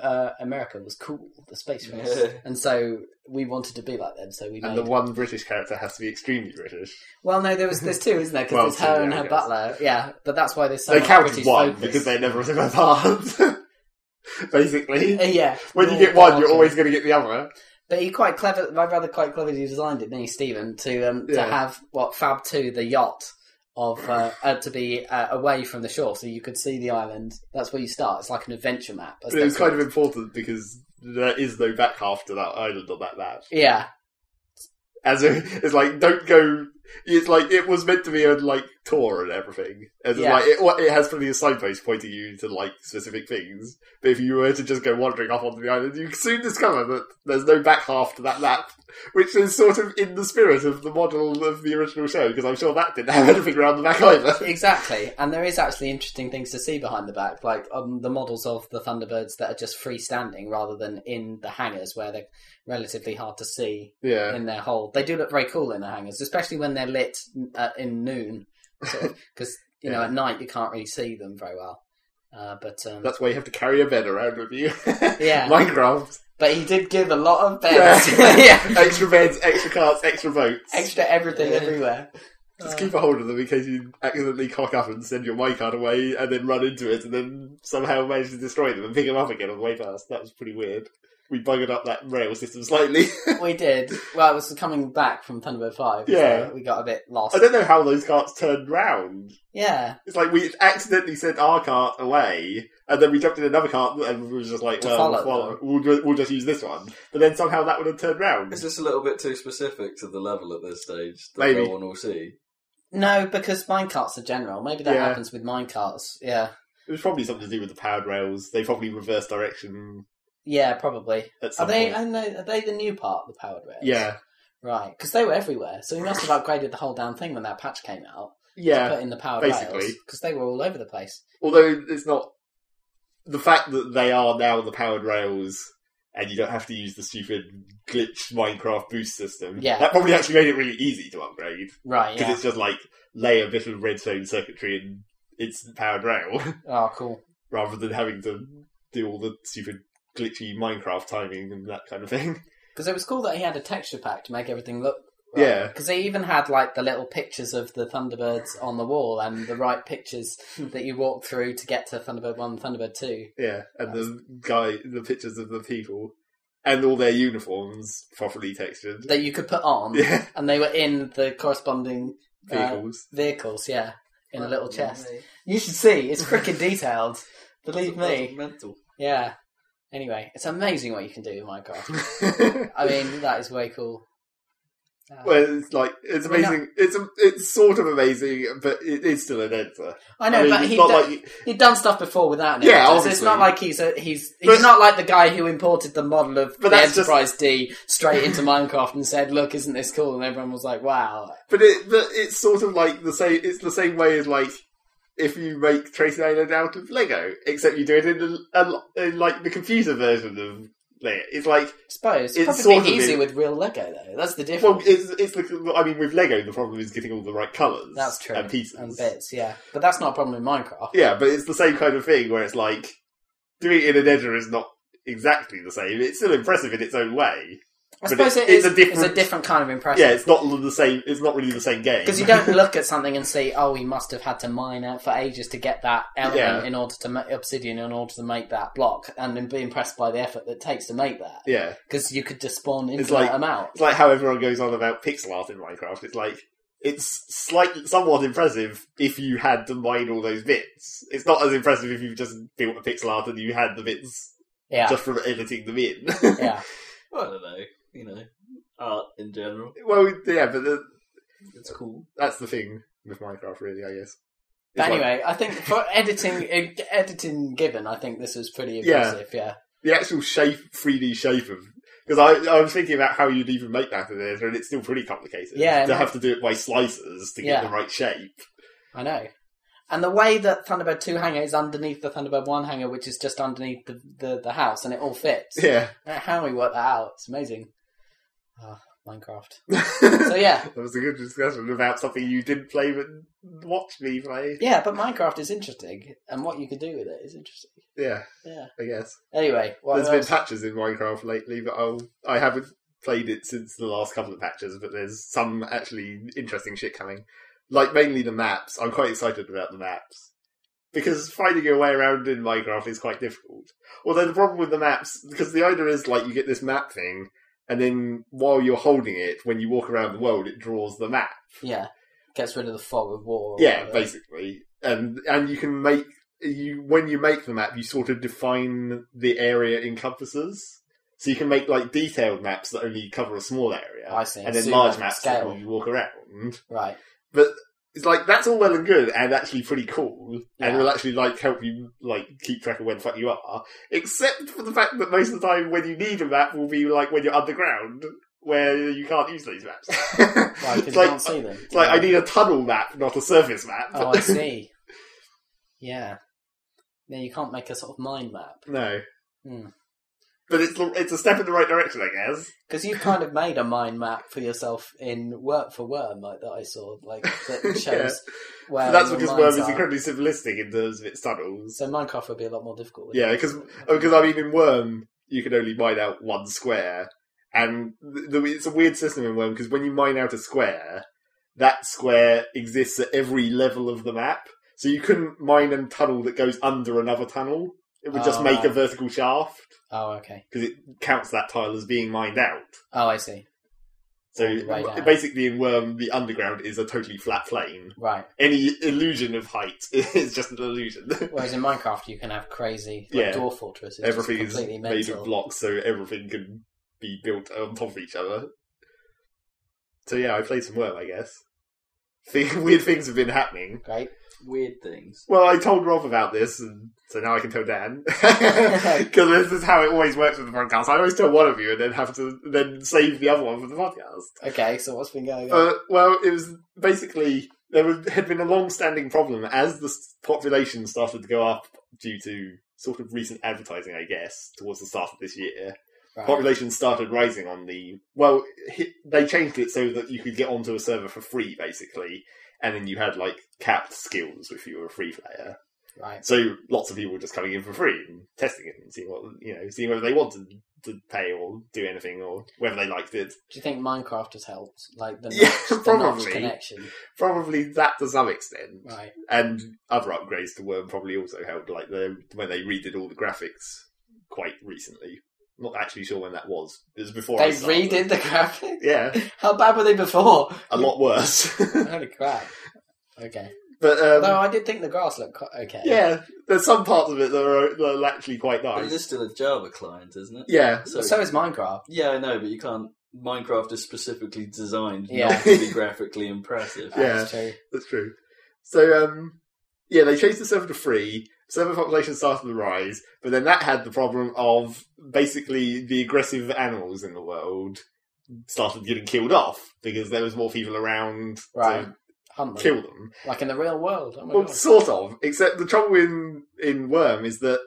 uh, America was cool, the space race,
Yeah.
and so we wanted to be like them. So we
and
made.
the one British character has to be extremely British.
Well, no, there was there's two, isn't there? Because
Well,
there's
two,
her
yeah,
and
I
her
guess.
butler. Yeah, but that's why there's so
they
much
count as
British
one
focus.
because they're never apart. <laughs> Basically,
Uh, <laughs> yeah.
when you
Well,
get one,
culture.
you're always going to get the other.
But he quite clever. My brother quite cleverly designed it, didn't he, Stephen? To um, to
Yeah.
have what Fab Two, the yacht of uh, uh, to be uh, away from the shore, so you could see the island. That's where you start. It's like an adventure map.
But it was kind of important because there is no back half to that island on that map.
yeah,
As a, it's like don't go. It's like it was meant to be a like tour and everything. As in,
Yeah.
like it, what- it has plenty of signposts pointing you to like specific things. But if you were to just go wandering off onto the island, you soon discover that there's no back half to that map, which is sort of in the spirit of the model of the original show. Because I'm sure that didn't <laughs> have anything around the back either.
exactly. And there is actually interesting things to see behind the back, like um, the models of the Thunderbirds that are just freestanding rather than in the hangars where they're relatively hard to see
Yeah,
in their hole. They do look very cool in the hangars, especially when they're lit uh, in noon,
<laughs>
because you know
Yeah.
at night you can't really see them very well. Uh, but um,
that's why you have to carry a bed around with you.
yeah,
<laughs> Minecraft.
But he did give a lot of beds.
<laughs>
<laughs>
Yeah.
Yeah.
extra beds, extra carts, extra votes.
Extra everything
Yeah.
everywhere.
Just
Uh,
keep a hold of them in case you accidentally cock up and send your my card away and then run into it and then somehow manage to destroy them and pick them up again on the way past. That was pretty weird. We buggered up that rail system slightly. <laughs>
we did. Well, it was coming back from Thunderbird 5. so
Yeah.
we got a bit lost.
I don't know how those carts turned round.
Yeah.
It's like we accidentally sent our cart away, and then we jumped in another cart, and we were just like,
To
"Well,
follow
we'll, follow. We'll, ju- we'll just use this one." But then somehow that would have turned round.
Is this a little bit too specific to the level at this stage that
Maybe.
no one will see?
No, because minecarts are general. Maybe that
Yeah.
happens with minecarts. Yeah.
It was probably something to do with the powered rails. They probably reversed direction
Yeah, probably.
at
Are
some
they,
point.
I know, are they the new part, the powered rails?
Yeah,
Right, because they were everywhere. So you must have upgraded the whole damn thing when that patch came out.
yeah.
Put in the powered
basically.
rails. Because they were all over the place.
Although it's not the fact that they are now the powered rails, and you don't have to use the stupid glitch Minecraft boost system.
Yeah.
that probably actually made it really easy to upgrade
Right,
because
yeah.
it's just like lay a bit of redstone circuitry and instant powered rail. <laughs>
Oh, cool.
rather than having to do all the stupid glitchy Minecraft timing and that kind of thing. <laughs>
Because it was cool that he had a texture pack to make everything look. right.
Yeah.
Because they even had like the little pictures of the Thunderbirds on the wall and the right
<laughs>
pictures that you walk through to get to Thunderbird 1, Thunderbird 2.
Yeah, and the guy, the pictures of the people, and all their uniforms properly textured.
That you could put on.
<laughs> Yeah,
And they were in the corresponding uh,
vehicles.
vehicles, yeah. In a little chest. You should see.
<laughs>
It's freaking detailed. Believe me.
Mental.
Yeah. Anyway, it's amazing what you can do with Minecraft.
<laughs>
I mean, that is way cool. Uh,
well, it's like it's
We're not-
amazing. It's a, it's sort of amazing, but it is still an answer.
I know,
I mean,
but
it's
he
not
do-
like
He'd done stuff before without it.
Yeah,
so It's
obviously.
not like he's a, he's he's
But-
not like the guy who imported the model of the
But that's just-
Enterprise D straight into Minecraft and said, "Look, isn't this cool?" And everyone was like, "Wow."
But it, but it's sort of like the same. It's the same way as like if you make Trace Island out of Lego, except you do it in, a, a, in like the computer version of Lego. It's like
I suppose
It's
it's probably
sort of
easy
it.
with real Lego though. That's the
well,
difference.
it's it's the. I mean, with Lego, the problem is getting all the right colours.
that's true.
And pieces
and bits, yeah. But that's not a problem in Minecraft.
Yeah, but it's the same kind of thing where it's like doing it in an Edger is not exactly the same. It's still impressive in its own way.
I
but
suppose
it's-
it is
it's a
it's a, different...
different-
kind of impression.
Yeah, it's not the same. It's not really the same game
Because you
<laughs>
don't look at something and see, oh, he must have had to mine out for ages to get that element
Yeah.
in order to make obsidian in order to make that block, and then be impressed by the effort that takes to make that.
yeah.
because you could just spawn infinite
like- <laughs>
amount.
It's like how everyone goes on about pixel art in Minecraft. It's like it's slightly, somewhat impressive if you had to mine all those bits. It's not as impressive if you just built a pixel art and you had the bits
Yeah,
just from editing them in. <laughs>
yeah,
Well, I don't know. You know, art in general,
well, yeah, but the,
it's cool.
that's the thing with Minecraft, really. I guess. It's
But
like,
anyway, I think for editing, eh, editing given, I think this was pretty
Yeah.
impressive. Yeah,
the actual shape, three D shape of. Because I, I was thinking about how you'd even make that in editor, and it's still pretty complicated.
Yeah, I
to
know.
have to do it by slices to
Yeah.
get the right shape.
I know. And the way that Thunderbird Two hangar is underneath the Thunderbird One hangar, which is just underneath the the, the house, and it all fits.
Yeah,
I don't know How we work that out? It's amazing. Ah, Minecraft.
<laughs>
So
that
yeah,
was a good discussion about something you didn't play but watched me play.
yeah, but Minecraft is interesting, and what you could do with it is interesting.
Yeah,
Yeah.
I guess.
Anyway, what
there's been
else?
patches in Minecraft lately, but I'll, I haven't played it since the last couple of patches, but there's some actually interesting shit coming. Like, mainly the maps. I'm quite excited about the maps. Because finding your way around in Minecraft is quite difficult. Although the problem with the maps, because the idea is like you get this map thing, and then while you're holding it, when you walk around the world, it draws the map.
yeah, gets rid of the fog of war. or
Yeah,
whatever.
basically, and and you can make you when you make the map, you sort of define the area it encompasses. So you can make like detailed maps that only cover a small area,
I see.
and then
Zoom
large
out,
maps
scale.
that you walk around. <laughs>
Right.
But it's like that's all well and good, and actually pretty cool, and
Yeah.
will actually like help you like keep track of where the fuck you are. Except for the fact that most of the time when you need a map will be like when you're underground, where you can't use these maps.
<laughs> Right,
It's
because you
like-
can't see them.
it's like I need a tunnel map, not a surface map.
Oh,
<laughs>
I see. Yeah. No, you can't make a sort of mind map.
No.
Hmm.
But it's it's a step in the right direction, I guess.
Because you've kind of made a mind map for yourself in Work for Worm, like that I saw, like
<laughs>
that shows
Yeah.
where.
That's
your
because
minds
Worm is
are.
incredibly simplistic in terms of its tunnels. Oh,
So Minecraft would be a lot more difficult.
Yeah, because because I mean in Worm you can only mine out one square, and th- th- it's a weird system in Worm because when you mine out a square, that square exists at every level of the map. So you couldn't mine a tunnel that goes under another tunnel. It would just
Ah.
make a vertical shaft
Oh, okay.
because it counts that tile as being mined out.
Oh, I see.
So
Right
b-
down.
basically, in Worm, the underground is a totally flat plane.
Right.
Any illusion of height <laughs> is just an illusion.
Whereas in Minecraft, you can have crazy like,
Yeah.
door fortresses. just
<laughs> everything is
completely
made
mental.
of blocks, so everything can be built on top of each other. So yeah, I played some Worm, I guess. Thi- <laughs> weird things have been happening.
Great.
Weird things.
Well, I told Rob about this, and so now I can
<laughs>
tell Dan <laughs> because this is how it always works with the podcast. I always tell one of you, and then have to then save the other one for the podcast.
Okay, so what's been going on?
Uh, well, it was basically there was, had been a long-standing problem as the s- population started to go up due to sort of recent advertising, I guess, towards the start of this year.
Right.
Population started rising on the well. hi they changed it so that you could get onto a server for free, basically, and then you had like capped skills if you were a free player.
Right.
So lots of people were just coming in for free and testing it and seeing what you know, seeing whether they wanted to pay or do anything or whether they liked it.
Do you think Minecraft has helped? Like the
<laughs> Yeah,
notch, <laughs> the notch
probably.
connection.
Probably that to some extent.
Right.
and other upgrades to Worm probably also helped, like the when they redid all the graphics quite recently. Not actually sure when that was. It was before I
They
started.
redid the graphics.
Yeah,
<laughs> How bad were they before? <laughs>
a lot worse. <laughs>
Holy crap. Okay.
but
Though
um,
I did think the grass looked co- okay.
yeah, there's some parts of it that are, that are actually quite
But it
nice.
is still a Java client, isn't it?
Yeah,
So, so is Minecraft.
yeah, I know, but you can't. Minecraft is specifically designed
Yeah.
not to be graphically impressive.
<laughs>
Yeah.
That's true.
that's true. So um, yeah, they changed the server to free. Server population started to rise, but then that had the problem of basically the aggressive animals in the world started getting killed off because there was more people around to
Right. Hunt them.
kill them.
Like in the real world. Oh my
Well,
God.
sort of. Except the trouble in in Worm is that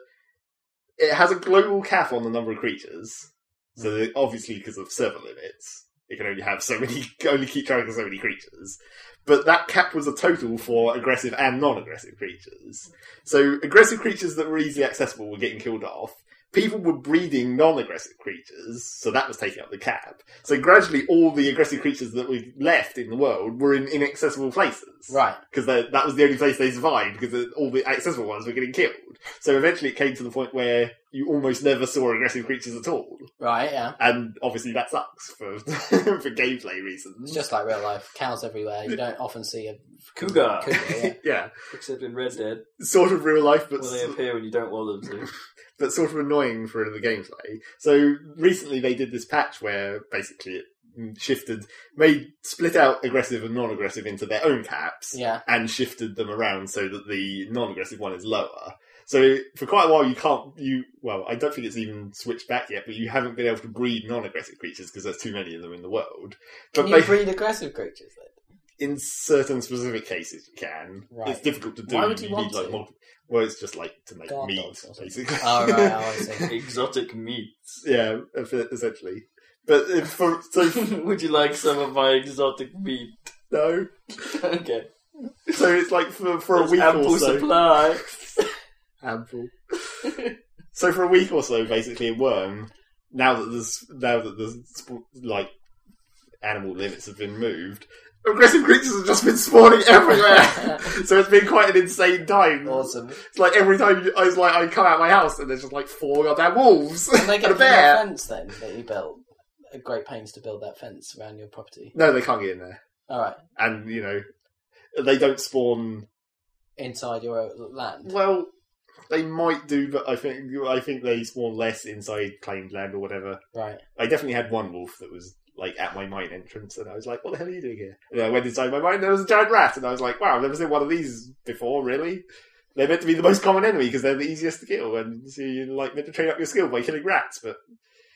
it has a global cap on the number of creatures. So
Hmm.
that- obviously, because of server limits, it can only have so many, <laughs> only keep track of so many creatures. But that cap was a total for aggressive and non-aggressive creatures. So aggressive creatures that were easily accessible were getting killed off. People were breeding non-aggressive creatures, so that was taking up the cap. So gradually, all the aggressive creatures that were left in the world were in inaccessible places
Right.
because they- that was the only place they survived because all the accessible ones were getting killed. So eventually it came to the point where you almost never saw aggressive creatures at all.
Right, yeah.
And obviously that sucks for <laughs> for gameplay reasons.
It's just like real life. Cows everywhere. You don't often
<laughs>
see a
Cougar,
cougar. Yeah.
yeah,
except in Red Dead,
sort of real life, but
when they appear when you don't want them to.
but sort of annoying for the gameplay. So recently they did this patch where basically it shifted, made split out aggressive and non-aggressive into their own caps.
yeah.
and shifted them around so that the non-aggressive one is lower. So for quite a while you can't you well I don't think it's even switched back yet, but you haven't been able to breed non-aggressive creatures because there's too many of them in the world. But
Can you
they,
breed aggressive creatures then?
in certain specific cases you can.
Right.
It's difficult to do.
Why would you want
need, like,
to?
multi- well, it's just like to make
Guard
meat
dogs or something.
basically.
Oh, right.
<laughs>
Oh, I <laughs> see.
Exotic meats. <laughs>
yeah, essentially. But if for so
Would you like some of my exotic meat? <laughs>
no,
okay.
so it's like for for
There's
a week
ample
or so.
supply.
Handful. so for a week or so, basically, a worm. Now that there's now that the sp- like animal limits have been moved, aggressive creatures have just been spawning everywhere. so it's been quite an insane time.
Awesome.
It's like every time you- I was like, I come out my house and there's just like four goddamn wolves <laughs>
Can they
and
get rid
a
of your
bear.
fence then that you built? At great pains to build that fence around your property.
No, they can't get in there,
All right,
and you know they don't spawn
inside your own land.
Well, they might do, but I think I think they spawn less inside claimed land or whatever.
Right.
I definitely had one wolf that was like at my mine entrance, and I was like, "What the hell are you doing here?" And I went inside my mine, and there was a giant rat, and I was like, "Wow, I've never seen one of these before, really." They're meant to be the most common enemy because they're the easiest to kill, and so you're like meant to train up your skill by killing rats, but <laughs>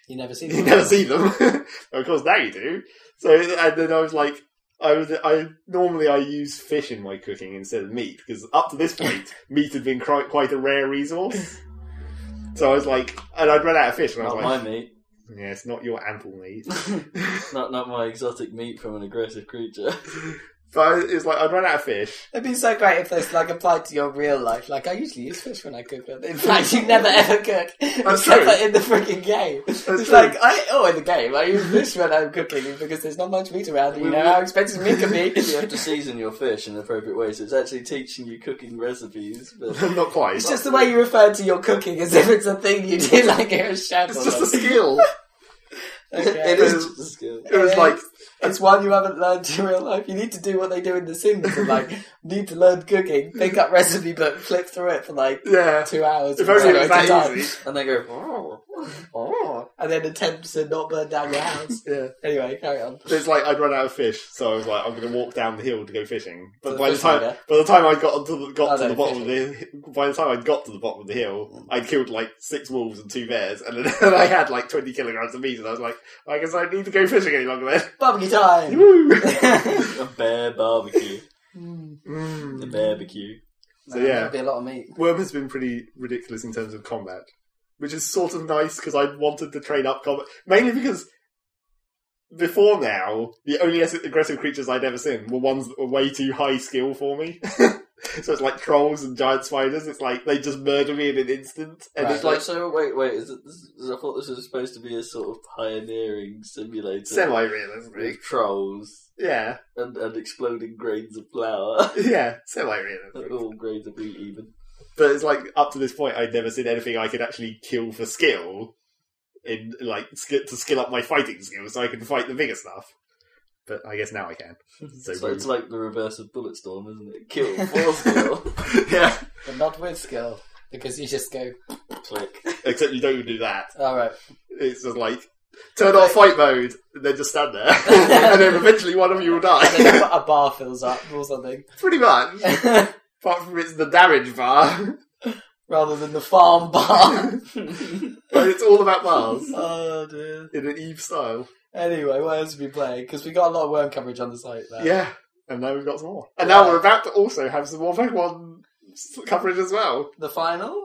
You never see.
you
them.
never see them. <laughs> of course, now you do. So, and then I was like, I was, I normally I use fish in my cooking instead of meat because up to this point, meat had been quite, quite a rare resource. So I was like, and I'd run out of fish, and I was
Not
like,
my meat. <laughs>
yeah, it's not your ample meat.
<laughs> not not my exotic meat from an aggressive creature.
But I- it's like I'd run out of fish. <laughs>
It'd be so great if this like applied to your real life. Like I usually use fish when I cook, but in fact you
<laughs>
never ever cook
That's
except
true.
for in the freaking game. it's
true.
like I oh in the game I use fish when I'm cooking because there's not much meat around. and You
We-
know
we-
how expensive meat can
<laughs>
be.
you have to season your fish in the appropriate way, so it's actually teaching you cooking recipes. But
<laughs> Not quite.
It's just the way you refer to your cooking as if it's a thing you do, <laughs> like you're a chef.
It's
or
just a
something.
skill.
<laughs>
Okay.
it is just a skill.
It was like
It's one you haven't learned in real life. You need to do what they do in The Sims, and like need to learn cooking. Pick up recipe book, flip through it for like
yeah.
two hours,
If
or
only it was
so at a
that
time,
easy.
And they go, <laughs> oh, oh.
and then attempt to not burn down your house. <laughs>
Yeah.
Anyway, carry on.
It's like I'd run out of fish, so I was like, I'm going to walk down the hill to go fishing.
To
But
the
by the
fish
time,
monger.
by the time I got onto the, got
Oh, Mm.
to
no,
the bottom of the, by the time I got to the bottom of the hill, I'd killed like six wolves and two bears, and then <laughs> I had like 20 kilograms of meat, and I was like, I guess I don't need to go fishing any
<laughs>
longer then.
Barbecue time. <laughs>
Woo!
A bear barbecue.
Mm.
The barbecue.
So, yeah.
that'd be a lot of meat.
Worm has been pretty ridiculous in terms of combat, which is sort of nice because I wanted to train up combat mainly because before now the only as- aggressive creatures I'd ever seen were ones that were way too high skill for me. <laughs> so it's like trolls and giant spiders. It's like they just murder me in an instant, and
Right,
it's like
so wait, wait. Is it, this, is- I thought this was supposed to be a sort of pioneering simulator
semi-realistic.
with trolls
Yeah,
and, and exploding grains of flour. <laughs>
yeah, semi-realistic.
All grains of wheat, even.
But it's like up to this point, I'd never seen anything I could actually kill for skill, in like sk- to skill up my fighting skills so I can fight the bigger stuff. But I guess now I can. So
So it's like the reverse of Bulletstorm, isn't it? <laughs> Kill, force kill.
<laughs> yeah,
But not with skill, because you just go,
Click.
except you don't do that.
all right. <laughs>
It's just like turn off fight mode, and then just stand <laughs> there, and then eventually one of you will
And then
die. <laughs>
a bar fills up or something. <laughs>
Pretty much, apart from it's the damage bar, <laughs>
Rather than the farm bar.
but it's all about bars
oh, dear.
in an Eve style.
Anyway, what else have we played? Because we got a lot of worm coverage on the site there.
Yeah, and now we've got some more, and now we're about to also have some more Pokemon s- coverage as well.
The final?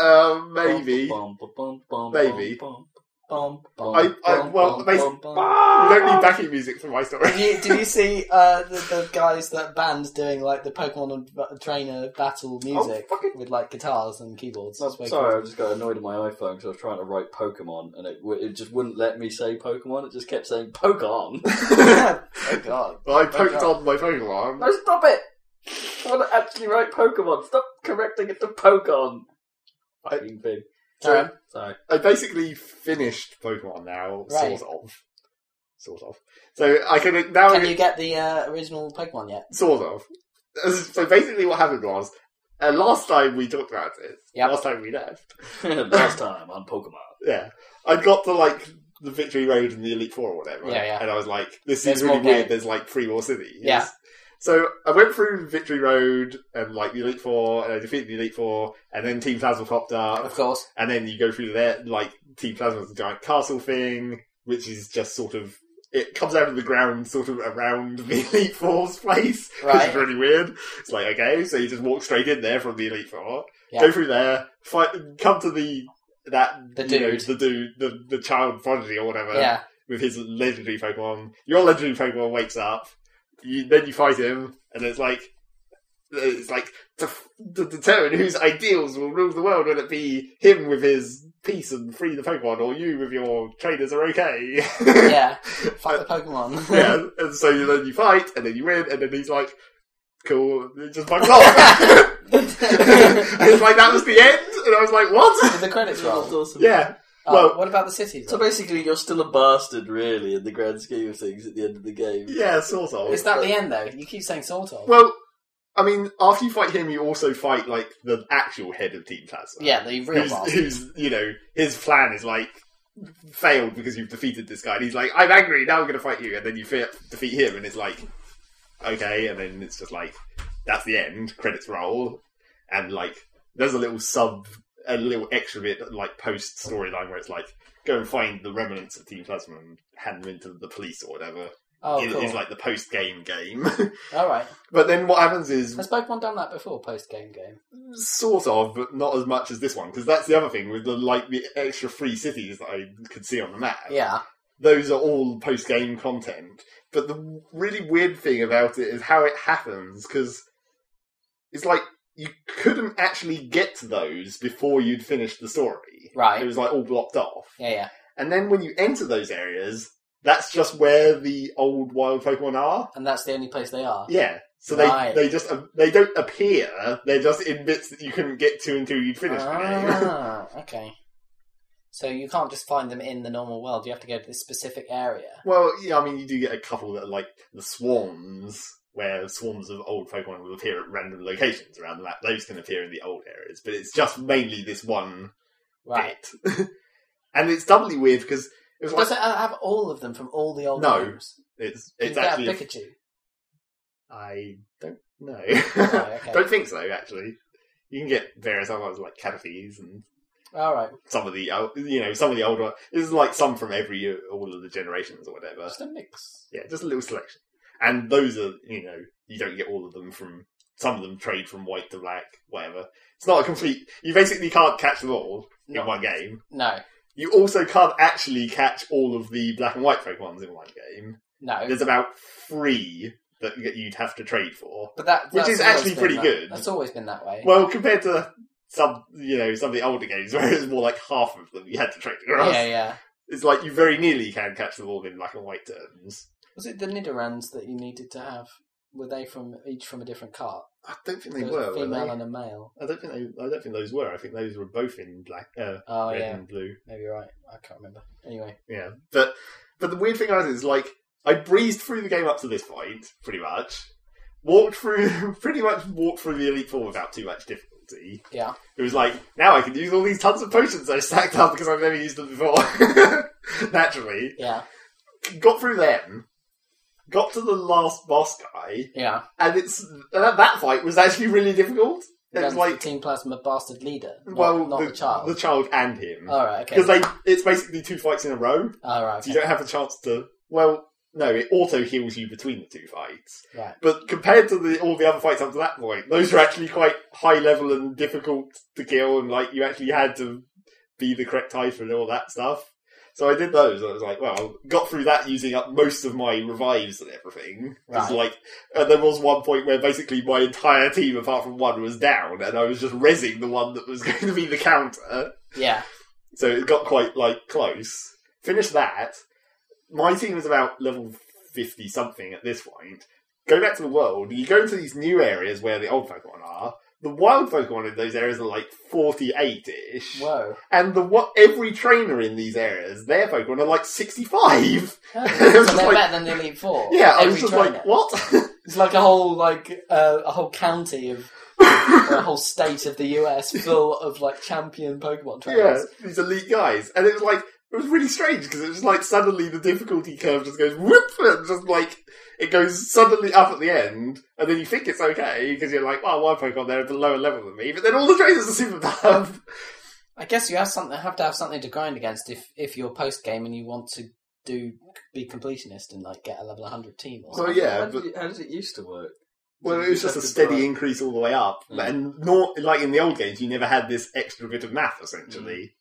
Uh, maybe.
Bum, bum, bum, bum,
Maybe.
bum,
Bum, bum,
I, I
bum,
well,
bum,
basically,
bum, bum. <laughs>
we don't need backing music for my story. <laughs>
Did you, did you see uh, the, the guys that bands doing like the Pokemon and b- trainer battle music
Oh, fucking-
with like guitars and keyboards?
No,
It's way
sorry, I
cool.
just got annoyed at my iPhone because I was trying to write Pokemon and it, w- it just wouldn't let me say Pokemon. It just kept saying <laughs> Pokemon.
oh god!
Well, I poked
Okay.
on my Pokemon.
no, stop it! I want to actually write Pokemon. Stop correcting it to Pokemon.
I-
Fucking thing.
Sorry.
Sorry. <laughs>
I basically finished Pokemon now,
Right.
sort of, sort of. So I can now
Can you get the uh, original Pokemon yet?
sort of. <laughs> So basically, what happened was, uh, last time we talked about this.
Yep.
Last time we left.
Last time on Pokemon.
Yeah, I got to like the Victory Road and the Elite Four or whatever.
Yeah, yeah.
And I was like, this
There's
seems really
more game.
weird. There's like three more cities.
Yeah.
So I went through Victory Road and like the Elite Four, and I defeated the Elite Four, and then Team Plasma popped up,
Of course.
and then you go through there, like Team Plasma's a giant castle thing, which is just sort of it comes out of the ground, sort of around <laughs> the Elite Four's place, which
<laughs> Right.
is really weird. It's like okay, so you just walk straight in there from the Elite Four,
Yeah.
go through there, fight, come to the that
The
you know,
dude.
the dude, the the child prodigy or whatever,
yeah.
with his legendary Pokemon. Your legendary Pokemon wakes up. You, then you fight him, and it's like it's like to, f- to determine whose ideals will rule the world. Will it be him with his peace and free the Pokemon, or you with your trainers are okay? <laughs>
Yeah. Fuck the Pokemon. <laughs>
yeah. And so you, then you fight, and then you win, and then he's like, "Cool," and it just fucks off. <laughs>
Uh,
and it's like that was the end, and I was like, "What?"
With the credits roll.
awesome.
Yeah.
Oh,
Well-
what about the cities?
So
roll?
basically, you're still a bastard, really, in the grand scheme of things at the end of the game.
Yeah, sort of.
Is that the end though? You keep saying sort of.
Well, I mean, after you fight him, you also fight like the actual head of Team Plasma.
yeah, the real
who's,
bastard.
who's you know his plan is like failed because you've defeated this guy. And he's like, I'm angry now. I'm going to fight you, and then you fe- defeat him, and it's like, okay, and then it's just like that's the end. Credits roll, and like there's a little sub, a little extra bit like post storyline where it's like go and find the remnants of Team Plasma and hand them into the police or whatever.
Oh,
It-
cool.
It's like the post game game. <laughs>
All right.
but then what happens is
Has Pokemon done that before? Post game game.
sort of, but not as much as this one because that's the other thing with the like the extra free cities that I could see on the map.
Yeah.
Those are all post game content, But the really weird thing about it is how it happens because it's like you couldn't actually get to those before you'd finished the story. It
Right.
was like all blocked off.
Yeah, yeah.
And then when you enter those areas, that's just where the old wild Pokemon are.
And that's the only place they are.
Yeah. So
Right.
they, they just um, they don't appear. They're just in bits that you couldn't get to until you'd finished the game.
Ah, okay. So you can't just find them in the normal world. You have to go to this specific area.
<laughs> Well, yeah, I mean, you do get a couple that are like the swarms, where swarms of old Pokemon will appear at random locations around the map. Those can appear in the old areas, but it's just mainly this one
Right.
bit. <laughs> and it's doubly weird because it was like
Does it have all of them from all the old
No.
games?
it's
Can
it's
you get
actually
a
a-
Pikachu.
<laughs> I don't know.
<laughs> Oh, okay.
don't think so. Actually, you can get various other ones like Caterpies and
All right.
some of the old, you know some of the older ones. This is like some from every year, all of the generations or whatever.
Just a mix.
Yeah, just a little selection. And those are, you know, you don't get all of them from. Some of them trade from white to black, whatever. It's not a complete. You basically can't catch them all
No.
in one game.
No.
You also can't actually catch all of the black and white Pokemons in one game.
No.
There's about three that that you'd have to trade for.
But that
Which
that's
is
always
actually
been
pretty
that-
good.
That's always been that way.
Well, compared to some, you know, some of the older games <laughs> where it's more like half of them you had to trade across.
yeah, yeah.
It's like you very nearly can catch them all in black and white terms.
Was it the Nidorans that you needed to have? Were they from each from a different cart?
I don't think
There
they
was a
were. were
female
they?
and a male.
I don't think they. I don't think those were. I think those were both in black, uh,
Oh
red
yeah,
and blue.
maybe you're right. I can't remember. Anyway,
Yeah, but but the weird thing is, is like I breezed through the game up to this point, pretty much. Walked through, <laughs> pretty much walked through the elite four without too much difficulty.
Yeah.
it was like now I can use all these tons of potions I stacked up because I've never used them before. <laughs> Naturally,
yeah,
got through them. Got to the last boss guy,
yeah.
and it's and that fight was actually really difficult. It was
That's
like
the Team Plasma bastard leader. Not,
well,
not the, child.
the child and him.
All right, okay.
Because they, it's basically two fights in a row.
All right,
So you <laughs>
okay.
don't have a chance to. Well, no, it auto heals you between the two fights.
right.
But compared to the all the other fights up to that point, those are actually quite high level and difficult to kill, and like you actually had to be the correct type and all that stuff. So I did those. and I was like, well, got through that using up most of my revives and everything. 'Cause,
Right.
Like, and there was one point where basically my entire team, apart from one, was down, and I was just rezzing the one that was <laughs> going to be the counter.
Yeah,
So it got quite like close. Finished that. My team was about level fifty something at this point. Go back to the world. You go into these new areas where the old Pokemon are. The wild Pokemon in those areas are like forty-eight ish,
whoa.
and the what every trainer in these areas, their Pokemon are like sixty-five.
Yeah.
<laughs> It
so
was
they're
like-
better than the Elite Four.
<laughs> Yeah, I
every
was just
trainer.
like, what? <laughs>
It's like a whole like uh, a whole county of or a whole state of the
<laughs>
US full of like champion Pokemon
yeah,
trainers.
these elite guys, and it was like it was really strange because it was like suddenly the difficulty curve just goes whoop, and just like it goes suddenly up at the end, and then you think it's okay because you're like, oh, one Pokemon there at the lower level than me, but then all the trainers are super bad.
I guess you have something have to have something to grind against if if you're post game and you want to do be completionist and like get a level 100 team or
So
something.
yeah,
how,
but
did it, how does it used to work?
<laughs> well,
Did
it
you
was just a
have to
steady
try- <laughs>
increase all the way up,
Mm.
and not like in the old games, you never had this extra bit of math essentially.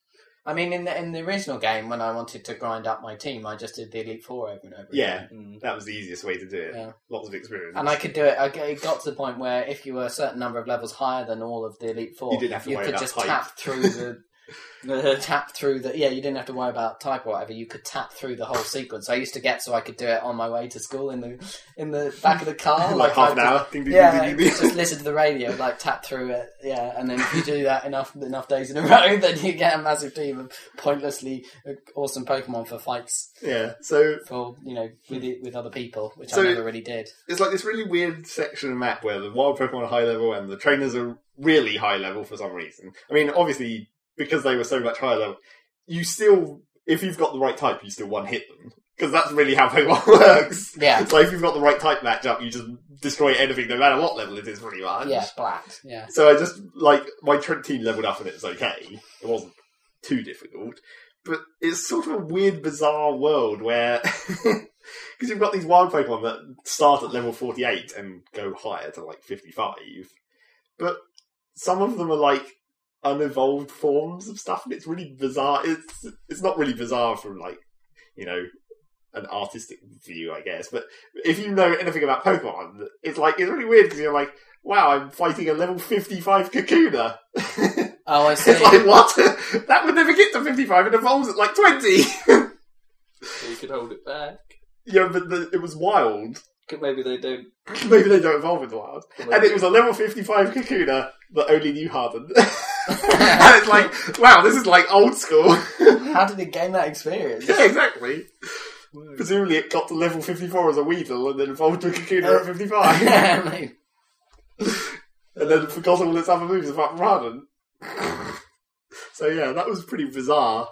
I mean in the, in the original game when I wanted to grind up my team I just did the Elite 4 over and over
Yeah.
again.
Mm.
That was the easiest way to do it.
Yeah.
Lots of experience, <laughs>
And I could do it. I g- It got to the point where if you were a certain number of levels higher than all of the elite four,
You didn't have to worry
could
about
just
height.
tap through
<laughs>
the tap through the. Yeah, you didn't have to worry about type or whatever. You could tap through the whole sequence. I used to get so I could do it on my way to school in the in the back of the car,
<laughs> like half
I'd
an
just-
hour. Ding, ding,
Yeah,
ding,
you
ding, ding.
just listen to the radio, like tap through it. Yeah, and then if you do that enough enough days in a <laughs> row, then you get a massive team of pointlessly uh, awesome Pokemon for fights
<laughs> yeah. So
for you know with it, with other people, which
So-
I never really did.
It's like this really weird section of map where the wild Pokemon are high level and the trainers are really high level for some reason. I mean, obviously, because they were so much higher level, you still, if you've got the right type, you still one hit them. Because that's really how <laughs> Pokemon works.
Yeah.
It's like if you've got the right type match up, you just destroy anything, no matter what level it is, pretty much.
Yeah, blacked. Yeah.
So I just, like, my Trent team leveled up and it was okay. It wasn't too difficult. But it's sort of a weird, bizarre world where. <laughs> Because you've got these wild Pokemon that start at level 48 and go higher to like 55. But some of them are like unevolved forms of stuff and it's really bizarre. It's it's not really bizarre from like, you know, an artistic view, I guess. But if you know anything about Pokemon, it's like it's really weird because you're like, wow, I'm fighting a level 55 Kakuna. <laughs> it's
Oh, I
<laughs>
see.
like what? that would never get to 55. It evolves at like 20.
So you could hold it back.
<laughs> yeah, but the, it was wild. <laughs>
Could- Maybe they don't.
Maybe they don't evolve in the wild. <laughs> And it was a level 55 Kakuna that only knew Harden. <laughs> and it's like, wow, this is like old school. <laughs>
How did it gain that experience? <laughs>
yeah, exactly. Presumably it got to level 54 as a Weedle and then evolved to a Kakuna
<laughs>
at 55.
Mate,
and then forgot all its other moves apart from Harden. <laughs> so yeah, that was pretty bizarre.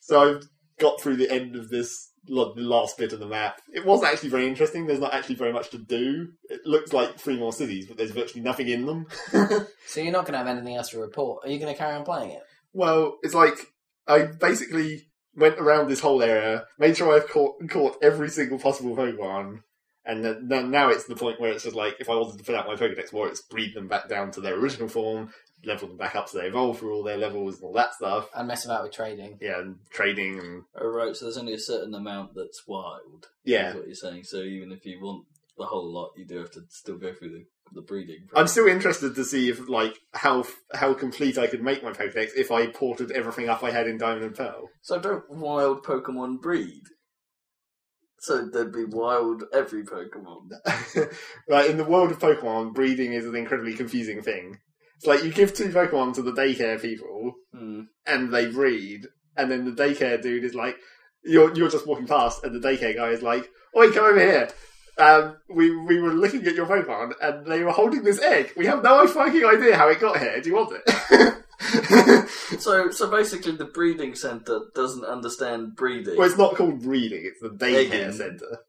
So I've got through the end of this lo- the last bit of the map. It was actually very interesting. There's not actually very much to do. It looks like three more cities, but there's virtually nothing in them.
so you're not going to have anything else to report. Are you going to carry on playing it?
Well, it's like I basically went around this whole area, made sure I've caught caught every single possible Pokemon, and then, then now it's the point where it's just like if I wanted to fill out my Pokedex more, it's breed them back down to their original form, level them back up so they evolve through all their levels and all that stuff.
And mess about with trading.
Yeah, and trading and
<laughs> Oh, right, so there's only a certain amount that's wild.
yeah.
Is what you're saying. So even if you want the whole lot, you do have to still go through the, the breeding.
I'm still interested to see if like how how complete I could make my Pokedex if I ported everything up I had in Diamond and Pearl.
So don't wild Pokemon breed. So there'd be wild every Pokemon.
<laughs> right, in the world of Pokemon, breeding is an incredibly confusing thing. It's like you give two Pokemon to the daycare people,
Hmm.
and they breed, and then the daycare dude is like, "You're you're just walking past," and the daycare guy is like, "Oi, come over here." Um, we we were looking at your Pokemon, and they were holding this egg. We have no fucking idea how it got here. Do you want it? <laughs>
So so basically, the breeding center doesn't understand breeding.
well, it's not called breeding; it's the daycare
Egging.
center. <laughs>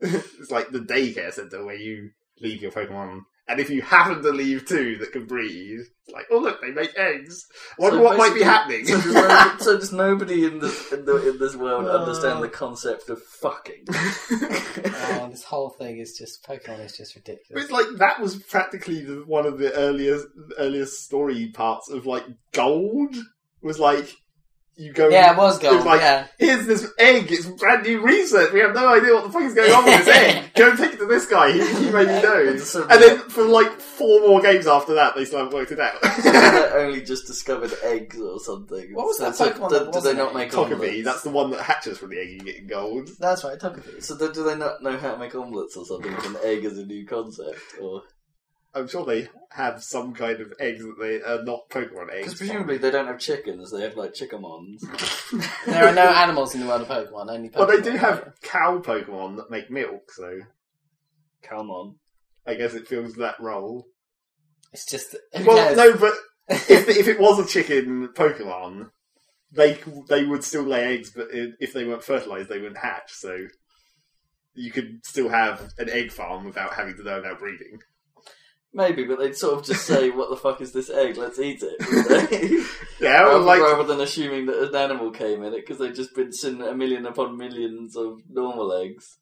it's like the daycare center where you leave your Pokemon, and if you happen to leave two that can breed, it's like, oh look, they make eggs. Wonder
So
what might be
basically-
happening. <laughs>
So does, <laughs> nobody, so does nobody in this in, the, in this world
Uh.
understand the concept of fucking?
<laughs> Oh, this whole thing is just Pokemon is just ridiculous.
<laughs> It's like that was practically the, one of the earliest earliest story parts of like gold was like you go
Yeah, it was gold.
It's like-
yeah,
here's this egg it's brand new research we have no idea what the fuck is going on with this
<laughs>
egg go and take it to this guy he, he maybe knows
So-
and then for like four more games after that they still haven't worked it out
<laughs>
they only just discovered eggs or something.
What was
so,
that
so
Pokemon
do-
that
do they
wasn't
not
an
make
Cockabee
omelets?
that's the one that hatches from the egg you get in gold
that's right. Togepi.
So do, do they not know how to make omelets or something? If an egg is a new concept, or
I'm sure they have some kind of eggs that they are not Pokemon eggs
because
<laughs>
presumably they don't have chickens, they have like chickamons.
There are no <laughs> animals in the world of Pokemon. Only Pokemon.
well they do have cow Pokemon that make milk so
Come on,
I guess it fills that role.
It's just <laughs>
Well, no, <laughs> but if, if it was a chicken Pokemon, they they would still lay eggs, but i- if they weren't fertilized, they wouldn't hatch. So you could still have an egg farm without having to know about breeding.
maybe, but they'd sort of just say, "What the fuck is this egg? Let's eat
<laughs>
it." wouldn't they?
Yeah,
rather,
well, like
rather than assuming that an animal came in it because they've just been sitting a million upon millions of normal eggs.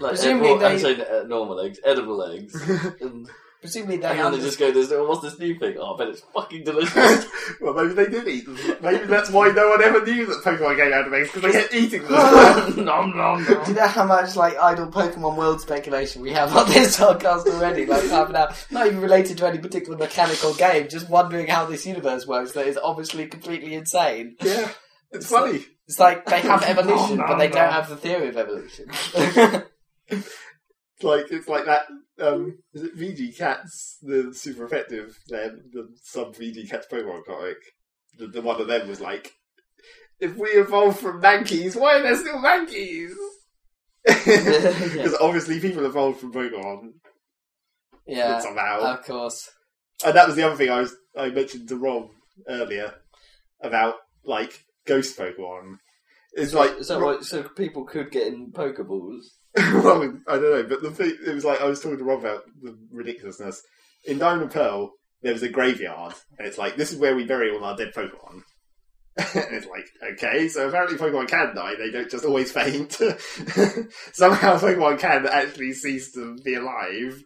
Like,
Presumably
edible, I'm
they-
saying uh, normal eggs, edible eggs.
<laughs>
and,
Presumably they
and then they
under-
just go, "There's oh, what's this new thing? Oh, I bet it's fucking delicious.
<laughs> well, maybe they did eat. Them. Maybe that's why no one ever knew that Pokemon came out of eggs because they kept eating <laughs> them.
nom, nom,
Do you
nom.
know how much like idle Pokemon world speculation we have on this podcast already? Like half an hour, not even related to any particular mechanical game, just wondering how this universe works. That is obviously completely insane.
yeah, it's funny.
It's like they
<laughs> Oh,
have evolution,
No, no,
but they
no.
don't have the theory of evolution. <laughs>
It's like it's like that. Um, is it VG Cats, the super effective, then the sub VG Cats Pokemon comic? The, the one of them was like, if we evolve from Mankeys, why are there
<laughs>
still <laughs> Mankeys? Because
Yeah.
obviously people evolved from Pokemon
yeah,
somehow,
Um,
of course.
and that was the other thing I was I mentioned to Rob earlier about like ghost Pokemon. It's like <laughs>
Is that what, so people could get in Pokeballs?
well, I don't know, but the thing, it was like I was talking to Rob about the ridiculousness. In Diamond and Pearl, there was a graveyard, and it's like, this is where we bury all our dead Pokemon. <laughs> and it's like, okay, so apparently Pokemon can die, they don't just always faint. <laughs> Somehow Pokemon can actually cease to be
Hmm.
alive.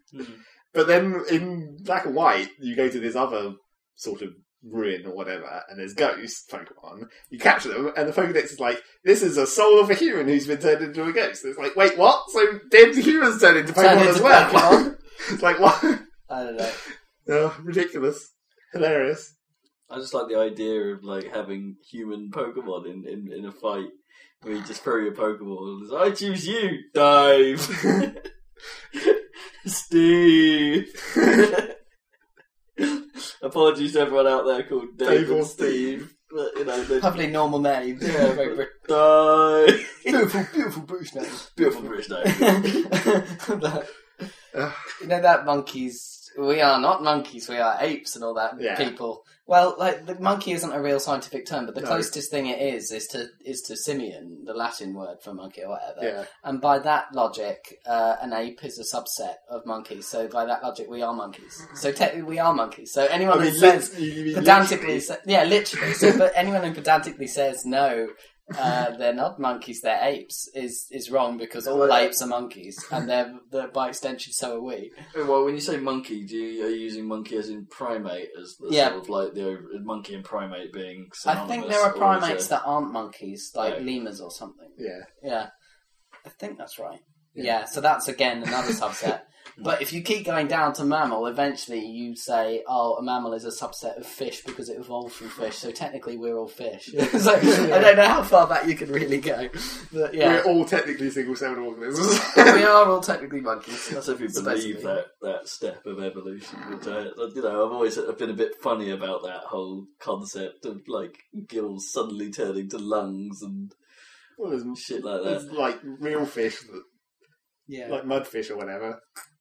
But then in black and white, you go to this other sort of ruin or whatever, and there's ghost Pokemon. You capture them, and the Pokedex is like, "This is a soul of a human who's been turned into a ghost." It's like, wait, what? So dead humans turn into Pokemon
Turn
as
into
well?
Pokemon.
<laughs> it's like what?
I don't know.
Oh, <laughs> ridiculous, hilarious.
I just like the idea of like having human Pokemon in, in, in a fight. Where you just throw your Pokeball. and it's, I choose you, Dave, <laughs> Steve. <laughs> Apologies to everyone out there called Dave,
Dave
and
or
Steve. But, you know, they're
Lovely normal names.
Yeah.
Very Brit-
Dave.
<laughs> beautiful, beautiful British names.
Beautiful British name.
<laughs> That-
Ugh.
you know that monkeys. We are not monkeys. We are apes and all that
Yeah.
people. Well, like the monkey isn't a real scientific term, but the
No.
closest thing it is is to is to simian, the Latin word for monkey or whatever.
yeah,
And by that logic, uh, an ape is a subset of monkeys. So by that logic, we are monkeys. So technically, we are monkeys. So anyone who says
lit- you mean
pedantically,
literally-
sa- yeah, literally. So, but anyone who pedantically says no, uh, they're not monkeys, they're apes, is is wrong because all
Well, yeah.
apes are monkeys, and they're, they're by extension so are we.
Oh, Well, when you say monkey, do you, are you using monkey as in primate as the
Yeah.
sort of like the over- monkey and primate being synonymous?
I think there are
or is
primates
it-
that aren't monkeys, like
Yeah.
lemurs or something.
Yeah,
Yeah, I think that's right.
Yeah.
Yeah, so that's again another
<laughs>
subset. But if you keep going down to mammal, eventually you say, "Oh, a mammal is a subset of fish because it evolved from fish." So technically, we're all fish. <laughs> so I don't know how far back you can really go, but yeah,
we're all technically single-celled organisms. <laughs>
we are all technically monkeys.
That's if you
It's
believe
basically-
that, that step of evolution, which I, uh, you know, I've always been a bit funny about that whole concept of like gills suddenly turning to lungs and
well, there's,
shit like
there's
that.
like real fish that
Yeah,
like mudfish or whatever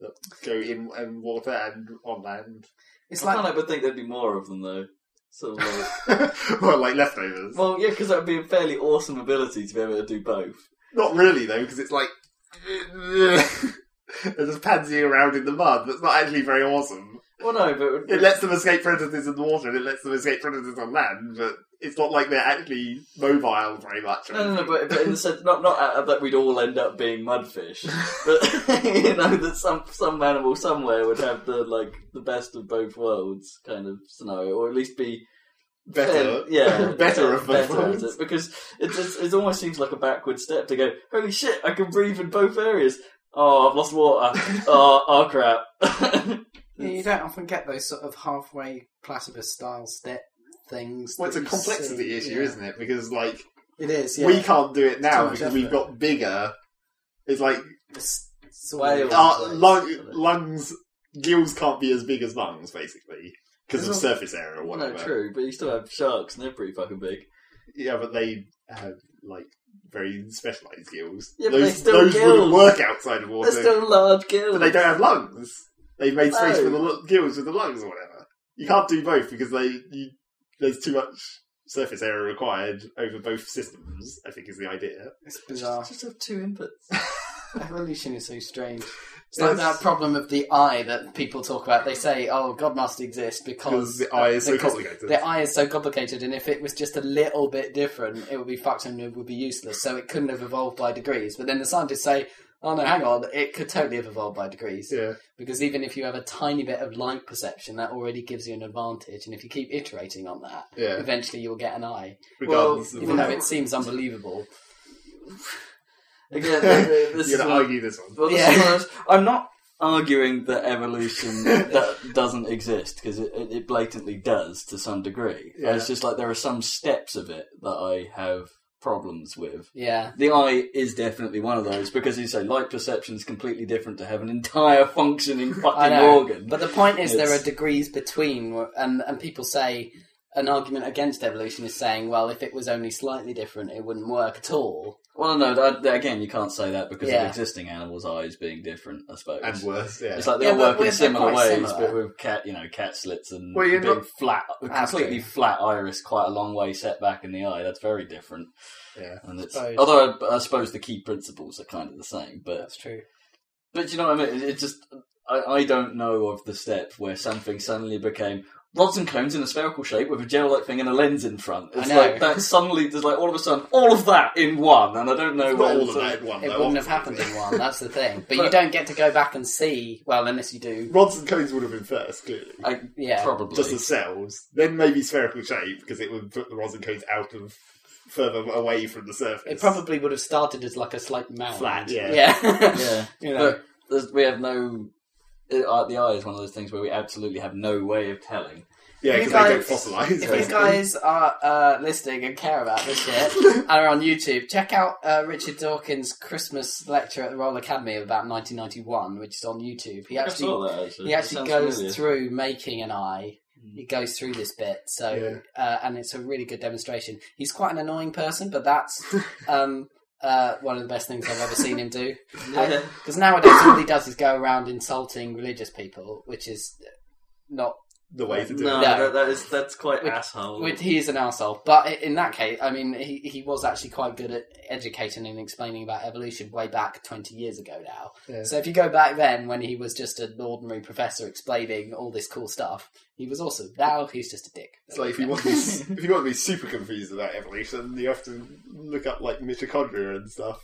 that go in, in water and on land. <laughs>
it's
I can't
like
help but think there'd be more of them though. Sort of like,
well, like leftovers.
well, yeah, because that'd be a fairly awesome ability to be able to do both.
Not really though, because it's like <laughs> they're just pansying around in the mud. That's not actually very awesome.
Well, no, but
It lets them escape predators in the water, and it lets them escape predators on land. But it's not like they're actually mobile very much. or
No, no, no,
anything.
but, but in the sense, not not uh, that we'd all end up being mudfish, but <laughs> you know that some some animal somewhere would have the like the best of both worlds kind of scenario, or at least be
better,
fair- yeah,
<laughs> better of both
better at
worlds.
it, because it just, it almost seems like a backward step to go. Holy shit! I can breathe in both areas. Oh, I've lost
<laughs>
water. oh, oh crap.
yeah, you don't often get those sort of halfway platypus style step things.
Well, it's a
that you
complexity
see.
issue,
Yeah.
isn't it? Because like
It is. Yeah.
we can't do it
too
now
much
because we've
effort.
got bigger. It's like
It's- it's
Whales.
weird.
uh,
Lungs,
lung,
basically.
lungs, gills can't be as big as lungs, basically, because of
Well,
surface area or whatever.
no, true, but you still have sharks, and they're pretty fucking big.
Yeah, but they have like very specialized gills.
Yeah, but
those
they still
those wouldn't
gills.
work outside of water.
They're still large gills.
But they don't have lungs. They've made space
No.
for the lu- gills with the lungs or whatever. You can't do both because they you, there's too much surface area required over both systems. I think is the idea.
It's
Just-
bizarre.
just have two inputs.
Evolution is so strange. It's
Yeah,
like
it's-
that problem of the eye that people talk about. They say, "Oh, God must exist
Because
because
the eye is so
because
complicated.
The eye is so complicated, and if it was just a little bit different, it would be fucked and it would be useless. So it couldn't have evolved by degrees. But then the scientists say, "Oh no, hang on, it could totally have evolved by degrees
yeah.
because even if you have a tiny bit of light perception, that already gives you an advantage. And if you keep iterating on that,
Yeah.
eventually you will get an eye,
Regardless
Well,
of
even
Well,
though it seems unbelievable."
<laughs>
Again, this
you're
is
gonna
one-
argue this one.
well, this
Yeah.
is one
<laughs>
of those- I'm not arguing that evolution that doesn't exist because it, it it blatantly does to some degree.
Yeah.
It's just like there are some steps of it that I have problems with.
Yeah,
The eye is definitely one of those because you say light perception is completely different to have an <laughs> entire functioning
<laughs> I
fucking
know.
organ.
But the point is, there
It's-
are degrees between, and and people say an argument against evolution is saying, well, if it was only slightly different, it wouldn't work at all.
well, no, that, that- again, you can't say that because
Yeah.
of existing animals' eyes being different. I suppose
And worse, yeah.
It's like they
Yeah,
all
but
work in
we're-
similar
they're quite
ways,
similar.
but with cat, you know, cat slits and
Well, you're
big
not-
flat,
That's
completely
true.
flat iris, quite a long way set back in the eye. That's very different.
Yeah.
And it's
Suppose.
although I, I suppose the key principles are kind of the same, but
That's true.
but you know what I mean. It, it just I, I don't know of the step where something suddenly became rods and cones in a spherical shape with a gel-like thing and a lens in front. It's
know.
like that suddenly there's like all of a sudden all of that in one, and I don't know
Not
where
all of
to-
that in one.
It
though,
wouldn't have happened
obviously. <laughs>
in one. That's the thing. But, you
But-
don't get to go back and see. Well, unless you do.
Rods and cones would have been first, clearly.
I,
Yeah.
probably.
Just as cells, then maybe spherical shape because it would put the rods and cones out of further away from the surface.
It probably would have started as like a slight mound.
Flat, yeah.
Yeah. <laughs>
yeah,
you know.
but there's, we have no. It, uh, the eye is one of those things where we absolutely have no way of telling.
yeah,
If you
because they get
guys-
fossilized.
If you
basically.
guys are uh, listening and care about this shit and are on YouTube, check out uh, Richard Dawkins' Christmas lecture at the Royal Academy about 1991, which is on YouTube. He
I saw
actually
that, actually.
he
That
actually
sounds
goes
familiar. Hmm.
through making an eye. He goes through this bit, so uh, and it's a really good demonstration. He's quite an annoying person,
<laughs>
but that's um, uh, one of the best things I've ever seen him do.
<laughs> Yeah.
Because nowadays, all he does is go around insulting religious people, which is not
the way to do
No,
No.
it.
That, that is that's quite
With-
asshole.
With, he is an asshole, but i- in that case, I mean, he, he was actually quite good at educating and explaining about evolution way back twenty years ago now.
Yeah.
So if you go back then, when he was just an ordinary professor explaining all this cool stuff, he was awesome. Now he's just a dick.
It's like if you want
<laughs>
to be, if you want to be super confused about evolution, you have to look up like mitochondria and stuff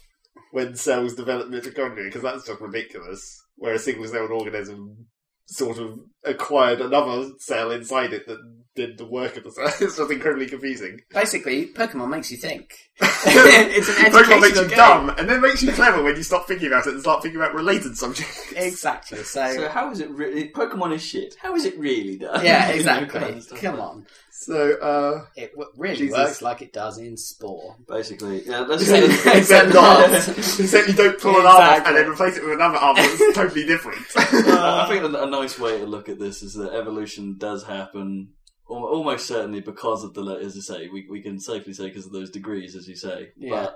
when cells develop mitochondria because that's just ridiculous. Where a single celled organism sort of acquired another cell inside it that did the work of the cell. <laughs> It's just incredibly confusing. <laughs>
Basically, Pokemon makes you think. <laughs> it's an educational
Pokemon makes you
game.
dumb and then makes you clever when you stop thinking about it and start thinking about related subjects.
Exactly.
so
So.
how is it really? Pokemon is shit. How is it really done? <laughs>
Yeah,
You know, kind
<laughs>
exactly.
of stuff.
Come on.
<laughs> So, uh,
It w- really
Jesus.
works like it does in
<laughs>
Spore.
Basically, yeah. That's <laughs>
<laughs> Except-
except
Except
not.
not.
Except you don't pull an arm off and
Exactly.
then replace it with another
<laughs>
arm that's totally different.
I think a, a nice way to look at this is that evolution does happen al- almost certainly because of the, le- as you say, we, we can safely say because of those degrees, as you say.
Yeah.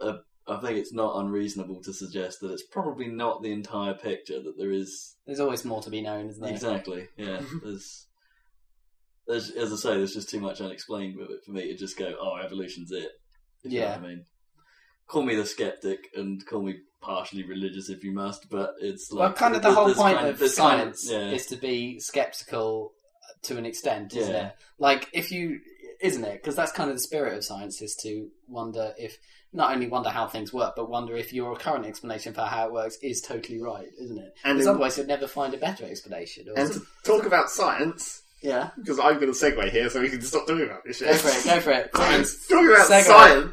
But uh, I think it's not unreasonable to suggest that it's probably not the entire picture, that there is.
<laughs> There's always more to be known, isn't there?
Exactly,
<laughs>
yeah. There's, there's, as I say, there's just too much unexplained with it for me to just go, oh, evolution's it. If you know
Yeah.
what I mean, call me the skeptic and call me partially religious if you must, but it's like.
Well, kind of the whole
there's
point
kind-
of
there's kind of-
science
yeah.
is to be skeptical to an extent, isn't
Yeah.
it? Like, if you, isn't it? Because that's kind of the spirit of science is to wonder if, not only wonder how things work, but wonder if your current explanation for how it works is totally right, isn't it?
And
Because
in-
otherwise you'd never find a better explanation. Or,
And to talk about science,
<laughs>
yeah.
because I'm going to segue here so we can stop talking about this shit.
Go for it,
<laughs>
go for
<laughs>
it. Please.
Science. Talking about
Segue.
science,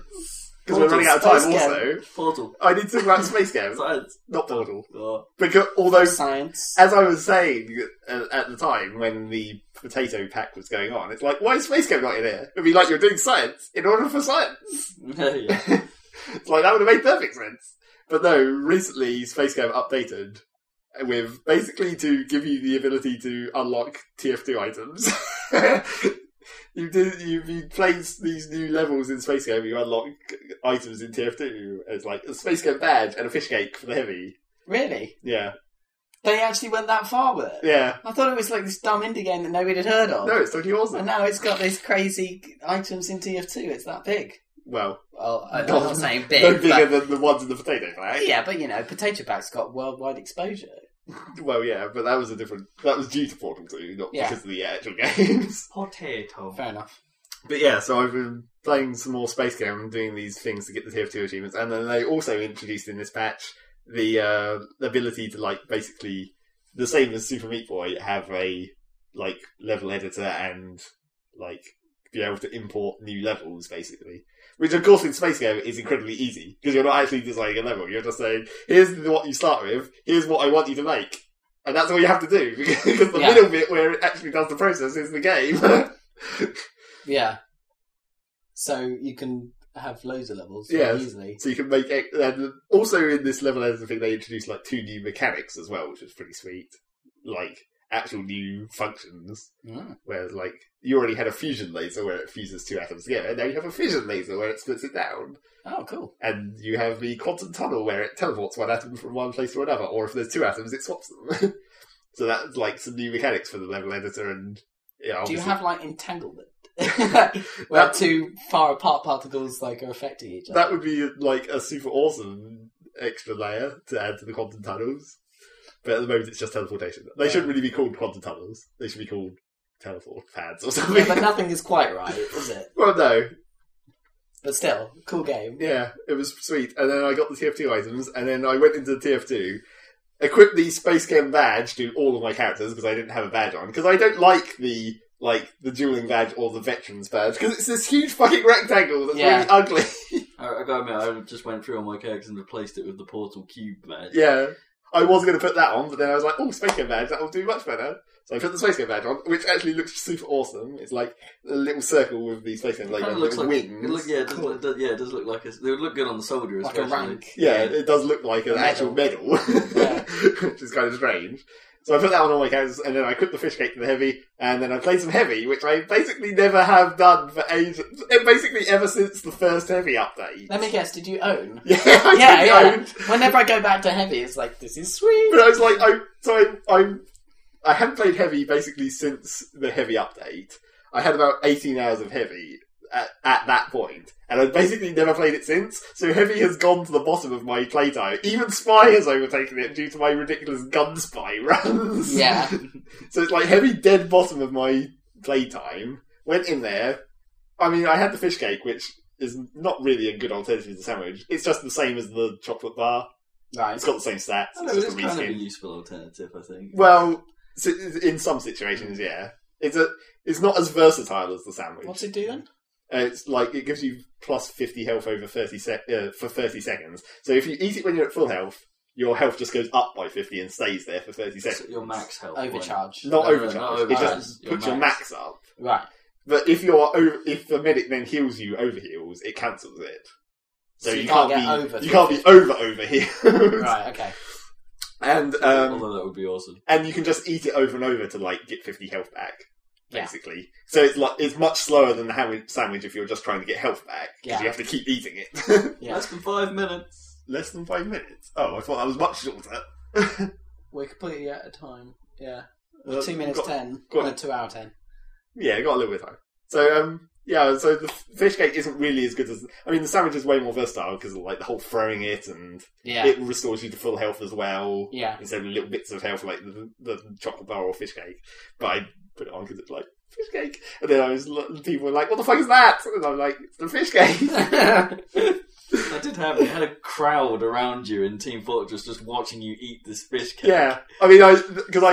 because we're
Portal,
running out of time
space game.
also,
Portal.
I need to talk about Space Game,
Science.
not Portal.
<laughs>
Oh,
Because, although,
Science.
as I was saying uh, at the time when the potato pack was going on, it's like, why is Space Game not in here? It'd be like, you're doing science in order for science.
yeah.
It's like, that would have made perfect sense. But no, recently Space Game updated with basically to give you the ability to unlock TF2 items. <laughs> you do you, you place these new levels in Space Game, you unlock items in TF2 as like a Space Game badge and a fish cake for the heavy.
Really?
Yeah,
They actually went that far with it?
yeah.
I thought it was like this dumb indie game that nobody had heard of.
No, it's totally
And
awesome.
now it's got these crazy items in TF2. It's that big.
Well,
Well, I- I'm
<laughs> Not-
not saying big,
no bigger
but,
than the ones in the potato bag.
yeah, but you know, potato bag's got worldwide exposure.
Well, yeah, but that was a different. That was due to Portal 2, not
Yeah.
because of the actual <laughs> games.
Potato.
Fair enough.
But yeah, so I've been playing some more Space Game and doing these things to get the TF2 achievements, and then they also introduced in this patch the uh, ability to like basically the same as Super Meat Boy have a like level editor and like be able to import new levels basically. Which of course in Space Game is incredibly easy because you're not actually designing a level. You're just saying, here's what you start with, here's what I want you to make. And that's all you have to do <laughs> because the
Yeah.
middle bit where it actually does the process is the game. <laughs>
Yeah. So you can have loads of levels
Yeah.
very easily.
So you can make. ex- And also in this level editor thing, they introduced like two new mechanics as well, which was pretty sweet. Like actual new functions,
Mm.
where like you already had a fusion laser where it fuses two atoms together, and now you have a fission laser where it splits it down,
Oh, cool.
and you have the quantum tunnel where it teleports one atom from one place to another, or if there's two atoms, it swaps them. <laughs> so that's like some new mechanics for the level editor, and yeah,
Do
obviously,
you have like entanglement? <laughs> Where
That-
two far apart particles like are affecting each other.
that would be like a super awesome extra layer to add to the quantum tunnels. But at the moment, it's just teleportation. They
Yeah.
shouldn't really be called quantum tunnels. They should be called teleport pads or something. <laughs>
Yeah, but nothing is quite right, is it?
well, no,
But still, cool game.
Yeah, it was sweet. And then I got the TF2 items, and then I went into the TF2, equipped the Space Game badge to all of my characters because I didn't have a badge on because I don't like the like the dueling badge or the veterans badge because it's this huge fucking rectangle that's
Yeah.
really ugly.
I, I gotta admit, I just went through all my cakes and replaced it with the Portal Cube badge.
yeah, I was going to put that on, but then I was like, oh, Space Game badge, that will do much better. So I put the Space Game badge on, which actually looks super awesome. It's like a little circle with the Space Game
It
logo,
kinda
and
looks
little
like
wings.
It look, yeah, it does, look- it does- yeah, it does look like a, it would look good on the soldier,
Like a
especially.
rank.
Yeah, it does look like an
A
actual medal, <laughs>
Yeah.
which is kind of strange. So I put that on all my counts, and then I cooked the fish cake to the heavy, and then I played some heavy, which I basically never have done for ages. Basically, ever since the first heavy update.
Let me guess, did you own?
<laughs> yeah, I
Yeah,
yeah,
yeah. Whenever I go back to heavy, it's like this is sweet.
<laughs> But I was like, I so I, I'm I haven't played heavy basically since the heavy update. I had about 18 hours of heavy at, at that point, and I've basically never played it since. So heavy has gone to the bottom of my playtime. Even spy has overtaken it due to my ridiculous gun spy <laughs> runs.
Yeah.
<laughs> so it's like heavy dead bottom of my playtime. Went in there. I mean, I had the fish cake, which is not really a good alternative to the sandwich. It's just the same as the chocolate bar.
Right.
It's got the same stats.
I don't know,
it's
it
just
is
a
kind of a
reskin.
useful alternative, I think.
Well, s- in some situations, yeah. It's a it's not as versatile as the sandwich.
What's it do then?
Uh, It's like it gives you plus fifty health over thirty sec- uh, for thirty seconds. So if you eat it when you're at full health, your health just goes up by fifty and stays there for thirty
So
seconds.
your max health.
Overcharge.
Not
No, no,
overcharge.
not
It
overcharge.
just
Your
puts your
max.
max up. <laughs>
Right.
But if you're over, if the medic then heals you over heals, it cancels it. So, you, can't,
get
be
over
you can't be over over healed.
Right. Okay.
<laughs> And
point.
um,
Although that would be awesome.
and you can just eat it over and over to like get 50 health back
Yeah.
basically so it's like it's much slower than the ham- sandwich if you're just trying to get health back
Yeah.
because you have to keep eating it <laughs>
Yeah.
Less than five minutes.
less than five minutes oh i thought that was much shorter
We're completely out of time. Yeah.
Uh,
two minutes
got-
ten.
go on.
no, two hour ten.
yeah got a little bit of time so um yeah so the f- fish cake isn't really as good as i mean the sandwich is way more versatile because like the whole throwing it and
Yeah.
it restores you to full health as well
yeah.
<laughs> instead of little bits of health like the, the chocolate bar or fish cake. But I put it on because it's like fish cake, and then I was people were like, "What the fuck is that?" And I'm like, "It's the
<laughs>
fish cake."
I did have it had a crowd around you in Team Fortress just watching you eat this fish cake.
yeah, I mean, I because I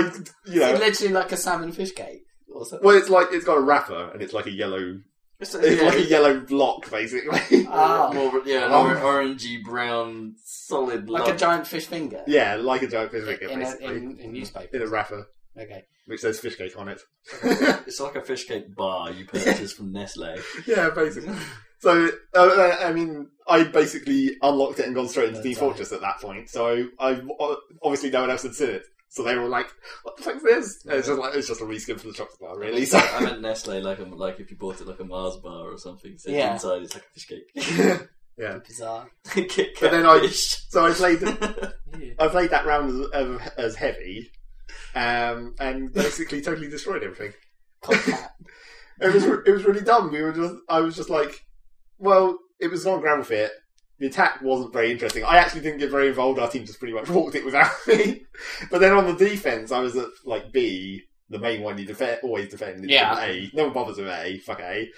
you
It's
know,
literally like a salmon fish cake. Or something.
well, it's like it's got a wrapper and it's like a yellow,
It's,
it's Um, like
yeah,
a yellow block basically.
Ah.
more, yeah, an or- orangey brown solid
like
lump.
a giant fish finger.
<laughs> yeah, like a giant fish cake
In, a,
basically.
in, in newspaper.
in a wrapper,
Okay.
which says fish cake
<laughs>
on it.
It's like a fish cake bar you purchase from Nestle.
yeah, basically. So, uh, I mean, I basically unlocked it and gone straight into Team
That's right.
Fortress at that point. So, I, I obviously no one else had seen it. So they were all like, "What the fuck's this?" And It's just like it's just a reskin for the chocolate bar, <laughs> really. So,
I meant Nestle, like a, like if you bought it like a Mars bar or something. So
Yeah.
inside it's like a fish cake. <laughs>
Bizarre.
Kit
But
Kat
then I-
fish.
so I played
I
Yeah.
I played that round as, as- as heavy, um, and basically totally destroyed everything.
Copycat.
It was it was really dumb. We were just I was just like, well, it was non gravel fit. The attack wasn't very interesting. I actually didn't get very involved. Our team just pretty much walked it without <laughs> me. But then on the defense, I was at like B, the main one you def- always defend. is
Yeah.
A. No one bothers with A. Fuck A.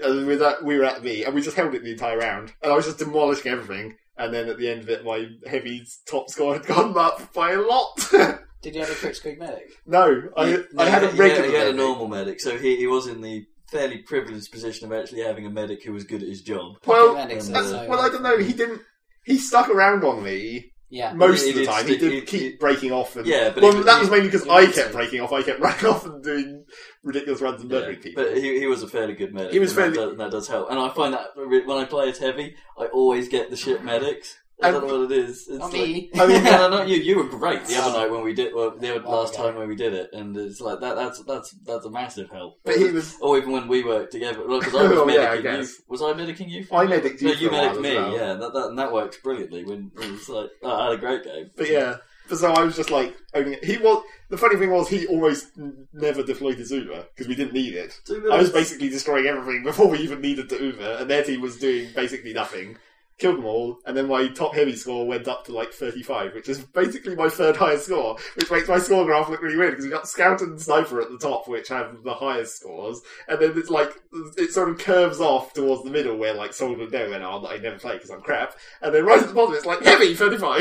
And with that, we were at B, and we just held it the entire round. And I was just demolishing everything. And then at the end of it, my heavy's top score <laughs> had gone up by a lot. <laughs>
Did you have a Critch Creek medic?
no, I, I had a
he had,
regular.
he had a
medic.
normal medic, so he, he was in the fairly privileged position of actually having a medic who was good at his job.
Well,
Pocket medics
uh,
are so-
well, I don't know. He didn't. He stuck around on me
Yeah.
most
He
of the
did
time.
stick-
he did
he-
keep
he-
breaking off. And,
Yeah, but
well,
he-
that
he-
was mainly because
he
I
wanted
kept
to.
breaking off. I kept <laughs> running off and doing ridiculous runs and
Yeah,
murdering people.
But he, he was a fairly good medic.
He was
and that
fairly-
does- that, does help. And I find that re- when I play as heavy, I always get the shit medics. I
And-
don't know what it is. It's like-
Not me.
I mean, <laughs>
<laughs>
no, no, not you. You were great the other
Ah.
Oh.
night when we did. Well, the other,
Oh,
last
okay.
time when we did it, and it's like that. That's that's that's a massive help.
But he was.
or even when we worked together, because
<laughs>
I was
Oh,
medicing
yeah, I
you.
guess.
Was I medicing you?
I medicked you
No,
for
you
a while
mediced
as
me.
well.
Yeah, that, that and that worked brilliantly. When it was like, I had a great game.
But yeah. But so I was just like owning it. He was. The funny thing was, he almost n- never deployed his Uber because we didn't need it.
Two
<laughs> I
minutes.
was basically destroying everything before we even needed the Uber, and their team was doing basically nothing. killed them all, and then my top heavy score went up to like 35, which is basically my third highest score, which makes my score graph look really weird because you got Scout and Sniper at the top, which have the highest scores, and then it's like it sort of curves off towards the middle where like Soldier and Deadman are that I never play because I'm crap, and then right at the bottom it's like heavy 35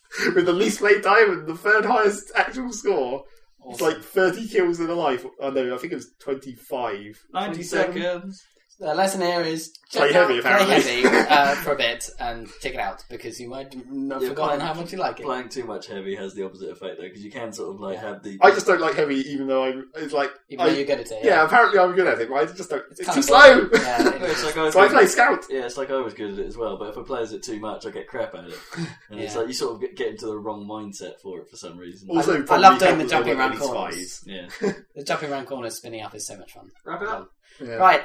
<laughs> with the least play time and the third highest actual score. It's like 30 kills in a life. Oh no, I think it was 25.
90
27.
seconds.
<laughs> The lesson here is check
Play heavy,
out-
apparently.
Play heavy uh, for a bit and check it out because you might have
Yeah,
forgotten
playing-
how much you like it.
Playing too much heavy has the opposite effect though, because you can sort of like have the.
I just don't like heavy, even though I'm. It's like
even though
I,
you're good at it.
yeah. apparently I'm good at it, but I just don't. It's,
kinda
too slow. <laughs>
boring. Yeah, it
Yeah, it's
is.
like I
so I
was-
play scout.
Yeah, it's like I was good at it as well, but if I play as it too much, I get crap at
<laughs>
it. And it's
Yeah.
like you sort of get, get into the wrong mindset for it for some reason.
Also- I
probably
love doing
helped
the
that
jumping
there weren't
around
any
corners.
spies.
yeah.
the jumping around corners, spinning up is so much fun.
Wrap
Uh-huh.
it up.
Yeah.
Right,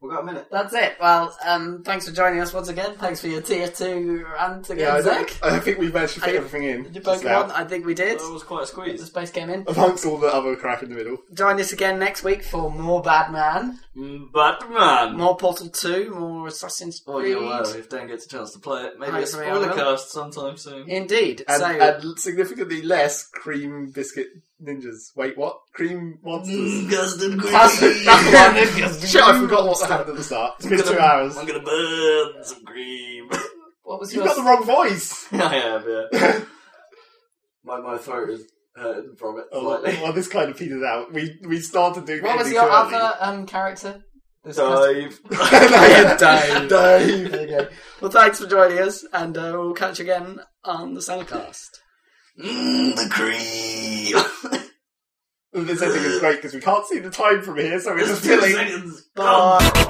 We've got a minute.
that's it. Well, um, thanks for joining us once again. Thanks for your tier two rant again,
Yeah, I,
Zach.
think, I think we've managed to fit
I-
everything in.
Your
just about.
Pokemon, I think we did.
That was quite a
The
squeeze.
space came in.
Amongst all the other crap in the middle.
Join us again next week for more Batman,
Mm, Batman!
more Portal Two, more Assassin's
Oh,
Creed.
yeah, well, if Dan gets a chance to play it, maybe
Hopefully
a
I will.
spoiler cast sometime soon.
Indeed.
And,
so
and significantly less cream biscuit ninjas. Wait, what? Cream
Mm.
<laughs>
monsters?
Gustin
that's, <laughs> that's the one. Shit, I forgot what happened at the start. It's been two hours.
I'm gonna burn some cream. <laughs>
what was
You've
your
got the wrong voice.
I have, yeah. my, my throat is hurting from it
Oh,
slightly.
well, this kind of petered out. We we started doing.
what was
ending
your
too early. <laughs>
other um, character? This person-
Dive. <laughs>
Yeah, Dave.
Uh, Dave.
There you go. Well, thanks for joining us, and uh, we'll catch you again on the Soundcast.
Mm, the cream.
<laughs>
This ending is great because we can't see the time from here, so we're just
Two
filling.
seconds.
Bye. Um,